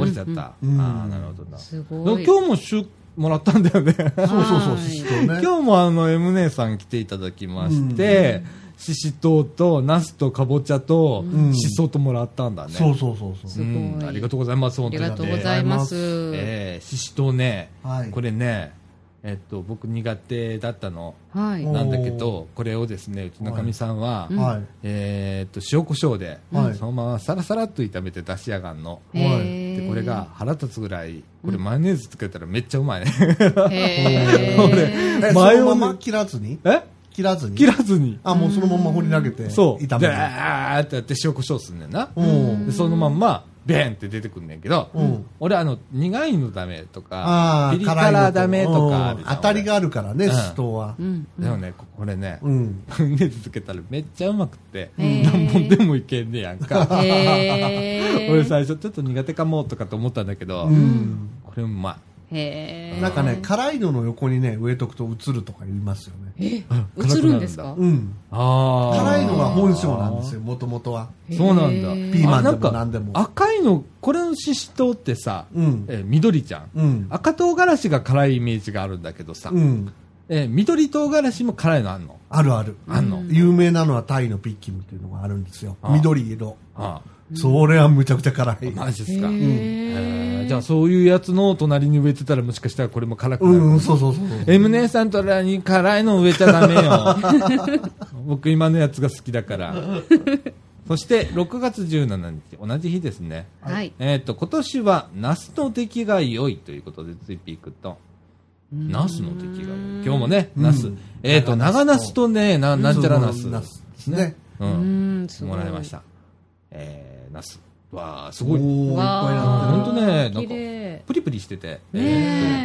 Speaker 3: ん
Speaker 1: 落ちちゃった。
Speaker 2: うん
Speaker 1: ああ、なるほどな。
Speaker 3: す
Speaker 1: で
Speaker 3: ご
Speaker 1: も
Speaker 3: い
Speaker 1: 今日もシュもらったんだよね。
Speaker 2: そうそうそう、
Speaker 3: はい
Speaker 2: シシトウね。
Speaker 1: 今日もあの M 姉さん来ていただきまして、ししとうと、ナスとかぼちゃと
Speaker 2: う、ん
Speaker 1: しそともらったんだね。
Speaker 2: そうそうそうそう。
Speaker 3: すごい
Speaker 1: うんありがとうございます、
Speaker 3: あ
Speaker 1: 本当
Speaker 3: り
Speaker 1: に。
Speaker 3: がとうございます、
Speaker 1: えー、ししとうね、
Speaker 2: はい。
Speaker 1: これね、えっと、僕苦手だったの
Speaker 3: はい
Speaker 2: お
Speaker 1: なんだけど、これをですね、うちのかみさんは、
Speaker 3: うん
Speaker 2: はい。
Speaker 1: えーっと、塩コショウで、
Speaker 2: はい
Speaker 1: そのままサラサラっと炒めて出しやがんの。
Speaker 3: へー
Speaker 1: で、これが腹立つぐらい、これマヨネーズつけたらめっちゃうまいね。
Speaker 3: へ
Speaker 1: こ
Speaker 3: ー
Speaker 2: え、そ
Speaker 1: マヨネ
Speaker 2: のまま切らずに
Speaker 1: え
Speaker 2: 切らずに
Speaker 1: 切らずに。
Speaker 2: あ、もうそのまま掘り投げて、
Speaker 1: そう。
Speaker 2: 炒
Speaker 1: で
Speaker 2: める。
Speaker 1: ーってやって塩コショウすんねんな。
Speaker 2: うん。
Speaker 1: で、そのまんま、ベーンって出てくんねんけど、
Speaker 2: うん
Speaker 1: 俺あの、苦いのダメとか
Speaker 2: あ、あ、
Speaker 1: ピリ辛ダメとかあ
Speaker 2: う
Speaker 1: る
Speaker 2: ん
Speaker 1: じゃん、
Speaker 2: 当たりが
Speaker 1: 俺
Speaker 2: あるからね、
Speaker 1: うん
Speaker 2: シシトウは
Speaker 3: う。ん
Speaker 1: でもね、ここれね、
Speaker 2: うん。
Speaker 1: マヨネーズつけたらめっちゃうまくって、
Speaker 3: へー
Speaker 1: 何本でもいけんねやんか。
Speaker 3: へ ー
Speaker 1: 俺最初ちょっと苦手かもとかと思ったんだけど、
Speaker 2: うん。
Speaker 1: これうま
Speaker 3: へー
Speaker 2: なんかね、辛いのの横にね、植えとくと映るとか言いますよね。
Speaker 3: え
Speaker 1: うん
Speaker 3: 映るんですか
Speaker 1: 辛
Speaker 2: うん。
Speaker 1: い。あー
Speaker 2: 辛いのが本性なんですよ、もともとは。
Speaker 1: そうなんだ
Speaker 3: へー
Speaker 2: ピーマンで
Speaker 1: あなんか
Speaker 2: も何でも。
Speaker 1: 赤いの、これのシシトウってさ、
Speaker 2: うん。
Speaker 1: えー緑じゃん。
Speaker 2: うん。
Speaker 1: 赤唐辛子が辛いイメージがあるんだけどさ、
Speaker 2: うん。
Speaker 1: えー緑唐辛子も辛いのあんの
Speaker 2: あるある。
Speaker 1: あんの、
Speaker 2: 有名なのはタイのピッキムっていうのがあるんですよ。
Speaker 1: あ
Speaker 2: 緑色。
Speaker 1: あ
Speaker 2: それはむちゃくちゃ辛い。
Speaker 1: あマジですか。
Speaker 3: へ
Speaker 1: え
Speaker 3: ー
Speaker 1: ーじゃあそういうやつの隣に植えてたらもしかしたらこれも辛くなる。
Speaker 2: うん、そうそうそうそう。
Speaker 1: M 姉さんとらに辛いの植えちゃダメよ。 僕今のやつが好きだから。そして6月17日、同じ日ですね。
Speaker 3: はい
Speaker 1: えっ、と、今年はナスの出来が良いということで、ついピークと。ナスの出来が良い。今日もね、
Speaker 2: うん
Speaker 1: ナス。えっ、と、長
Speaker 2: 長
Speaker 1: ナ
Speaker 2: ナ
Speaker 1: ス
Speaker 2: ス
Speaker 1: とね、ななんちゃらナス。
Speaker 2: そうナスですね。
Speaker 1: う。
Speaker 3: うんんすご
Speaker 1: もらいました。えー、ナス。わあす
Speaker 2: お
Speaker 1: ご
Speaker 2: ー
Speaker 1: い。
Speaker 2: いっぱいなって
Speaker 1: ほ
Speaker 2: る
Speaker 1: ん。とねなんか
Speaker 3: 綺麗
Speaker 1: プリプリしてて、え
Speaker 3: ね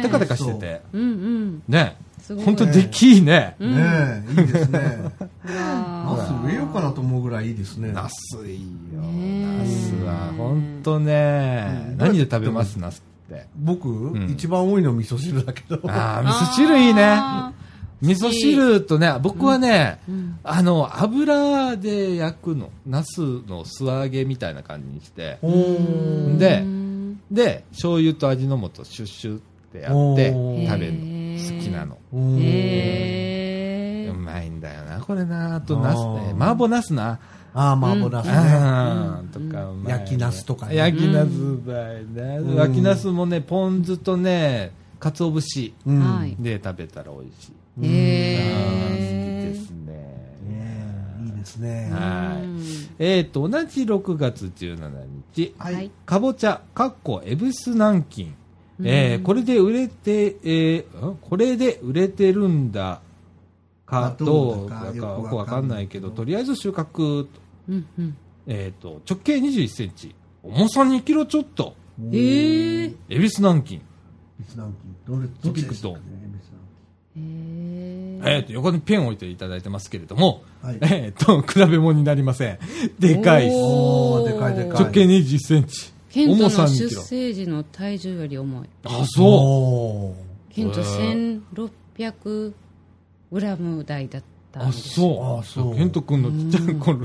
Speaker 1: ー
Speaker 3: え
Speaker 1: テカテカしてて、
Speaker 3: うんうん
Speaker 1: ね。
Speaker 3: すごい
Speaker 1: ほんと出来いいね。
Speaker 3: うん
Speaker 2: ねえ、いいですね。
Speaker 3: うわ
Speaker 2: ナス植えようかなと思うぐらいいいですね。
Speaker 1: ナスいいよ。
Speaker 3: ねえ
Speaker 1: ナスは、ほんとね
Speaker 2: う。ん
Speaker 1: 何で食べますナスって。
Speaker 2: 僕、
Speaker 1: ん
Speaker 2: 一番多いの味噌汁だけど。
Speaker 1: ああ、味
Speaker 3: あー
Speaker 1: 噌汁いいね。
Speaker 3: あ
Speaker 1: 味噌汁とね、僕はね、
Speaker 3: うん
Speaker 1: あの、油で焼くの。ナスの素揚げみたいな感じに して。
Speaker 2: おー
Speaker 1: で
Speaker 3: うん
Speaker 1: で、醤油と味の素シュッシュってやって
Speaker 2: おー
Speaker 1: 食べるの。
Speaker 3: へー
Speaker 1: 好きなの。
Speaker 2: おー
Speaker 3: へ
Speaker 1: う
Speaker 3: ー
Speaker 1: まいんだよな、これな。あと、ナス
Speaker 2: あ
Speaker 1: ね。
Speaker 2: ー
Speaker 1: 麻婆ナスな。
Speaker 2: ああ、麻婆ナスね。
Speaker 1: あーとかうまいね
Speaker 2: 焼きナスとかね
Speaker 1: 焼きナスだよね。
Speaker 2: うん
Speaker 1: 焼きナスもね、ポン酢とね、鰹節
Speaker 2: うん
Speaker 3: はい
Speaker 1: で食べたら美味しい。あー好
Speaker 3: へ
Speaker 1: きで
Speaker 3: ー
Speaker 1: すね。
Speaker 2: ねえいいですね。
Speaker 1: はい
Speaker 3: うん
Speaker 1: えー、と、同じ6月17日、
Speaker 2: はい
Speaker 3: はい
Speaker 1: かぼちゃ、かっこ、エブス南京。えーこれで売れて、えーんこれで売れてるんだかど
Speaker 2: ど
Speaker 1: う
Speaker 2: うだか
Speaker 1: か
Speaker 2: よく
Speaker 1: よくわ
Speaker 2: わ
Speaker 1: か
Speaker 2: か
Speaker 1: ん
Speaker 2: ん
Speaker 1: な
Speaker 2: ないい
Speaker 1: け
Speaker 2: け
Speaker 1: ど、
Speaker 2: ど
Speaker 1: とりあえず収穫、
Speaker 3: うんうん
Speaker 1: えー、と、直径21センチ、重さ2キロちょっと、
Speaker 2: お
Speaker 3: へ
Speaker 2: ー
Speaker 3: え。
Speaker 1: エビス南京。
Speaker 2: ビスナンキン。どれ、どっちでしたっけねビス
Speaker 3: へ
Speaker 1: えー、と、横にペンを置いていただいてますけれども、
Speaker 2: ナンキンはい。
Speaker 1: えー、と、比べ物になりません。でかいっす。
Speaker 2: おーでかいでかい
Speaker 1: 直径21センチ。
Speaker 3: ケン
Speaker 1: 重
Speaker 3: ト
Speaker 1: さ
Speaker 3: の
Speaker 1: 2
Speaker 3: 出
Speaker 1: キロ。
Speaker 3: 生時の体重より重い
Speaker 1: あ、そう。
Speaker 2: おー
Speaker 3: ケント
Speaker 1: へ
Speaker 3: 1600グラム台だったん
Speaker 1: あ、
Speaker 3: です
Speaker 1: そう。
Speaker 2: あそう
Speaker 1: ケント君のちっちゃい頃、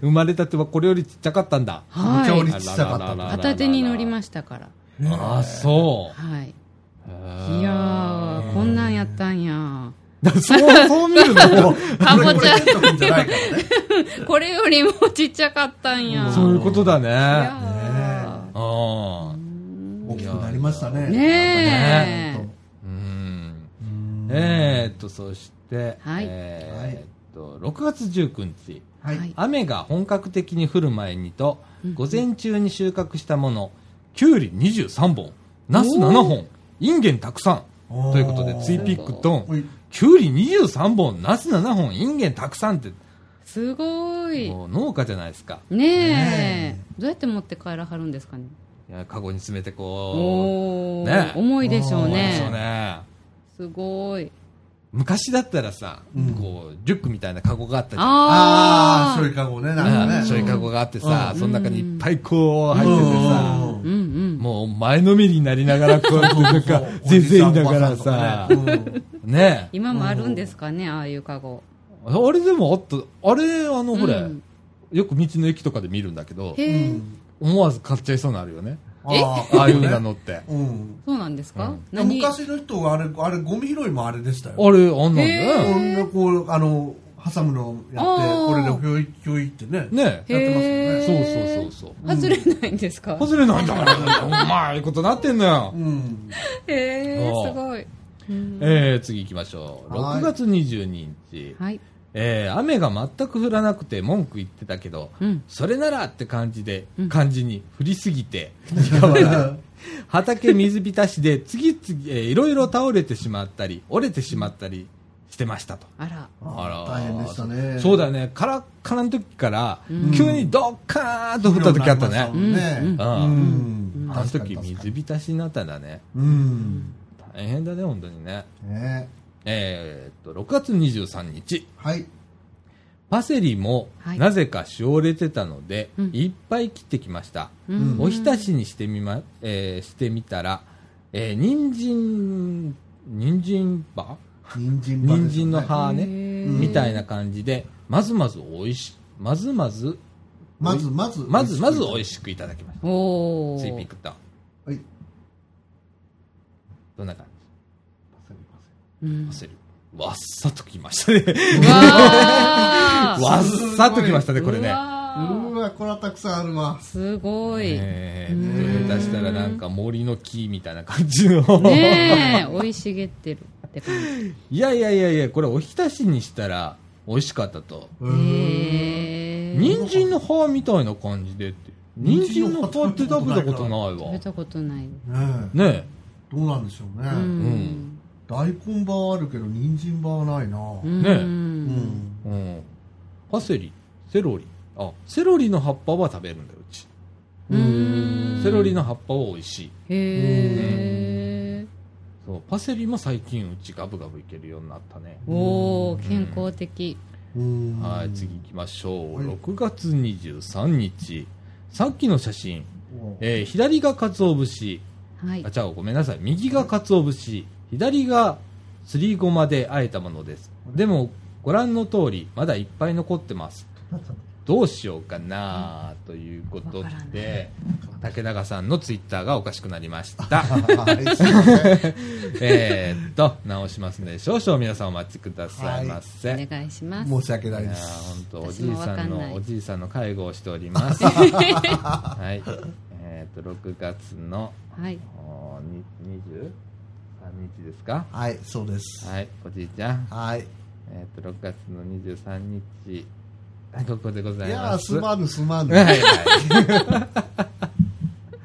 Speaker 1: 生まれたてはこれよりちっちゃかったんだ。
Speaker 3: は
Speaker 2: めっちゃ折り
Speaker 3: い
Speaker 2: ちっちゃかったんだ
Speaker 1: あらららら
Speaker 3: 片手に乗りましたから
Speaker 1: あ、そ。
Speaker 3: はいいうやーこんなんやったんや
Speaker 1: だそう、そう見る の
Speaker 3: かぼ
Speaker 2: こ
Speaker 3: ち
Speaker 2: れ
Speaker 3: ゃ
Speaker 2: ケント君じゃないからね。
Speaker 3: これよりもちっちゃかったんや
Speaker 1: そういうことだね。
Speaker 3: い
Speaker 1: あ
Speaker 3: や
Speaker 1: あ。
Speaker 2: 大きくなりましたね。
Speaker 3: ーね
Speaker 2: ほんと
Speaker 3: え
Speaker 1: うん。
Speaker 2: うん
Speaker 1: えーっと、そして、
Speaker 3: はい
Speaker 1: えーっと、6月19日。
Speaker 2: は
Speaker 3: はいい。
Speaker 1: 雨が本格的に降る前にと、午前中に収穫したもの、きゅうり23本、ナス7本、インゲンたくさん。ということで、ツイピックトン
Speaker 2: ほ。い
Speaker 1: きゅうり23本、ナス7本、インゲンたくさんって、
Speaker 3: すごい
Speaker 1: もう農家じゃないですか。
Speaker 3: ねえどうやって持って帰らはるんですかね
Speaker 1: いや、カゴに詰めてこう。
Speaker 3: おお
Speaker 1: ね
Speaker 3: 重いでしょう
Speaker 1: そうでしょう
Speaker 3: ね
Speaker 1: ね。
Speaker 3: すごい
Speaker 1: 昔だったらさ、
Speaker 2: うん
Speaker 1: こうリュックみたいなカゴがあったじゃん
Speaker 2: ああ、
Speaker 3: あ
Speaker 2: そういうかもね、
Speaker 1: う
Speaker 2: なんか
Speaker 1: ん
Speaker 2: ね。
Speaker 1: そういうカゴがあってさ、
Speaker 2: うん
Speaker 1: その中にいっぱいこう入っててさ、
Speaker 2: うん
Speaker 3: うんうん
Speaker 1: もう前のめりになりながらこうやってなん か全然いながらさ
Speaker 2: おじいんおばんとかね
Speaker 1: ねえ
Speaker 3: 今もあるんですかねああいうカゴ
Speaker 1: あれでもあったあれあのほれ、
Speaker 3: うん
Speaker 1: よく道の駅とかで見るんだけど
Speaker 3: へ
Speaker 2: う
Speaker 3: え
Speaker 2: ん
Speaker 1: 思わず買っちゃいそうなのあるよね
Speaker 2: うんあー
Speaker 1: ああいうなの って
Speaker 2: うん
Speaker 3: そうなんですか
Speaker 1: うん
Speaker 3: 何
Speaker 2: 昔の人はあれ、あれ、ゴミ拾いもあれでしたよ。
Speaker 1: あれあんなんだ
Speaker 3: へ
Speaker 1: よ
Speaker 2: こ
Speaker 1: ね
Speaker 2: んなこう、あの、挟むのやって
Speaker 3: あ、ー
Speaker 2: これでひょいひょいってね。
Speaker 1: ねえ
Speaker 2: やってますよね
Speaker 3: へ
Speaker 1: そ
Speaker 3: ー
Speaker 1: うそうそう
Speaker 3: 外れないんですか
Speaker 1: 外れないんだからうまいことなってんのよ
Speaker 2: うん。
Speaker 3: へえ
Speaker 1: そう
Speaker 3: すごいうん
Speaker 1: えー、次行きましょう
Speaker 2: は
Speaker 1: 6
Speaker 2: い
Speaker 1: 月22日、
Speaker 3: はい
Speaker 1: えー雨が全く降らなくて文句言ってたけど、
Speaker 3: うん
Speaker 1: それならって感じで、
Speaker 3: うん
Speaker 1: 感じに降りすぎて、苦笑い畑水浸しで 次々、えーいろいろ倒れてしまったり、折れてしまったりしてましたと。
Speaker 3: あら
Speaker 1: あら
Speaker 2: 大変でしたね。
Speaker 1: そう
Speaker 2: だ
Speaker 1: だよね、カラッカラの時から、
Speaker 3: うん
Speaker 1: 急にドッカーンと降った時あったね。
Speaker 3: ん
Speaker 2: ね
Speaker 1: う
Speaker 2: うんん。
Speaker 1: あの時水浸しになったんだね。
Speaker 2: うん。
Speaker 1: 大変だね、本当にね。
Speaker 2: ね
Speaker 1: えーっと、6月23日。
Speaker 2: はい。
Speaker 1: パセリも
Speaker 3: はい
Speaker 1: なぜかしおれてたので、
Speaker 3: うん
Speaker 1: いっぱい切ってきました、
Speaker 3: うん
Speaker 1: おひたしにしてみ,、まえーしてみたら、えー、人参人参葉
Speaker 2: 人参葉ですね
Speaker 1: 人参の葉ね、
Speaker 3: へー
Speaker 1: みたいな感じでまずまずおいしまずまず
Speaker 2: まずまず。
Speaker 1: まずまずおい
Speaker 2: し
Speaker 1: しくいただきました
Speaker 3: おお
Speaker 1: ついピクと
Speaker 2: い。はい。
Speaker 1: どんな感じ
Speaker 3: うん
Speaker 1: パセリわっさときましたね
Speaker 3: うわー
Speaker 1: わっさときましたねこれね
Speaker 3: うわ
Speaker 2: うわ、これはたくさんあるわ
Speaker 3: ー。すごいね
Speaker 1: えー、出したらなんか森の木みたいな感じの
Speaker 3: え生い茂ってるって感じ
Speaker 1: いやいやいやいや、これおひたしにしたら美味しかったと。
Speaker 2: う
Speaker 3: へえ
Speaker 1: 人参の葉みたいな感じでって。人参の葉って食べたことない
Speaker 3: 食
Speaker 1: わ
Speaker 3: べ。たことない
Speaker 2: ねえ
Speaker 1: ね
Speaker 2: どうなんでしょうね。
Speaker 3: うん
Speaker 2: 大根葉はあるけど、人参葉はないな。
Speaker 3: う
Speaker 2: うん
Speaker 1: ね
Speaker 2: ん。
Speaker 1: え。うん。パセリ、セロリ。あ、セロリの葉っぱは食べるんだよ、うち。
Speaker 3: うん
Speaker 1: セロリの葉っぱは美味しい。
Speaker 3: へえ
Speaker 1: そう、パセリも最近うちガブガブいけるようになったね。
Speaker 3: おお健康的
Speaker 2: うん
Speaker 1: はい、次行きましょう。
Speaker 2: はい
Speaker 1: 6月23日。さっきの写真、
Speaker 2: お
Speaker 1: えー左が鰹節、
Speaker 3: はい
Speaker 1: あ、ちゃうごめんなさい。右が鰹節、左がすりごまで和えたものです。でも、ご覧の通り、まだいっぱい残ってます。どうしようかなということ
Speaker 3: わからな
Speaker 1: で、竹永さんのツイッターがおかしくなりま した。
Speaker 2: はいすいま せん
Speaker 1: えーっと、直しますので、少々皆さんお待ちくださいませ。
Speaker 3: お願いします
Speaker 2: 申し訳ない
Speaker 1: いや
Speaker 2: で
Speaker 1: ー
Speaker 2: す。
Speaker 1: 本当お
Speaker 3: 私
Speaker 1: じい
Speaker 3: もわ
Speaker 1: さ
Speaker 3: か
Speaker 1: ん
Speaker 3: んない
Speaker 1: のおじいさんの介護をしており ます。はい。えーっと6月の
Speaker 3: はい
Speaker 1: おーに23日ですか。
Speaker 2: はい、そうです。
Speaker 1: はい、おじいちゃん。
Speaker 2: はい。
Speaker 1: えっ、と、6月の23日、あここでござ
Speaker 2: い
Speaker 1: い
Speaker 2: や
Speaker 1: ま
Speaker 2: ー、
Speaker 1: す。
Speaker 2: すまぬすまぬ。
Speaker 1: はい はい。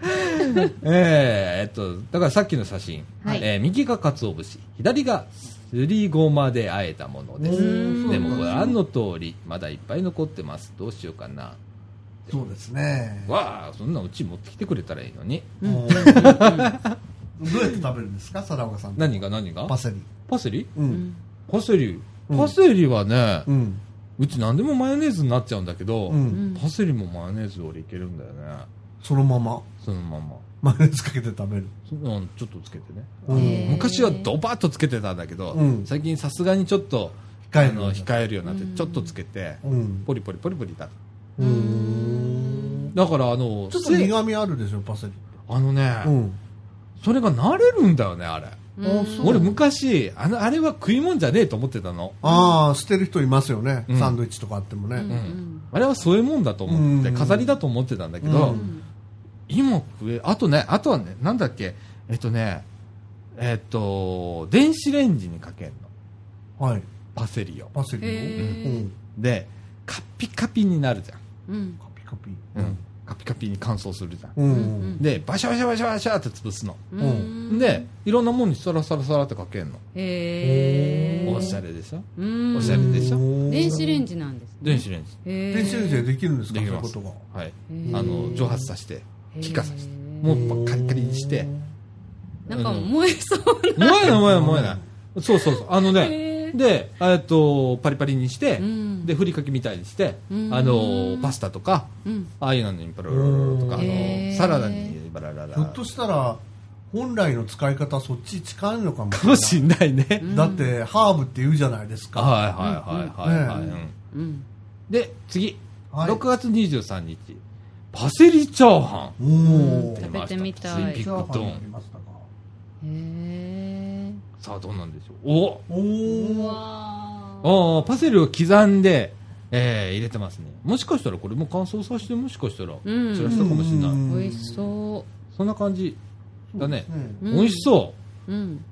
Speaker 1: えーえっと、だからさっきの写真、
Speaker 3: はい
Speaker 1: えー右が鰹節、左がすりごまで和えたもので
Speaker 2: おー
Speaker 1: す。でも
Speaker 2: そう
Speaker 1: ご
Speaker 2: なんだ
Speaker 1: 覧の通り、まだいっぱい残ってます。どうしようかな。
Speaker 2: そうですね。
Speaker 1: わあ、そんなうち持ってきてくれたらいいのに。
Speaker 2: うん どうやって食べるんですか、佐岡さん。
Speaker 1: 何が何が
Speaker 2: パセリ。
Speaker 1: パセリ
Speaker 2: うん。
Speaker 1: パセリ。
Speaker 2: うん
Speaker 1: パセリはね、
Speaker 2: うん。
Speaker 1: うち何でもマヨネーズになっちゃうんだけど、
Speaker 2: うん。
Speaker 1: パセリもマヨネーズで俺いけるんだよね
Speaker 2: そのまま、
Speaker 1: そのまま
Speaker 2: マヨネーズかけて食べる。
Speaker 1: そのちょっとつけてね
Speaker 2: うん
Speaker 3: へー
Speaker 1: 昔はドバッとつけてたんだけど、
Speaker 2: うん
Speaker 1: 最近さすがにちょっと
Speaker 2: 控え
Speaker 1: あ
Speaker 2: る
Speaker 1: の控えるようになって
Speaker 3: うん
Speaker 1: ちょっとつけて、
Speaker 2: うん。
Speaker 1: ポリポリポリポリだ
Speaker 2: うーん。
Speaker 1: だからあの
Speaker 2: ちょっと
Speaker 1: せ
Speaker 2: 苦味あるでしょ、パセリ。
Speaker 1: あのね、
Speaker 2: うん。
Speaker 1: それが慣れるんだよねあれ
Speaker 3: うん
Speaker 2: そう
Speaker 1: 俺昔あのあれは食い物じゃねえと思ってたの
Speaker 2: ああ、捨てる人いますよね
Speaker 1: う。ん
Speaker 2: サンドイッチとかあっても
Speaker 3: うん
Speaker 2: ね。
Speaker 1: あれはそういうもんだと思って、
Speaker 2: うん
Speaker 1: 飾りだと思ってたんだけど、
Speaker 2: う
Speaker 3: うんん
Speaker 1: 今食えあとねあとはねなんだっけえっとねえっと電子レンジにかけるの
Speaker 2: はい。
Speaker 1: パセリを
Speaker 2: パセリを。
Speaker 3: へ
Speaker 2: う
Speaker 3: ー
Speaker 2: ん。
Speaker 1: でカピカピになるじゃん、
Speaker 3: うん
Speaker 2: カピカピ。
Speaker 1: うん、カピカピに乾燥するじゃん、
Speaker 2: うん。う
Speaker 3: うんん
Speaker 1: でバシャバシャバシャバシャって潰すの、
Speaker 3: うん
Speaker 1: でいろんなもんにサラサラサラってかけるの、
Speaker 3: へえ
Speaker 1: おしゃれでしょ
Speaker 3: うん
Speaker 1: おしゃれでしょ
Speaker 3: 電子レン
Speaker 2: ジ。
Speaker 3: ジなんですね
Speaker 1: 電子レンジ
Speaker 3: へー
Speaker 2: 電子レンジでできるんですか、
Speaker 1: で
Speaker 2: そ
Speaker 1: き
Speaker 2: うい
Speaker 1: ま
Speaker 2: うこ
Speaker 1: す
Speaker 2: とが。
Speaker 1: はい
Speaker 3: へー
Speaker 1: あの蒸発させて気化させて
Speaker 3: へー
Speaker 1: もうカリカリにして
Speaker 3: なんか燃えそう
Speaker 1: 燃えない燃えない燃えないそうそうそうあのね
Speaker 3: へへー
Speaker 1: で、えっと、パリパリにして、
Speaker 3: うん
Speaker 1: で、ふりかけみたいにして、
Speaker 3: うん
Speaker 1: あの、パスタとか、
Speaker 3: うん
Speaker 1: ああいうのにバラララとか、あの、
Speaker 3: へー
Speaker 1: サラダにバラララ。
Speaker 2: ひょっとしたら本来の使い方そっち近いのかもし
Speaker 1: か
Speaker 2: れな
Speaker 1: も
Speaker 2: い
Speaker 1: しんないね。
Speaker 2: だってハーブって言うじゃないですか、
Speaker 1: はいはいはいはいはい。
Speaker 2: ね
Speaker 1: うん
Speaker 3: うん
Speaker 1: で、次。
Speaker 2: はい
Speaker 1: 6月23日。パセリチャーハン。
Speaker 2: おお
Speaker 1: 出
Speaker 3: 食
Speaker 1: ま
Speaker 3: べ
Speaker 1: した
Speaker 3: てみた
Speaker 1: ついびっ
Speaker 3: いへ
Speaker 1: くりドン
Speaker 3: え
Speaker 1: さあ、どうなんでしょう。お
Speaker 2: おお
Speaker 3: わー
Speaker 1: ああパセリを刻んで、えー入れてますねもしかしたらこれも乾燥させてもしかしたら
Speaker 3: うん
Speaker 1: 散らしたかもしれない、
Speaker 2: うん
Speaker 3: 美味しそ
Speaker 1: そんな感じだね、
Speaker 3: う
Speaker 1: 美味しそう
Speaker 3: うん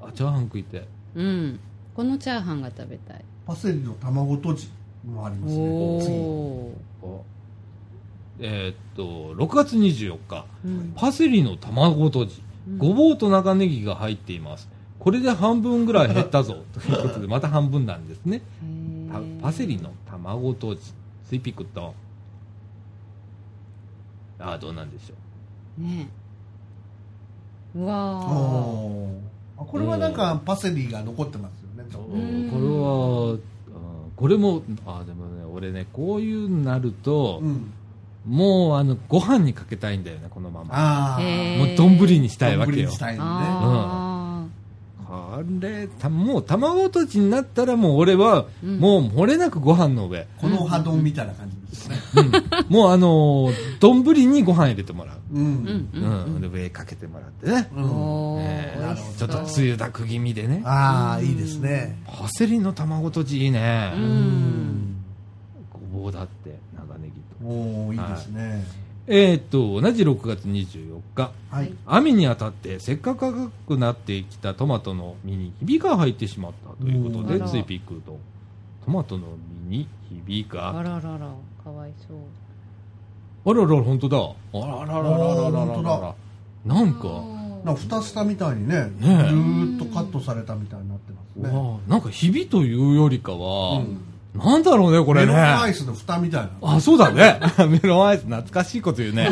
Speaker 1: うあチャーハン食いて
Speaker 3: うんこのチャーハンが食べたい
Speaker 2: パセリの卵とじもあります
Speaker 3: お
Speaker 2: ね
Speaker 3: お
Speaker 1: おえーっと6月24日
Speaker 3: うん
Speaker 1: パセリの卵とじ
Speaker 3: うん
Speaker 1: ごぼうと長ネギが入っていますこれで半分ぐらい減った ぞということでまた半分なんですね
Speaker 3: へー
Speaker 1: パパセリの卵とじついピクとああどうなんでしょう
Speaker 3: ねうわ
Speaker 2: 次
Speaker 3: ー
Speaker 2: おーあこれはなんかパセリが残ってますよねちょっと
Speaker 3: うん
Speaker 1: これは、うんこれもあでもね俺ねこういうのなると、
Speaker 2: うん
Speaker 1: もうあのご飯にかけたいんだよねこのまま
Speaker 2: ああ
Speaker 3: へー
Speaker 1: もう丼にしたいわけよ
Speaker 2: したいのね
Speaker 3: あ
Speaker 1: これたもう卵とじになったらもう俺は、
Speaker 3: うん
Speaker 1: もう漏れなくご飯の上、
Speaker 2: この波動みたいな感じですね
Speaker 1: うん、もうあのー丼にご飯入れてもらう、
Speaker 2: う
Speaker 3: ーうん
Speaker 1: う
Speaker 2: ん
Speaker 3: うんん
Speaker 1: で上かけてもらってね、
Speaker 2: うん
Speaker 3: お
Speaker 1: ね
Speaker 3: ー美味し
Speaker 1: ちょ
Speaker 3: そ
Speaker 1: っ
Speaker 3: う
Speaker 1: とつゆだく気味でね
Speaker 2: ああいいですね
Speaker 1: パセリの卵とじいいね、
Speaker 3: うん
Speaker 1: ごぼうだって長ネギと
Speaker 2: おおいいですね
Speaker 1: えー、と同じ6月24日
Speaker 2: はい
Speaker 1: 雨に当たってせっかく赤くなってきたトマトの実にひびが入ってしまったということで
Speaker 3: うん
Speaker 1: ついピクとトマトの実にひびが
Speaker 3: あ
Speaker 1: あら
Speaker 3: らららかわいそう
Speaker 1: らら本当だあららららららら
Speaker 2: おー本当
Speaker 1: ら
Speaker 2: だ
Speaker 1: なんか
Speaker 2: なんか蓋したみたいにね
Speaker 1: ね
Speaker 2: ずーっとカットされたみたいになってま
Speaker 1: うわ
Speaker 2: すね
Speaker 1: ーなんかひびというよりかは、
Speaker 2: うん
Speaker 1: なんだろうねこれね
Speaker 2: メロンアイスの蓋みたいな
Speaker 1: あそうだ ねメロンアイス懐かしいこと言うね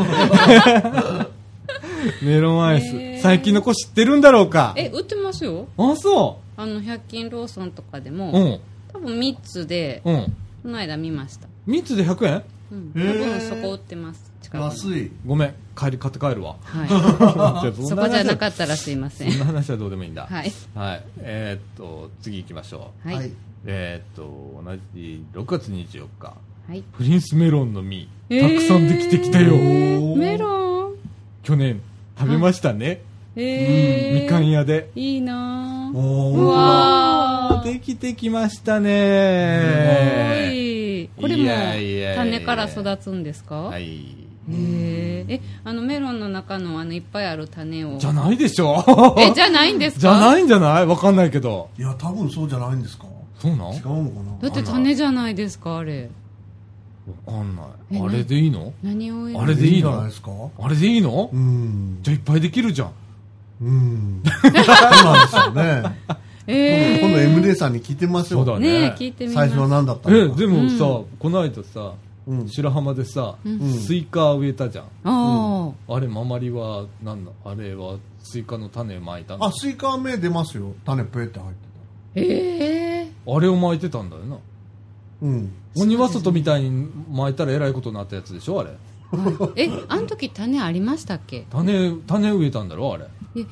Speaker 1: メロンアイス、
Speaker 3: へー
Speaker 1: 最近の子知ってるんだろうか
Speaker 3: え売ってますよ
Speaker 1: あそ
Speaker 3: あの100均ローソンとかで
Speaker 1: うう
Speaker 3: も
Speaker 1: ん
Speaker 3: 多分3つで
Speaker 1: うん
Speaker 3: この間見ました
Speaker 1: 3つで100円
Speaker 3: うん多
Speaker 2: へー
Speaker 3: 分そこ売ってます近くに
Speaker 2: 安い
Speaker 1: ごめん帰り買って帰 るわ
Speaker 3: は
Speaker 1: そ
Speaker 3: いそこじゃな
Speaker 1: っ
Speaker 3: かったらすいません
Speaker 1: そんな話はどうでもいいんだ
Speaker 3: はい
Speaker 1: はいえーっと次行きましょう
Speaker 3: はいはい、
Speaker 1: えーっと同じ6月24日
Speaker 3: はい
Speaker 1: プリンスメロンの実たくさんできてきたよ、
Speaker 3: えーメロン
Speaker 1: 去年食べましたね、
Speaker 3: えー
Speaker 1: みかん屋で
Speaker 3: いいなぁ
Speaker 2: お
Speaker 3: うわー
Speaker 1: できてきました
Speaker 3: すご
Speaker 1: ね
Speaker 3: いこれ
Speaker 1: い
Speaker 3: も
Speaker 1: やいやいや
Speaker 3: 種から育つんですか
Speaker 1: はい
Speaker 3: へーえあのメロンの中のあのいっぱいある種を
Speaker 1: じゃないでしょ
Speaker 3: えじゃないんですか
Speaker 1: じゃないんじゃないわかんないけど
Speaker 2: いや多分そうじゃないんですか
Speaker 1: そうなんわ
Speaker 2: 違うのかな
Speaker 3: だって種じゃないですかあれ
Speaker 1: かんな
Speaker 3: え
Speaker 1: いあ
Speaker 3: な
Speaker 1: れでいいの
Speaker 3: 何を入
Speaker 1: あれでいいの
Speaker 2: んじゃないですかう
Speaker 1: あれでいいの、
Speaker 2: ん
Speaker 1: じゃあいっぱいできるじゃん
Speaker 2: うんそうなんですよね
Speaker 3: えー
Speaker 2: 今度 M 姉さんに聞いてみましょう
Speaker 1: そうだ
Speaker 3: ね
Speaker 1: ね
Speaker 3: え聞いてみま
Speaker 2: 最
Speaker 3: す
Speaker 2: 初は何だった
Speaker 1: え
Speaker 2: のか
Speaker 1: でもさ、
Speaker 3: う
Speaker 1: この間さ
Speaker 2: うん
Speaker 1: 白浜でさ、
Speaker 2: うん
Speaker 1: スイカ植えたじゃん
Speaker 3: あ
Speaker 1: あれママリはなんだあれはスイカの種まいたの
Speaker 2: あスイカは芽出ますよ種ペって入って
Speaker 3: あええ
Speaker 1: あれを巻いてたんだよな
Speaker 2: たうん
Speaker 1: 鬼は外みたいに巻いたらえらいことになったやつでしょあれ
Speaker 3: えあの時種ありましたっけ
Speaker 1: 種種植えたんだろあれ
Speaker 3: え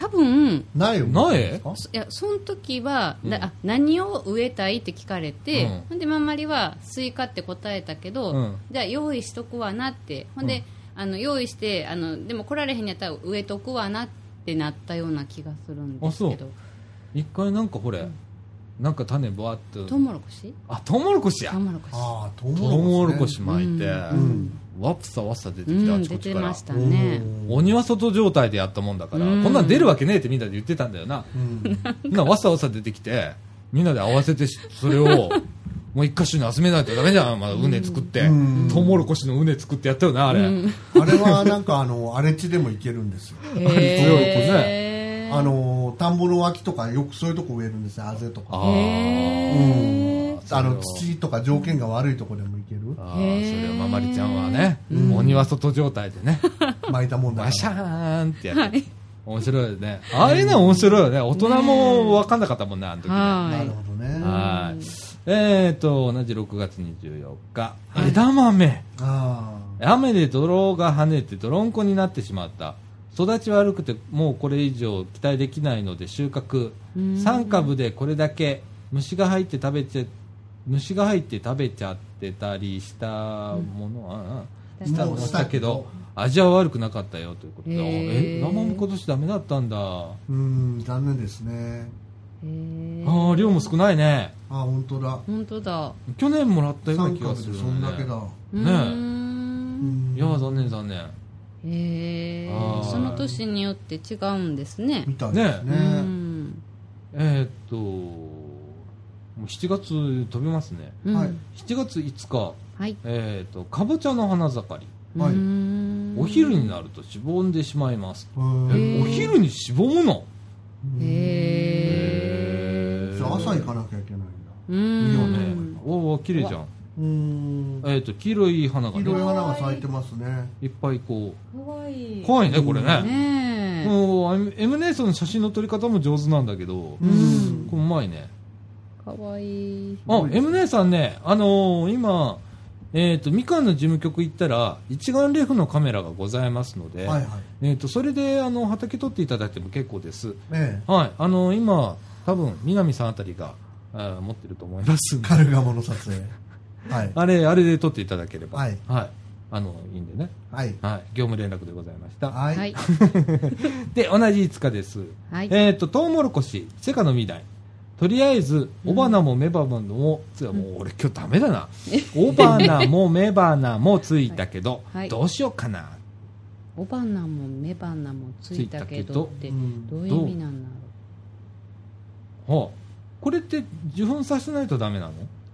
Speaker 3: 多分
Speaker 2: 苗を持ってるんですか
Speaker 3: そいやその時は、
Speaker 1: うん
Speaker 3: なあ何を植えたいって聞かれて、
Speaker 1: うん
Speaker 3: ほんでまんまりはスイカって答えたけど、
Speaker 1: うん
Speaker 3: じゃあ用意しとくわなってほんで、あの用意してあのでも来られへんやったら植えとくわなってなったような気がするんですけ
Speaker 1: あ
Speaker 3: ど
Speaker 1: 一回なんかほれ、なんか種バーっ
Speaker 3: ト
Speaker 1: と
Speaker 3: ウモロコシ
Speaker 1: あトウモロコシや
Speaker 3: トウモロコシ
Speaker 2: ああト
Speaker 1: トウモロコシ
Speaker 2: ね
Speaker 1: 巻いて、
Speaker 2: ん
Speaker 1: わっさわっさ出て
Speaker 3: う
Speaker 1: きたあ
Speaker 3: ん
Speaker 1: ちこ
Speaker 3: 出
Speaker 1: ち
Speaker 3: て
Speaker 1: から、
Speaker 3: ましたね
Speaker 1: 鬼は外状態でやったもんだから、
Speaker 3: うん
Speaker 1: こんなん出るわけねえってみんなで言ってたんだよな
Speaker 2: うん
Speaker 1: みんなわさわさ出てきて、みんなで合わせてし、それ を、もう一箇所に集めないとダメじゃん。まだ畝作って
Speaker 2: うん。
Speaker 1: トウモロコシの畝作ってやったよな、あれ。
Speaker 3: うん
Speaker 2: あれはなんかあの 荒れ地でもいけるんですよ
Speaker 3: へ
Speaker 1: 強いです
Speaker 3: え
Speaker 2: あの田んぼの脇とかよくそういうとこ植えるんですよあぜとか
Speaker 1: あ
Speaker 3: へー
Speaker 1: ー
Speaker 2: あの土とか条件が悪いとこでもいける
Speaker 1: あ
Speaker 3: へ
Speaker 1: ー
Speaker 3: ー
Speaker 1: それをままりちゃんはね、鬼は外状態でね、
Speaker 2: 巻いたもんだ か
Speaker 1: バシ
Speaker 2: ら
Speaker 1: ャーンってやって、面白いですね。ああいうの面白いよね。大人も分かんなかったもんね、あの時ね。
Speaker 3: は
Speaker 2: なる
Speaker 3: い
Speaker 2: ほどね。
Speaker 1: はい。えっ、と、同じ6月24日、枝豆。
Speaker 2: あ
Speaker 1: 雨で泥が跳ねて泥んこになってしまった。育ち悪くてもうこれ以上期待できないので収穫。
Speaker 3: うん
Speaker 1: 3株でこれだけ虫が入って食べて、虫が入って食べちゃってたりしたものは、
Speaker 3: うん
Speaker 1: したのしたけど、味は悪くなかったよということで、
Speaker 3: へ
Speaker 1: あ
Speaker 3: ー
Speaker 1: え、枝豆今年ダメだったんだ。あ
Speaker 2: ーうん、残念ですね。
Speaker 3: へー
Speaker 1: あ、量も少ないね。
Speaker 2: あー、本当だ。
Speaker 3: 本当だ
Speaker 1: 去年もらったような
Speaker 2: 三
Speaker 1: 気が
Speaker 2: 株
Speaker 1: す
Speaker 2: で
Speaker 1: る、ね。
Speaker 2: そんだけだ。
Speaker 3: うー
Speaker 2: う
Speaker 3: ん
Speaker 2: ん
Speaker 1: いやー残念残念
Speaker 3: へ
Speaker 1: あ
Speaker 3: え
Speaker 1: ー
Speaker 3: その年によって違うんですね
Speaker 2: みたいです
Speaker 3: う
Speaker 2: ね。
Speaker 3: ん
Speaker 1: えーっともう7月飛びますね
Speaker 3: うん
Speaker 2: はい
Speaker 1: 7月5日
Speaker 3: はい
Speaker 1: えーっとかぼちゃの花盛り
Speaker 2: はいう
Speaker 3: ーん
Speaker 1: お昼になるとしぼんでしまいます
Speaker 2: うん
Speaker 3: へ
Speaker 1: え
Speaker 3: ー
Speaker 1: お昼にしぼむの
Speaker 3: へえ
Speaker 2: じゃあ朝行かなきゃいけないんだ。
Speaker 3: うん
Speaker 1: いいよねおお綺麗じゃん
Speaker 2: うん。
Speaker 1: えーっと黄色い花が
Speaker 2: 黄色い
Speaker 1: ね
Speaker 2: 花が咲いてますね。
Speaker 1: いっぱいこ
Speaker 4: かわいうい。
Speaker 1: 怖いねこれね
Speaker 3: ねえ
Speaker 1: もう M- M ネーソンの写真の撮り方も上手なんだけど
Speaker 2: う
Speaker 3: うん
Speaker 2: ん。
Speaker 1: これうまいね
Speaker 3: かわいい
Speaker 1: あ
Speaker 2: う、ん
Speaker 1: M 姉さんね、あのー今、えっ、と、みかんの事務局行ったら、一眼レフのカメラがございますので、
Speaker 2: はいはい。
Speaker 1: えっ、と、それで、あの、畑撮っていただいても結構です。
Speaker 2: ええ。
Speaker 1: はい、あのー今、多分、南さんあたりが、えー持ってると思いますんで
Speaker 2: カルガモの撮影。はい。
Speaker 1: あれ、あれで撮っていただければ、
Speaker 2: はい
Speaker 1: あの、いいんでね。
Speaker 2: はい。
Speaker 1: はい、業務連絡でございました。
Speaker 2: は。
Speaker 3: はいい
Speaker 1: で、同じ5日です。
Speaker 3: はい
Speaker 1: えっ、と、トウモロコシ、セカの未来。とりあえず、雄花も雌花も、つうかもう俺今日ダメだ な。雄花も雌花もついたけど、
Speaker 3: はい
Speaker 1: どうしようかな。
Speaker 3: おばなもめばなもついたけどっ
Speaker 1: つ
Speaker 3: て
Speaker 2: うん
Speaker 3: どういう意味なんだろ
Speaker 1: ほうこれって受粉させないとダメなの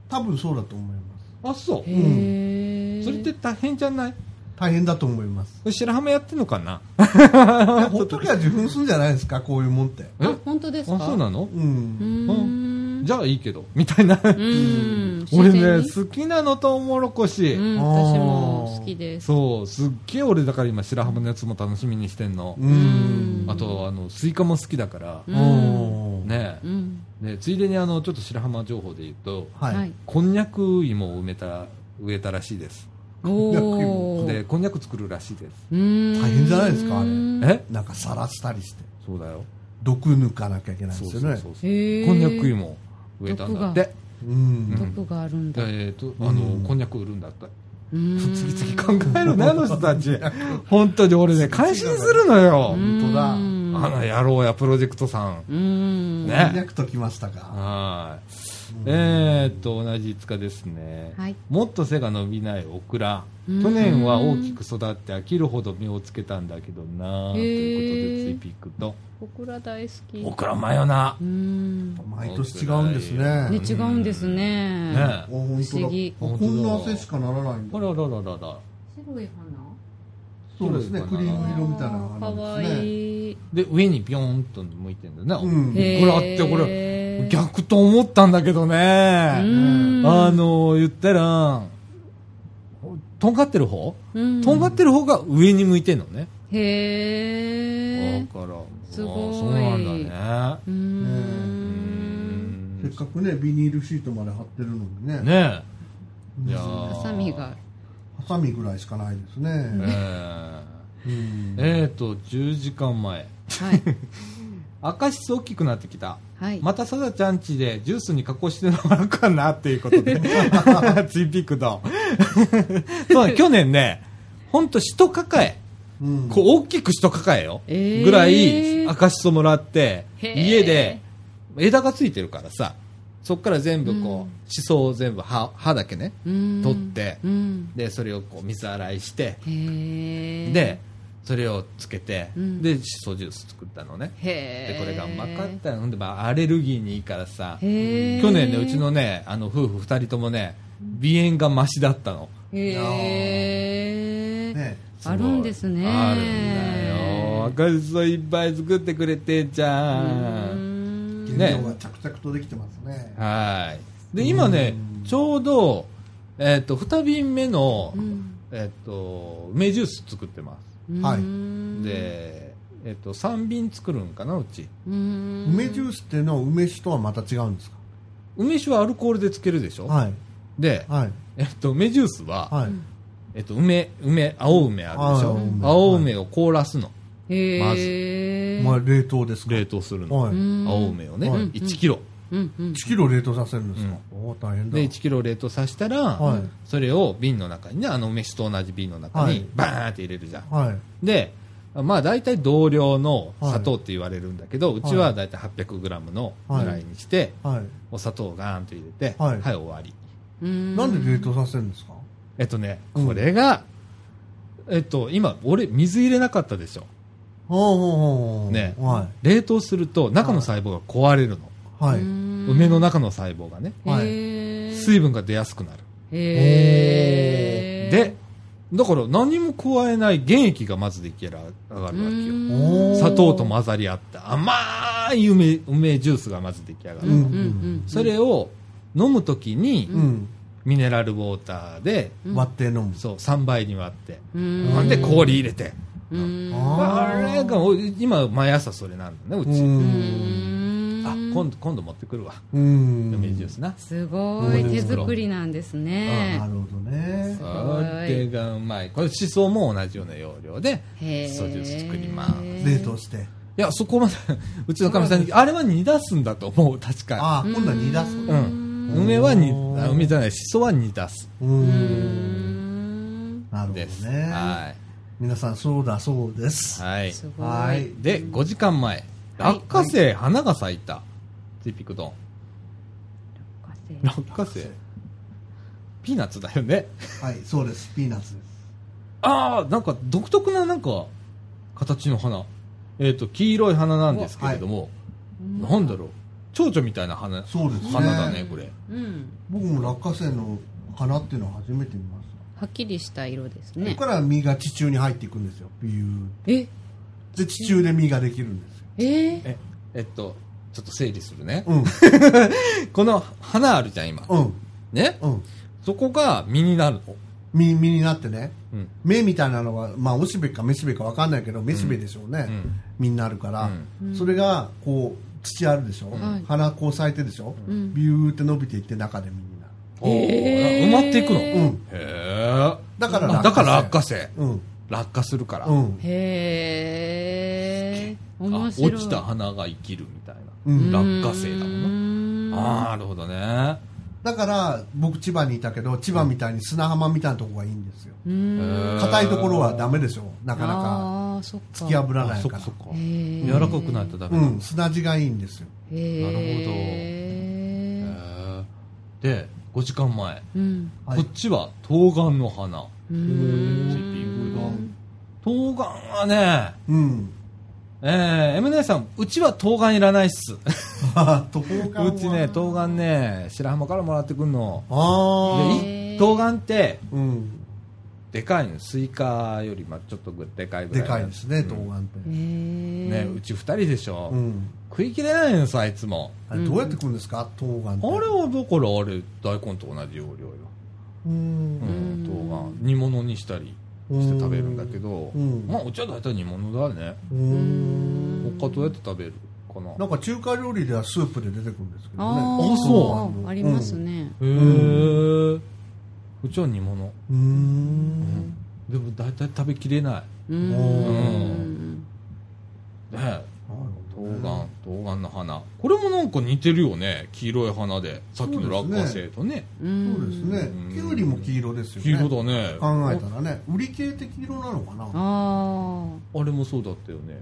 Speaker 2: 多分そうだと思います。
Speaker 1: あ、そう
Speaker 3: へえ
Speaker 1: う。それって大変じゃない
Speaker 2: 大変だと思 います。
Speaker 1: これ白浜やってんのかない
Speaker 2: やほっときゃ受粉するんじゃないですか、こういうもんって。
Speaker 1: え
Speaker 3: あ本当で
Speaker 1: あ、
Speaker 3: すか
Speaker 1: そうなの
Speaker 2: う
Speaker 3: うー
Speaker 2: ん。
Speaker 3: ん
Speaker 1: じゃあいいけど、みたいな。
Speaker 3: うーん
Speaker 1: 俺
Speaker 3: 自
Speaker 1: ね、
Speaker 3: 然に
Speaker 1: 好きなのトウモロコシ。
Speaker 3: うん
Speaker 2: あー
Speaker 3: 私も好きです
Speaker 1: そう、すっげえ俺だから今白浜のやつも楽しみにしてんの。
Speaker 2: うん。
Speaker 1: あと、あの、スイカも好きだから、
Speaker 3: う
Speaker 2: おー。
Speaker 1: ね
Speaker 3: うん
Speaker 1: ねついでにあの、ちょっと白浜情報で言うと、
Speaker 2: はい。
Speaker 3: はい
Speaker 1: こんにゃく芋を埋めた、植えたらしいです。
Speaker 3: おお
Speaker 1: で、こんにゃく作るらしいです。
Speaker 3: 大
Speaker 2: 大変じゃないですかあれ
Speaker 1: え
Speaker 2: なんかさらしたりして、
Speaker 1: そうだよ。
Speaker 2: 毒抜かなきゃいけないん
Speaker 1: そう
Speaker 2: です
Speaker 1: そ
Speaker 2: よ
Speaker 1: う
Speaker 2: ね。
Speaker 1: そうそう。
Speaker 3: へー
Speaker 1: こんにゃく芋を植えたんだって。
Speaker 2: うん。
Speaker 3: 毒があるんだ
Speaker 1: えっと、あの
Speaker 2: う、ん
Speaker 1: こんにゃく売るんだって。
Speaker 3: 次
Speaker 1: 次々考えるね、あの人たち。 本当に俺ね、感心するのよ。
Speaker 2: 本当だ
Speaker 1: あの野郎やプロジェクトさん。
Speaker 3: うん
Speaker 1: ね
Speaker 2: こんにゃくときましたか。
Speaker 1: はい。えーっと、同じ5日ですね。
Speaker 3: はい
Speaker 1: もっと背が伸びないオクラ。
Speaker 3: うん
Speaker 1: 去年は大きく育って飽きるほど実をつけたんだけどなあ
Speaker 3: へー
Speaker 1: ということで、ついピックと。
Speaker 3: オクラ大好き
Speaker 1: オクラうまいよな
Speaker 3: う。んね
Speaker 2: 毎年違うんですね。
Speaker 3: 違うんですね
Speaker 1: ね
Speaker 2: お本
Speaker 3: 不思議
Speaker 2: 当だ。あこんな汗しかならないん
Speaker 1: あ
Speaker 2: だ。
Speaker 1: ららららら。
Speaker 3: 白い
Speaker 2: そうですね。クリーム色みたいなの
Speaker 3: か
Speaker 2: があ
Speaker 3: わ
Speaker 2: るんですね。
Speaker 3: いい
Speaker 1: で、上にビョーンと向いてんだね。
Speaker 2: うん
Speaker 1: オクラってこれ、
Speaker 3: れ
Speaker 1: 逆と思ったんだけどね。あの、言ったら、とんがってる方とんがってる方が上に向いてんのね。
Speaker 3: へえ
Speaker 1: だから、
Speaker 3: すごい
Speaker 1: あそうなんだね。
Speaker 3: う
Speaker 1: うんん
Speaker 2: せっかくね、ビニールシートまで貼ってるのにね。
Speaker 1: ね
Speaker 2: うん
Speaker 1: え。いや
Speaker 2: ハ
Speaker 1: ー
Speaker 3: ハサミが
Speaker 2: サミぐらいしかないですね。
Speaker 1: え
Speaker 2: うん
Speaker 1: ー、えーと、10時間前。
Speaker 3: はい
Speaker 1: 赤しそ大きくなってきた。
Speaker 3: はい
Speaker 1: またさだちゃんちでジュースに加工してもらおうかなっていうこと で。ツイピークだ。そうね去年ね、ほんと一抱え。
Speaker 2: うん
Speaker 1: こう大きくしと抱えよ、
Speaker 3: えー
Speaker 1: ぐらい赤しそもらって
Speaker 3: へー
Speaker 1: 家で枝がついてるからさそっから全部こう、しそを全部葉葉だけね
Speaker 3: 取
Speaker 1: 取って
Speaker 3: うん
Speaker 1: でそれをこう水洗いして
Speaker 3: へえ
Speaker 1: でそれをつけて、
Speaker 3: うん
Speaker 1: でしそジュース作ったのね
Speaker 3: へ
Speaker 1: で
Speaker 3: え
Speaker 1: これがうまかったのほんで、まあ、アレルギーにいいからさ去
Speaker 3: へえ
Speaker 1: 年ねうちのねあの夫婦2人ともね鼻炎がマシだったの
Speaker 3: へえ
Speaker 2: ね
Speaker 1: ごい
Speaker 3: あるんですね
Speaker 1: あるんだよ赤しそいっぱい作ってくれてんじゃ
Speaker 3: うー
Speaker 1: ん
Speaker 3: ん
Speaker 1: ね
Speaker 2: 原料が着々とできてますね。
Speaker 1: はい。で、今ね、ちょうど、えっ、と、2瓶目の、
Speaker 3: うん
Speaker 1: えっ、と、梅ジュース作ってます。
Speaker 2: はいう
Speaker 3: ーん
Speaker 1: で、えっと、3瓶作るんかなうち
Speaker 3: うーん
Speaker 2: 梅ジュースっていうのは梅酒とはまた違うんですか
Speaker 1: 梅酒はアルコールでつけるでしょ、
Speaker 2: はい
Speaker 1: で、
Speaker 2: はい
Speaker 1: えっと、梅ジュースは、
Speaker 2: はい
Speaker 1: えっと、梅梅青梅あるでしょ
Speaker 2: 青梅
Speaker 1: 青梅を凍らすのまず
Speaker 3: へえ、
Speaker 2: まあ冷凍ですか
Speaker 1: 冷凍するの、
Speaker 2: はい
Speaker 3: うん
Speaker 1: 青梅をね、
Speaker 2: はい
Speaker 1: 1キロ
Speaker 3: うんうん
Speaker 2: 1キロ冷凍させるんですか、おお大変だ
Speaker 1: で1キロ冷凍させたら、
Speaker 2: はい
Speaker 1: それを瓶の中にねあの梅酒と同じ瓶の中
Speaker 2: は
Speaker 1: に
Speaker 2: い
Speaker 1: バーンって入れるじゃん、
Speaker 2: はい
Speaker 1: でまあ大体同量の砂糖って言われるんだけど、うちは大体 800g の
Speaker 2: はい
Speaker 1: ぐらいにして、
Speaker 2: はい、
Speaker 1: お砂糖をガーンと入れては、
Speaker 2: はいい
Speaker 1: 終わり
Speaker 3: うん
Speaker 2: なんで冷凍させるんですか
Speaker 1: えっとね
Speaker 2: うん
Speaker 1: これが、えっと今俺水入れなかったでしょ
Speaker 2: ほうほうほうほう
Speaker 1: ね
Speaker 2: は
Speaker 1: 冷凍すると中の細胞が壊れるの、
Speaker 2: いはい、
Speaker 1: 梅の中の細胞がね
Speaker 2: はい
Speaker 3: へえ
Speaker 1: 水分が出やすくなる、
Speaker 3: へえ
Speaker 1: でだから何も加えない原液がまず出来上がるわけよ、
Speaker 3: うん
Speaker 2: おー
Speaker 1: 砂糖と混ざり合った甘い梅梅ジュースがまず出来上がる、
Speaker 2: うん
Speaker 3: うんうん
Speaker 1: それを飲むときに、
Speaker 2: うん、
Speaker 1: ミネラルウォーターで、
Speaker 3: うん
Speaker 2: 割って飲む
Speaker 1: そう3倍に割って、
Speaker 3: うん
Speaker 1: ほんで氷入れて、
Speaker 3: うん
Speaker 2: あ
Speaker 1: あ
Speaker 2: ー
Speaker 1: れがお今毎朝それなんだねう
Speaker 2: う
Speaker 1: ち、
Speaker 2: ん
Speaker 1: あ
Speaker 3: うん
Speaker 1: 今度今度持ってくるわ
Speaker 2: うん
Speaker 1: 梅ジュースな、
Speaker 3: すごい
Speaker 2: うん
Speaker 3: 手作りなんですね
Speaker 2: なるほどね
Speaker 3: すごい
Speaker 1: これがうまいこれしそも同じような要領で
Speaker 3: へえ
Speaker 1: そうジュース作ります
Speaker 2: 冷凍して
Speaker 1: いやそこまで うちのかみさんにあれは煮出すんだと思う確か
Speaker 2: ああ今度は煮出す
Speaker 1: う
Speaker 2: うん
Speaker 1: 梅はに
Speaker 2: おー
Speaker 1: あ梅じゃないしそは煮出す
Speaker 2: んなるほど
Speaker 1: です、
Speaker 2: ね
Speaker 1: は
Speaker 2: 皆さんそうだそうで
Speaker 1: い
Speaker 2: す
Speaker 1: はい
Speaker 3: すごい
Speaker 2: はい
Speaker 1: で5時間前
Speaker 3: はい
Speaker 1: 落花生花が咲いたツイピクドン
Speaker 3: 火星
Speaker 1: 落花生ピーナッツだよね
Speaker 2: はいそうですピーナッツです
Speaker 1: ああなんか独特ななんか形の花えっ、と黄色い花なんですけれども、なんだろう蝶々みたいな花
Speaker 2: そうですね
Speaker 1: 花だねこれ
Speaker 3: うん
Speaker 2: 僕も落花生の花っていうのは初めて見まし
Speaker 3: はっきりした色です
Speaker 2: た、
Speaker 3: ね
Speaker 2: ここから実が地中に入っていくんですよビュー
Speaker 3: え
Speaker 2: で地中で実ができるんですよ
Speaker 3: え
Speaker 1: ええっとちょっと整理するね
Speaker 2: うん
Speaker 1: この花あるじゃん今
Speaker 2: うん
Speaker 1: ね
Speaker 2: うん
Speaker 1: そこが実になるの
Speaker 2: 実実になってね
Speaker 1: うん
Speaker 2: 目みたいなのはまあおしべかめしべかわかんないけどめしべでしょうね、
Speaker 1: うん
Speaker 2: 実になるから、
Speaker 3: うん
Speaker 2: それがこう土あるでしょ、
Speaker 3: はい
Speaker 2: 花こう咲いてでしょ、
Speaker 3: うん
Speaker 2: ビューって伸びていって中で実になる
Speaker 1: おー埋まっていくの
Speaker 3: へ
Speaker 1: へ
Speaker 2: う
Speaker 3: ー
Speaker 2: ん
Speaker 1: え
Speaker 2: だから落花生
Speaker 1: だから落花生
Speaker 2: うん
Speaker 1: 落下するから、
Speaker 2: う
Speaker 1: あ
Speaker 2: ん
Speaker 3: へえ面白い
Speaker 1: 落ちた花が生きるみたいな、
Speaker 2: うん
Speaker 1: 落花生だもん
Speaker 3: ん
Speaker 1: なあーなるほどね
Speaker 2: だから僕千葉にいたけど千葉みたいに砂浜みたいなとこがいいんですよ
Speaker 3: うん
Speaker 2: 硬いところはダメでしょなかなか
Speaker 3: あーそっ
Speaker 2: 突き破ら
Speaker 1: あ
Speaker 2: ない
Speaker 1: そっ
Speaker 2: か
Speaker 1: からそっか
Speaker 3: へー
Speaker 1: 柔らかくないとダメ
Speaker 2: う
Speaker 1: なの、
Speaker 2: ん砂地がいいんですよ
Speaker 1: へ
Speaker 3: へえ
Speaker 1: ーで5時間前、
Speaker 3: うん
Speaker 2: はい
Speaker 1: こっちは冬瓜の花
Speaker 3: うん
Speaker 1: 冬瓜はね
Speaker 2: うん
Speaker 1: えー、M 姉さん、うちは冬瓜いらないっす。
Speaker 2: ああは
Speaker 1: うちね、冬瓜ね、白浜からもらってくんの。
Speaker 2: ああ
Speaker 1: で、い冬瓜って、
Speaker 2: うん
Speaker 1: でかいの。スイカより、まあちょっとぐでかいぐら
Speaker 2: で
Speaker 1: い。
Speaker 2: かいですね冬瓜って
Speaker 3: へえ
Speaker 1: ね、うち二人でしょ。
Speaker 2: うん
Speaker 1: 食い切れないのさ、いつも。
Speaker 2: あれどうやって食うんですか冬瓜って
Speaker 1: あれは、だからあれ、大根と同じ要領よ。
Speaker 2: うん
Speaker 1: うん、冬瓜。煮物にしたりして食べるんだけど、
Speaker 2: うん
Speaker 1: まあうちは大体煮物だね。
Speaker 2: うん
Speaker 1: 他どうやって食べるかな。
Speaker 2: なんか中華料理ではスープで出てくるんですけどね
Speaker 3: あ
Speaker 1: あ
Speaker 3: ー
Speaker 1: そう
Speaker 3: ありますね
Speaker 1: へー。うちは煮物。
Speaker 2: うーん
Speaker 1: でも大体食べきれな
Speaker 3: う
Speaker 1: うん
Speaker 3: ん
Speaker 1: い。ね
Speaker 2: な
Speaker 1: 冬
Speaker 2: るほど
Speaker 1: 瓜、冬瓜の花。これもなんか似てるよね。黄色い花で。さっきの落花生とね。
Speaker 3: うん
Speaker 2: そうですね
Speaker 1: うん
Speaker 2: きゅうりも黄色ですよ
Speaker 1: 黄
Speaker 2: ね
Speaker 1: 色だね。
Speaker 2: 考えたらね売り切れて黄色なのかな
Speaker 3: あ
Speaker 1: あれもそうだったよね。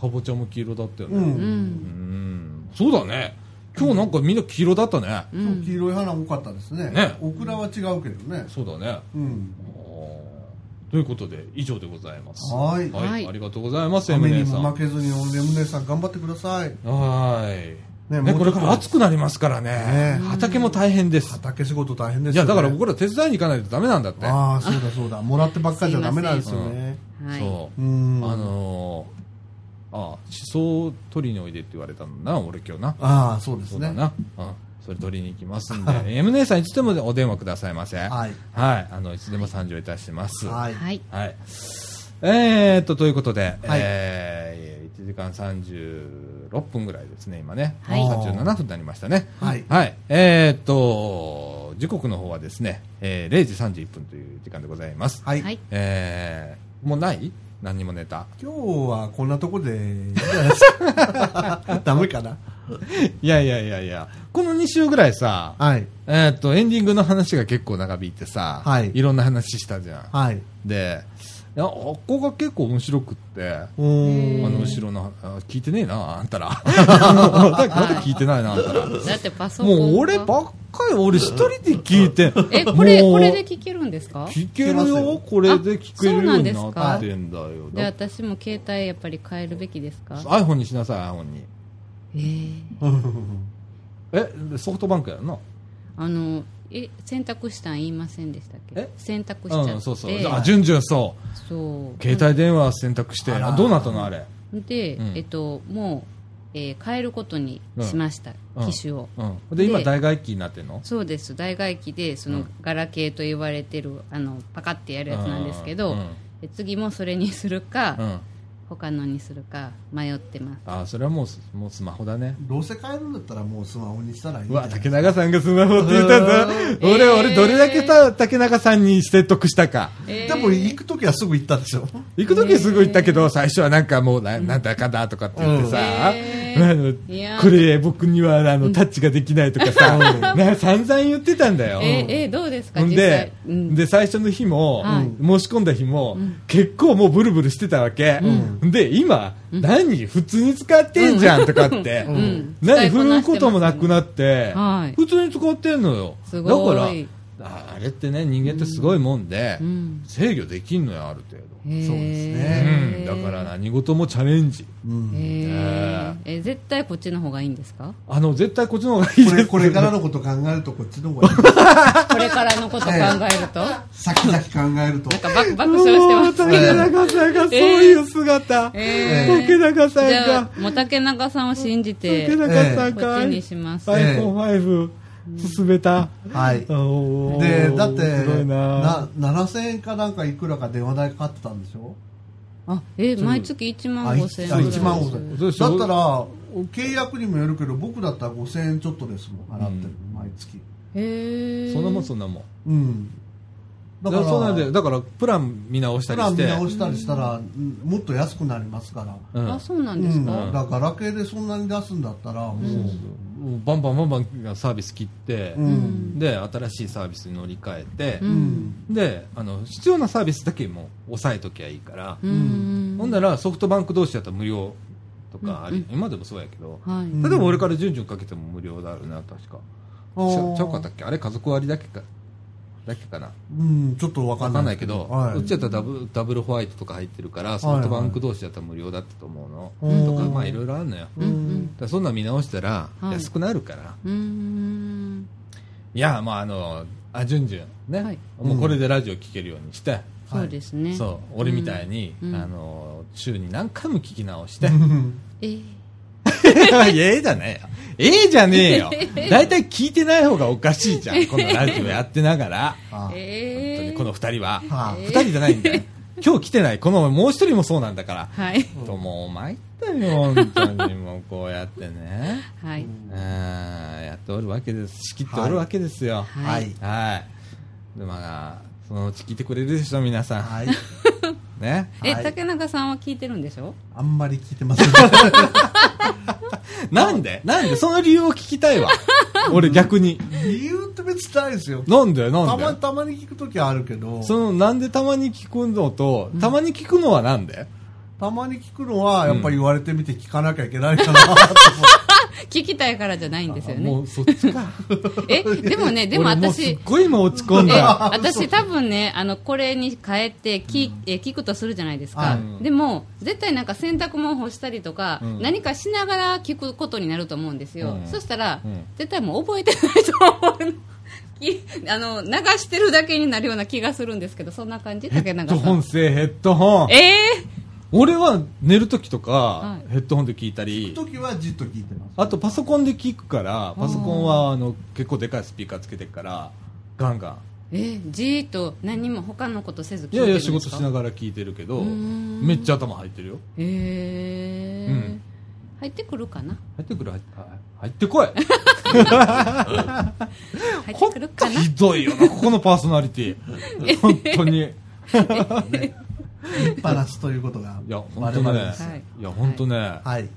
Speaker 1: かぼちゃも黄色だったよ
Speaker 2: う
Speaker 1: ね。
Speaker 3: あうん
Speaker 1: うんん。そうだね。今日なんかみんな黄色だったね。
Speaker 3: う
Speaker 2: そう黄
Speaker 3: ん
Speaker 2: 色い花多かったですね
Speaker 1: ね
Speaker 2: オクラは違うけどね
Speaker 1: そうだね。
Speaker 2: うん
Speaker 1: あーということで、以上でございます。
Speaker 2: はい
Speaker 1: はい。ありがとうございます、エム
Speaker 2: 雨に
Speaker 1: ネさ
Speaker 2: も
Speaker 1: ん。
Speaker 2: 負けずにレムネさん頑張ってください
Speaker 1: はい。
Speaker 2: ね
Speaker 1: ね、
Speaker 2: も
Speaker 1: こ
Speaker 2: う
Speaker 1: れ
Speaker 2: ちょっ
Speaker 1: から
Speaker 2: と
Speaker 1: 暑くなりますからね
Speaker 2: ね。
Speaker 1: 畑も大変です。
Speaker 2: 畑仕事大変です
Speaker 1: いや、だから
Speaker 2: ね
Speaker 1: 僕ら手伝いに行かないとダメなんだって。
Speaker 2: ああそうだそうだもらってばっかりじゃダメなんですよね
Speaker 3: はい
Speaker 1: そうう。
Speaker 2: ん
Speaker 1: あのー、ああ、しそを取りにおいでって言われたんだな、俺今日な。
Speaker 2: ああそうです
Speaker 1: そうだ
Speaker 2: ね
Speaker 1: な。うん。それ取りに行きますんで、M 姉さんいつでもお電話くださいませ。
Speaker 2: はい
Speaker 1: はい。あの、いつでも参上いたします。
Speaker 2: はい
Speaker 3: はい
Speaker 1: はい。えーっと、ということで、
Speaker 2: はい
Speaker 1: え時間36分ぐらいですね、今ね。
Speaker 3: はい
Speaker 1: 37分になりましたね。
Speaker 2: はい
Speaker 1: はい。えーっと、時刻の方はですね、えー0時31分という時間でございます。
Speaker 2: はい、
Speaker 3: はい
Speaker 1: えー、もうない何にもネタ。
Speaker 2: 今日はこんなところでいいんじゃないですか ダメかない
Speaker 1: やいやいやいや、この2週ぐらいさ、
Speaker 2: はい
Speaker 1: えーっと、エンディングの話が結構長引いてさ、
Speaker 2: はい
Speaker 1: ろんな話したじゃん。
Speaker 2: はい
Speaker 1: で、いやここが結構面白くって、
Speaker 2: うーん
Speaker 1: あの後ろの、あ聞いてねえな、あんた ら。まだまだ聞いてないな、あんたら。
Speaker 3: だってパソコン
Speaker 1: もう俺
Speaker 3: が
Speaker 1: ばっかり、俺一人で聞いて。
Speaker 3: えこれ
Speaker 1: もう
Speaker 3: これで聞けるんですか
Speaker 1: 聞け
Speaker 2: 聞
Speaker 1: る
Speaker 2: けます
Speaker 1: よ
Speaker 2: よ、
Speaker 1: これで聞けるように
Speaker 3: あそう
Speaker 1: な
Speaker 3: なん
Speaker 1: っ
Speaker 3: で
Speaker 1: てんだよ。
Speaker 3: で
Speaker 1: だ
Speaker 3: 私も携帯やっぱり変えるべきですか
Speaker 1: iPhone にしなさい、iPhone に。
Speaker 3: えー
Speaker 1: え、ソフトバンクやんな。
Speaker 3: あのえ選択したん言いませんでしたっけ
Speaker 1: え
Speaker 3: 選択しちゃって、
Speaker 1: うん、そうそう。あ、じゅんじゅん、そう。
Speaker 3: そう
Speaker 1: 携帯電話選択して、
Speaker 2: あら
Speaker 1: あどうなったのあれ。
Speaker 3: で、
Speaker 1: うん
Speaker 3: えっと、もう、えー変えることにしました、
Speaker 1: うん
Speaker 3: 機種を、
Speaker 1: うん。で、今、大外機になってんの
Speaker 3: そうです大外機でそうの
Speaker 1: ん
Speaker 3: ガラケーと言われてるあのパカってやるやつなんですけど、
Speaker 1: うん
Speaker 3: え次もそれにするか、
Speaker 1: うん。
Speaker 3: 他のにするか迷ってます
Speaker 1: あ、それはもうス、もうスマホだね。
Speaker 2: どうせ変えるんだったらもうスマホにしたらいいん
Speaker 1: う
Speaker 2: じゃ
Speaker 1: わ、
Speaker 2: ない
Speaker 1: 竹中さんがスマホって言ったんだ。
Speaker 3: うん
Speaker 1: 俺、
Speaker 3: えー
Speaker 1: 俺、どれだけた竹中さんに説得したか。
Speaker 3: え
Speaker 2: でも行く時はすぐ行ったでしょ
Speaker 1: 行く時はすぐ行ったけど、最初はなんかもうな、なんだかだとかって言ってさ、
Speaker 3: え
Speaker 1: あ
Speaker 3: ー
Speaker 1: の
Speaker 3: いやー
Speaker 1: これ僕にはあのタッチができないとかさ、
Speaker 2: うん
Speaker 1: なんか散々言ってたんだよ。
Speaker 3: えーえーどうですか
Speaker 1: ん
Speaker 3: 実際
Speaker 1: で、、
Speaker 3: うん
Speaker 1: で、最初の日も、
Speaker 3: はい
Speaker 1: 申し込んだ日も、結構もうブルブルしてたわけ。で、今、何普通に使ってんじゃんとかって、
Speaker 3: ん
Speaker 1: 何振ることもなくなって、
Speaker 3: はい
Speaker 1: 普通に使ってんのよ。
Speaker 3: すご
Speaker 1: だ
Speaker 3: い
Speaker 1: から、ああれってね、人間ってすごいもんで、
Speaker 3: ん
Speaker 1: 制御できんのよ、ある程度。
Speaker 2: そうです
Speaker 1: うん、
Speaker 2: ね
Speaker 1: だから何事もチャレンジ。
Speaker 2: うん
Speaker 3: えー
Speaker 1: ね
Speaker 3: えー絶対こっちの方がいいんですか
Speaker 1: あの、絶対こっちの方がいいです。
Speaker 2: これこれ からのこと考えるとこっちの方がいい
Speaker 3: これからのこと考える と、
Speaker 2: 先々考えると
Speaker 3: なんか爆爆笑してます
Speaker 1: もう竹中さんがそういう姿。
Speaker 3: えー
Speaker 1: 竹中さん
Speaker 3: じゃ
Speaker 1: が
Speaker 3: あ、もう竹中さんを信じて、
Speaker 1: 竹
Speaker 3: こ
Speaker 1: 中さん
Speaker 3: っ
Speaker 1: が
Speaker 3: ちにします。
Speaker 2: ええ
Speaker 1: iPhone5 進めた。
Speaker 2: はい
Speaker 1: おー
Speaker 2: でだって
Speaker 1: すごいな。
Speaker 2: な7000円かなんかいくらか電話代かかってたんでしょ
Speaker 3: あ、えー、毎月1万5000円ぐらいです。
Speaker 2: 1万
Speaker 1: そうで
Speaker 2: 5000
Speaker 1: しょ
Speaker 2: 円だったら契約にもよるけど僕だったら5000円ちょっとですもん払ってる、毎月
Speaker 3: へー
Speaker 1: そんなもんそんなもん。
Speaker 2: うん
Speaker 1: だ
Speaker 2: だ
Speaker 1: か、
Speaker 2: からら
Speaker 1: そうなんだよ。だから、プラン見直した
Speaker 2: プ
Speaker 1: り
Speaker 2: ラン
Speaker 1: して。
Speaker 2: 見直したりしたら、うんもっと安くなりますから、
Speaker 1: うん
Speaker 3: あ、そうな
Speaker 2: うん
Speaker 3: です
Speaker 2: ん、
Speaker 3: か、
Speaker 2: だからガラケーでそんなに出すんだったらもう、
Speaker 1: もうバンバンバンバンサービス切って、
Speaker 2: うん
Speaker 1: で、新しいサービスに乗り換えて、
Speaker 3: うん
Speaker 1: で、あの、必要なサービスだけも抑えときゃいいから、
Speaker 3: うーん。
Speaker 1: ほんならソフトバンク同士だったら無料とかあり、今でもそうやけど、
Speaker 3: はい。
Speaker 2: ん
Speaker 1: 例えば俺から順々かけても無料だよな、確か。ち
Speaker 2: あー
Speaker 1: ゃちゃうかったっけあれ家族割だけか。だけかな。
Speaker 2: うん、ちょっとわか
Speaker 1: わ
Speaker 2: ん
Speaker 1: か
Speaker 2: ない
Speaker 1: んないけど、
Speaker 2: は
Speaker 1: うちやったらダブダブルホワイトとか入ってるから、ソフトバンク同士だったら無料だったと思うの。
Speaker 2: うん
Speaker 1: とか、まあいろいろあるのよ。だか
Speaker 3: うん
Speaker 1: らそんなん見直したら
Speaker 3: はい
Speaker 1: 安くなるから。
Speaker 3: うん。うーん。
Speaker 1: い、や、まああの、あ、順々ね、
Speaker 3: はい
Speaker 1: もうこれでラジオ聞けるようにして、
Speaker 3: そうですね。
Speaker 1: そう、俺みたいに、
Speaker 3: うん
Speaker 1: あの、週に何回も聞き直 して、
Speaker 2: うん
Speaker 3: えー
Speaker 1: いやええじゃねえよ。ええじゃねえ よ。大体聞いてない方がおかしいじゃん。このラジオやってながら。
Speaker 2: あ
Speaker 1: 本当に
Speaker 3: え
Speaker 1: この二人は。
Speaker 2: はあ
Speaker 1: 二人じゃないんだよ。今日来てない。このもう一人もそうなんだから。
Speaker 3: ー、はい。
Speaker 1: ともう参ったよ。本当にもうこうやってね。
Speaker 3: はい。
Speaker 1: うんやっておるわけです。仕切っておるわけですよ。
Speaker 2: はいい
Speaker 1: はい。で、まあ、そのうち聞いてくれるでしょ、皆さん。
Speaker 2: はい
Speaker 1: ね。
Speaker 3: え、
Speaker 2: はい
Speaker 3: 竹中さんは聞いてるんでしょ
Speaker 2: あんまり聞いてません
Speaker 1: なんでなんでその理由を聞きたいわ。俺逆に。
Speaker 2: 理由って別にないですよ
Speaker 1: なんでなんで
Speaker 2: たまたまに聞く時はあるけど
Speaker 1: そのなんでたまに聞くのと、たまに聞くのはなんで、
Speaker 2: たまに聞くのはやっぱり言われてみて聞かなきゃいけないかなと思って
Speaker 3: 聞きたいからじゃないんですよ ね。
Speaker 1: もうそっちか。
Speaker 3: え、でもね、でも
Speaker 1: 俺う
Speaker 3: 私
Speaker 1: すっ、ごい今落ち込ん
Speaker 3: え
Speaker 1: だ。
Speaker 3: 私多分ねあのこれに変えて聞,、え聞くとするじゃないですか、
Speaker 1: はい
Speaker 3: でも絶対なんか洗濯物干したりとか、
Speaker 1: うん
Speaker 3: 何かしながら聞くことになると思うんですよ、
Speaker 1: うん
Speaker 3: そしたら、
Speaker 1: うん
Speaker 3: 絶対もう覚えてないと思う きあの流してるだけになるような気がするんですけどそんな感じ
Speaker 1: ヘ
Speaker 3: 竹
Speaker 1: ッ
Speaker 3: 中
Speaker 1: ド
Speaker 3: さ
Speaker 1: ホン
Speaker 3: ん
Speaker 1: せえ、ヘッドホン。
Speaker 3: え
Speaker 1: 俺は寝るときとか
Speaker 3: は、
Speaker 1: ヘッドホンで聞いたり、
Speaker 2: 時はじっと聞いてます
Speaker 1: あとパソコンで聞くから、パソコンはあの結構でかいスピーカーつけてるから、ガンガン。
Speaker 3: えじーっと何も他のことせず聞い
Speaker 1: い
Speaker 3: て
Speaker 1: や
Speaker 3: るん
Speaker 1: い
Speaker 3: で
Speaker 1: や
Speaker 3: すか
Speaker 1: 仕事しながら聞いてるけど
Speaker 3: うーん
Speaker 1: めっちゃ頭入ってるよ
Speaker 3: へえ、
Speaker 1: うん
Speaker 3: 入ってくるかな
Speaker 1: 入ってくる入ってあ入ってこい
Speaker 3: 入っ
Speaker 1: ほ
Speaker 3: て
Speaker 1: ん
Speaker 3: くる
Speaker 1: と
Speaker 3: かな
Speaker 1: ひどいよなここのパーソナリテ ィ本当に
Speaker 2: バランスということが
Speaker 1: いや本
Speaker 2: 我
Speaker 1: 当ね、
Speaker 2: 々
Speaker 1: い
Speaker 2: です。
Speaker 3: はい
Speaker 1: や本当ね、
Speaker 2: はい。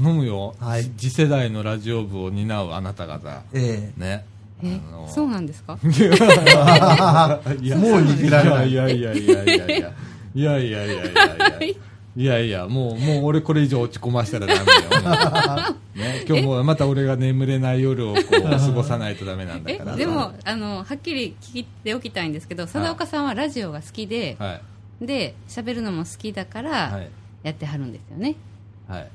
Speaker 1: 頼むよ、
Speaker 2: はい
Speaker 1: 次世代のラジオ部を担うあなた方
Speaker 2: え
Speaker 1: ね
Speaker 3: え
Speaker 1: あの
Speaker 3: そうなんですか
Speaker 1: いや
Speaker 2: もう逃げられない
Speaker 1: やいやいやいやいやいやいやいやいやいやいやいやいやもうもう俺これ以上落ち込ましたらダメよ、ね、今日もまた俺が眠れない夜をこう過ごさないとダメなんだ
Speaker 3: え
Speaker 1: から
Speaker 3: でもあのはっきり聞いておきたいんですけど貞岡さんはラジオが好きで、
Speaker 1: はい
Speaker 3: で喋るのも好きだから、
Speaker 1: はい
Speaker 3: やってはるんですよね
Speaker 1: はい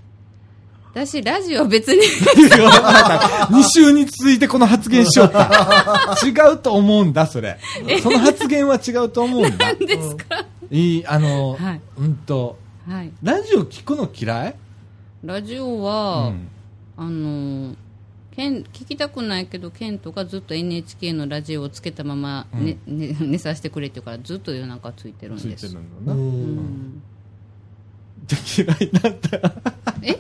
Speaker 3: 私ラジオ別 に
Speaker 1: 2週に続いてこの発言しよった違うと思うんだそれその発言は違うと思うんだ
Speaker 3: なんですか、
Speaker 1: いいあの、
Speaker 3: はい
Speaker 1: うんと
Speaker 3: はい、
Speaker 1: ラジオ聞くの嫌い、
Speaker 3: ラジオ
Speaker 1: う
Speaker 3: は、
Speaker 1: ん
Speaker 3: あのケン聞きたくないけどケントがずっと NHK のラジオをつけたまま寝,、ね寝させてくれって言うからずっと夜中ついてるん
Speaker 1: つい
Speaker 3: で
Speaker 1: て
Speaker 3: す
Speaker 1: るん
Speaker 2: え
Speaker 1: だな、
Speaker 3: う
Speaker 2: うん
Speaker 3: ん
Speaker 1: 嫌いなんだ い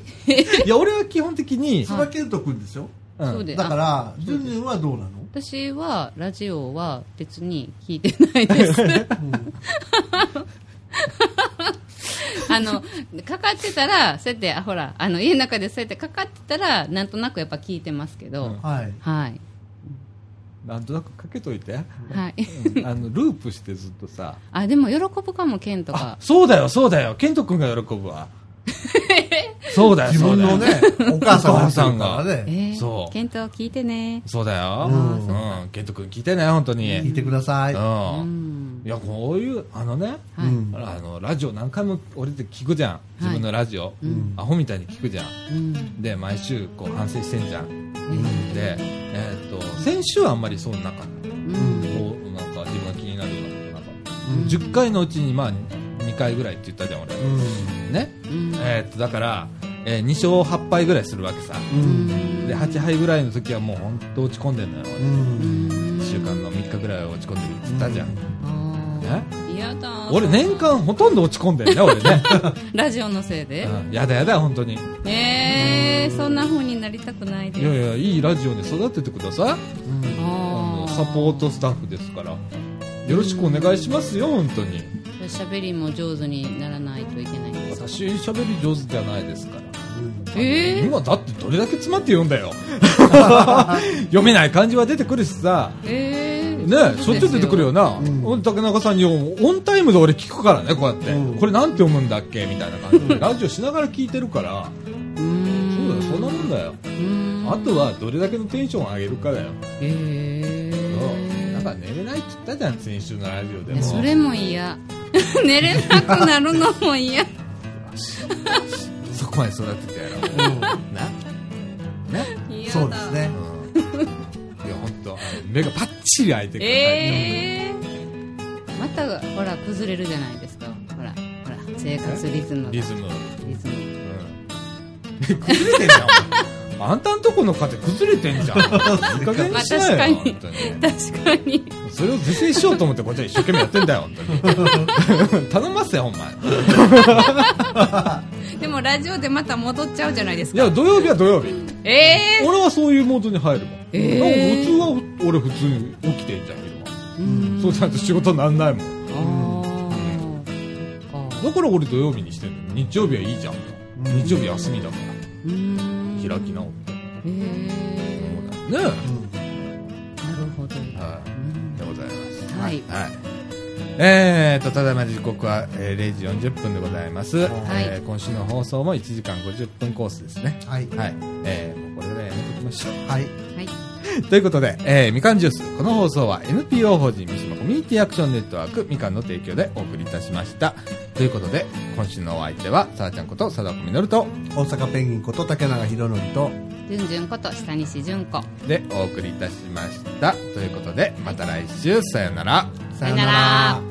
Speaker 1: や俺は基本的に、
Speaker 2: それはケント君でしょ
Speaker 1: うん
Speaker 3: そうで
Speaker 2: だから、ジュンジュンはどうなの
Speaker 3: 私はラジオは別に聞いてないです あのかかってたらそうやってあほらあの家の中でそうやってかかってたらなんとなくやっぱ聞いてますけど、
Speaker 1: うん
Speaker 2: はい。
Speaker 3: はい
Speaker 1: なんとなくかけといて、
Speaker 3: はい
Speaker 1: うんあのループしてずっとさ
Speaker 3: あでも喜ぶかもケント
Speaker 1: あ
Speaker 3: が
Speaker 1: そうだよそうだよ健人君が喜ぶ わそうだよ
Speaker 2: 自分のね、お母さんがやってるから
Speaker 3: え
Speaker 2: ね。
Speaker 3: ー、
Speaker 1: そう
Speaker 3: ケント聞いてね
Speaker 1: そうだよ、
Speaker 2: う
Speaker 1: うんん健人君聞いてね本当に、
Speaker 2: 聞いてください。
Speaker 1: う
Speaker 3: うんん
Speaker 1: いやこういうあのね
Speaker 3: は
Speaker 2: う
Speaker 3: い
Speaker 2: ん
Speaker 1: あのラジオ何回も俺って聞くじゃん自分のラジオ、
Speaker 2: ん
Speaker 1: アホみたいに聞くじゃん
Speaker 3: うん
Speaker 1: で毎週こう反省してんじゃん、で、えー、と先週はあんまりそうなかった
Speaker 3: うん
Speaker 1: こうなんか自分が気になるようなことなかった、
Speaker 2: うん
Speaker 1: 10回のうちにまあ2回ぐらいって言ったじゃん俺ね、
Speaker 3: うん
Speaker 1: えー、とだから、え2勝8敗ぐらいするわけさ
Speaker 2: うん。うん。
Speaker 1: で8敗ぐらいの時はもう本当落ち込んでんのよ
Speaker 2: う
Speaker 1: 俺
Speaker 2: ん。
Speaker 1: 1週間の3日ぐらいは落ち込んでるって言ったじゃん、ね
Speaker 3: 嫌だ
Speaker 1: 俺年間ほとんど落ち込んでんね俺ね、
Speaker 3: ラジオのせいで
Speaker 1: うん、やだやだ本当に
Speaker 3: えー、そんな風になりたくないで
Speaker 1: い
Speaker 3: す
Speaker 1: やいやいいラジオに育ててください
Speaker 2: うん
Speaker 1: あ
Speaker 3: あ
Speaker 1: の
Speaker 3: ー
Speaker 1: サポートスタッフですからよろしくお願いしますよ本当に
Speaker 3: 喋りも上手にならないといけないんです
Speaker 1: 私喋り上手じゃないですから
Speaker 3: えー
Speaker 1: 今だってどれだけ詰まって読んだよ読めない漢字は出てくるしさ
Speaker 3: えー、
Speaker 1: ねしょっちゅう出てくるよな、
Speaker 2: うん
Speaker 1: 竹中さんにオンタイムで俺聞くからねこうやって、
Speaker 2: うん
Speaker 1: これなんて読むんだっけみたいな感じでラジオしながら聞いてるから
Speaker 3: う
Speaker 1: そうだよ
Speaker 3: ん
Speaker 1: そんなもんだよ
Speaker 3: うん
Speaker 1: あとはどれだけのテンションを上げるかだよ、
Speaker 3: え
Speaker 1: うん、なん
Speaker 3: ー
Speaker 1: か寝れないって言ったじゃん先週のラジオで
Speaker 3: い
Speaker 1: も
Speaker 3: やそれも嫌 寝れなくなるの も嫌
Speaker 1: そこまで育ててやろうなね、
Speaker 3: 嫌だ
Speaker 2: そうですね。
Speaker 1: いや本当目がパッチリ開いてるから
Speaker 3: ええー、またほら崩れるじゃないですかほらほら生活リズムが
Speaker 1: リズム、
Speaker 3: リズム
Speaker 1: うん崩れてんじゃんお前あんたんとこの家庭崩れてんじゃんいい 加減にし
Speaker 3: まあ確か
Speaker 1: なよ
Speaker 3: に
Speaker 1: 本当に
Speaker 3: 確かに
Speaker 1: それを是正しようと思ってこっちは一生懸命やってんだよ本当に 頼ませよお前い
Speaker 3: でもラジオでまた戻っちゃうじゃないですか
Speaker 1: や土曜日は土曜日
Speaker 3: ええ
Speaker 1: 俺はそういうモードに入るもん、
Speaker 3: えー
Speaker 1: なんか普通は俺普通に起きてんじゃん昼間
Speaker 3: ー、うん
Speaker 1: そうじゃないと仕事になんないもん
Speaker 3: あーそっか
Speaker 1: だから俺土曜日にしてんの日曜日はいいじゃん
Speaker 2: ん
Speaker 1: 日曜日休みだから
Speaker 3: うーん
Speaker 1: 開き直って
Speaker 3: ええ
Speaker 1: ね
Speaker 3: ー、なるほど、
Speaker 1: は
Speaker 3: う
Speaker 1: い
Speaker 3: ん
Speaker 1: でございます
Speaker 3: はい
Speaker 1: はいえーとただいま時刻は、えー0時40分でございます、
Speaker 2: はい
Speaker 1: えー今週の放送も1時間50分コースですね
Speaker 2: はい。
Speaker 1: はい、えー、もうこれぐらいやめときましょう
Speaker 2: はい。
Speaker 3: はい
Speaker 1: ということで、えーみかんジュース。この放送は NPO 法人三島コミュニティアクションネットワークみかんの提供でお送りいたしました。ということで、今週のお相手は、さあちゃんこと、さだこみのると、
Speaker 2: 大阪ペンギンこと竹永宏典と、
Speaker 3: じゅんじゅんこと下西じゅんこ
Speaker 1: でお送りいたしました。ということで、また来週、さよなら。
Speaker 3: さよなら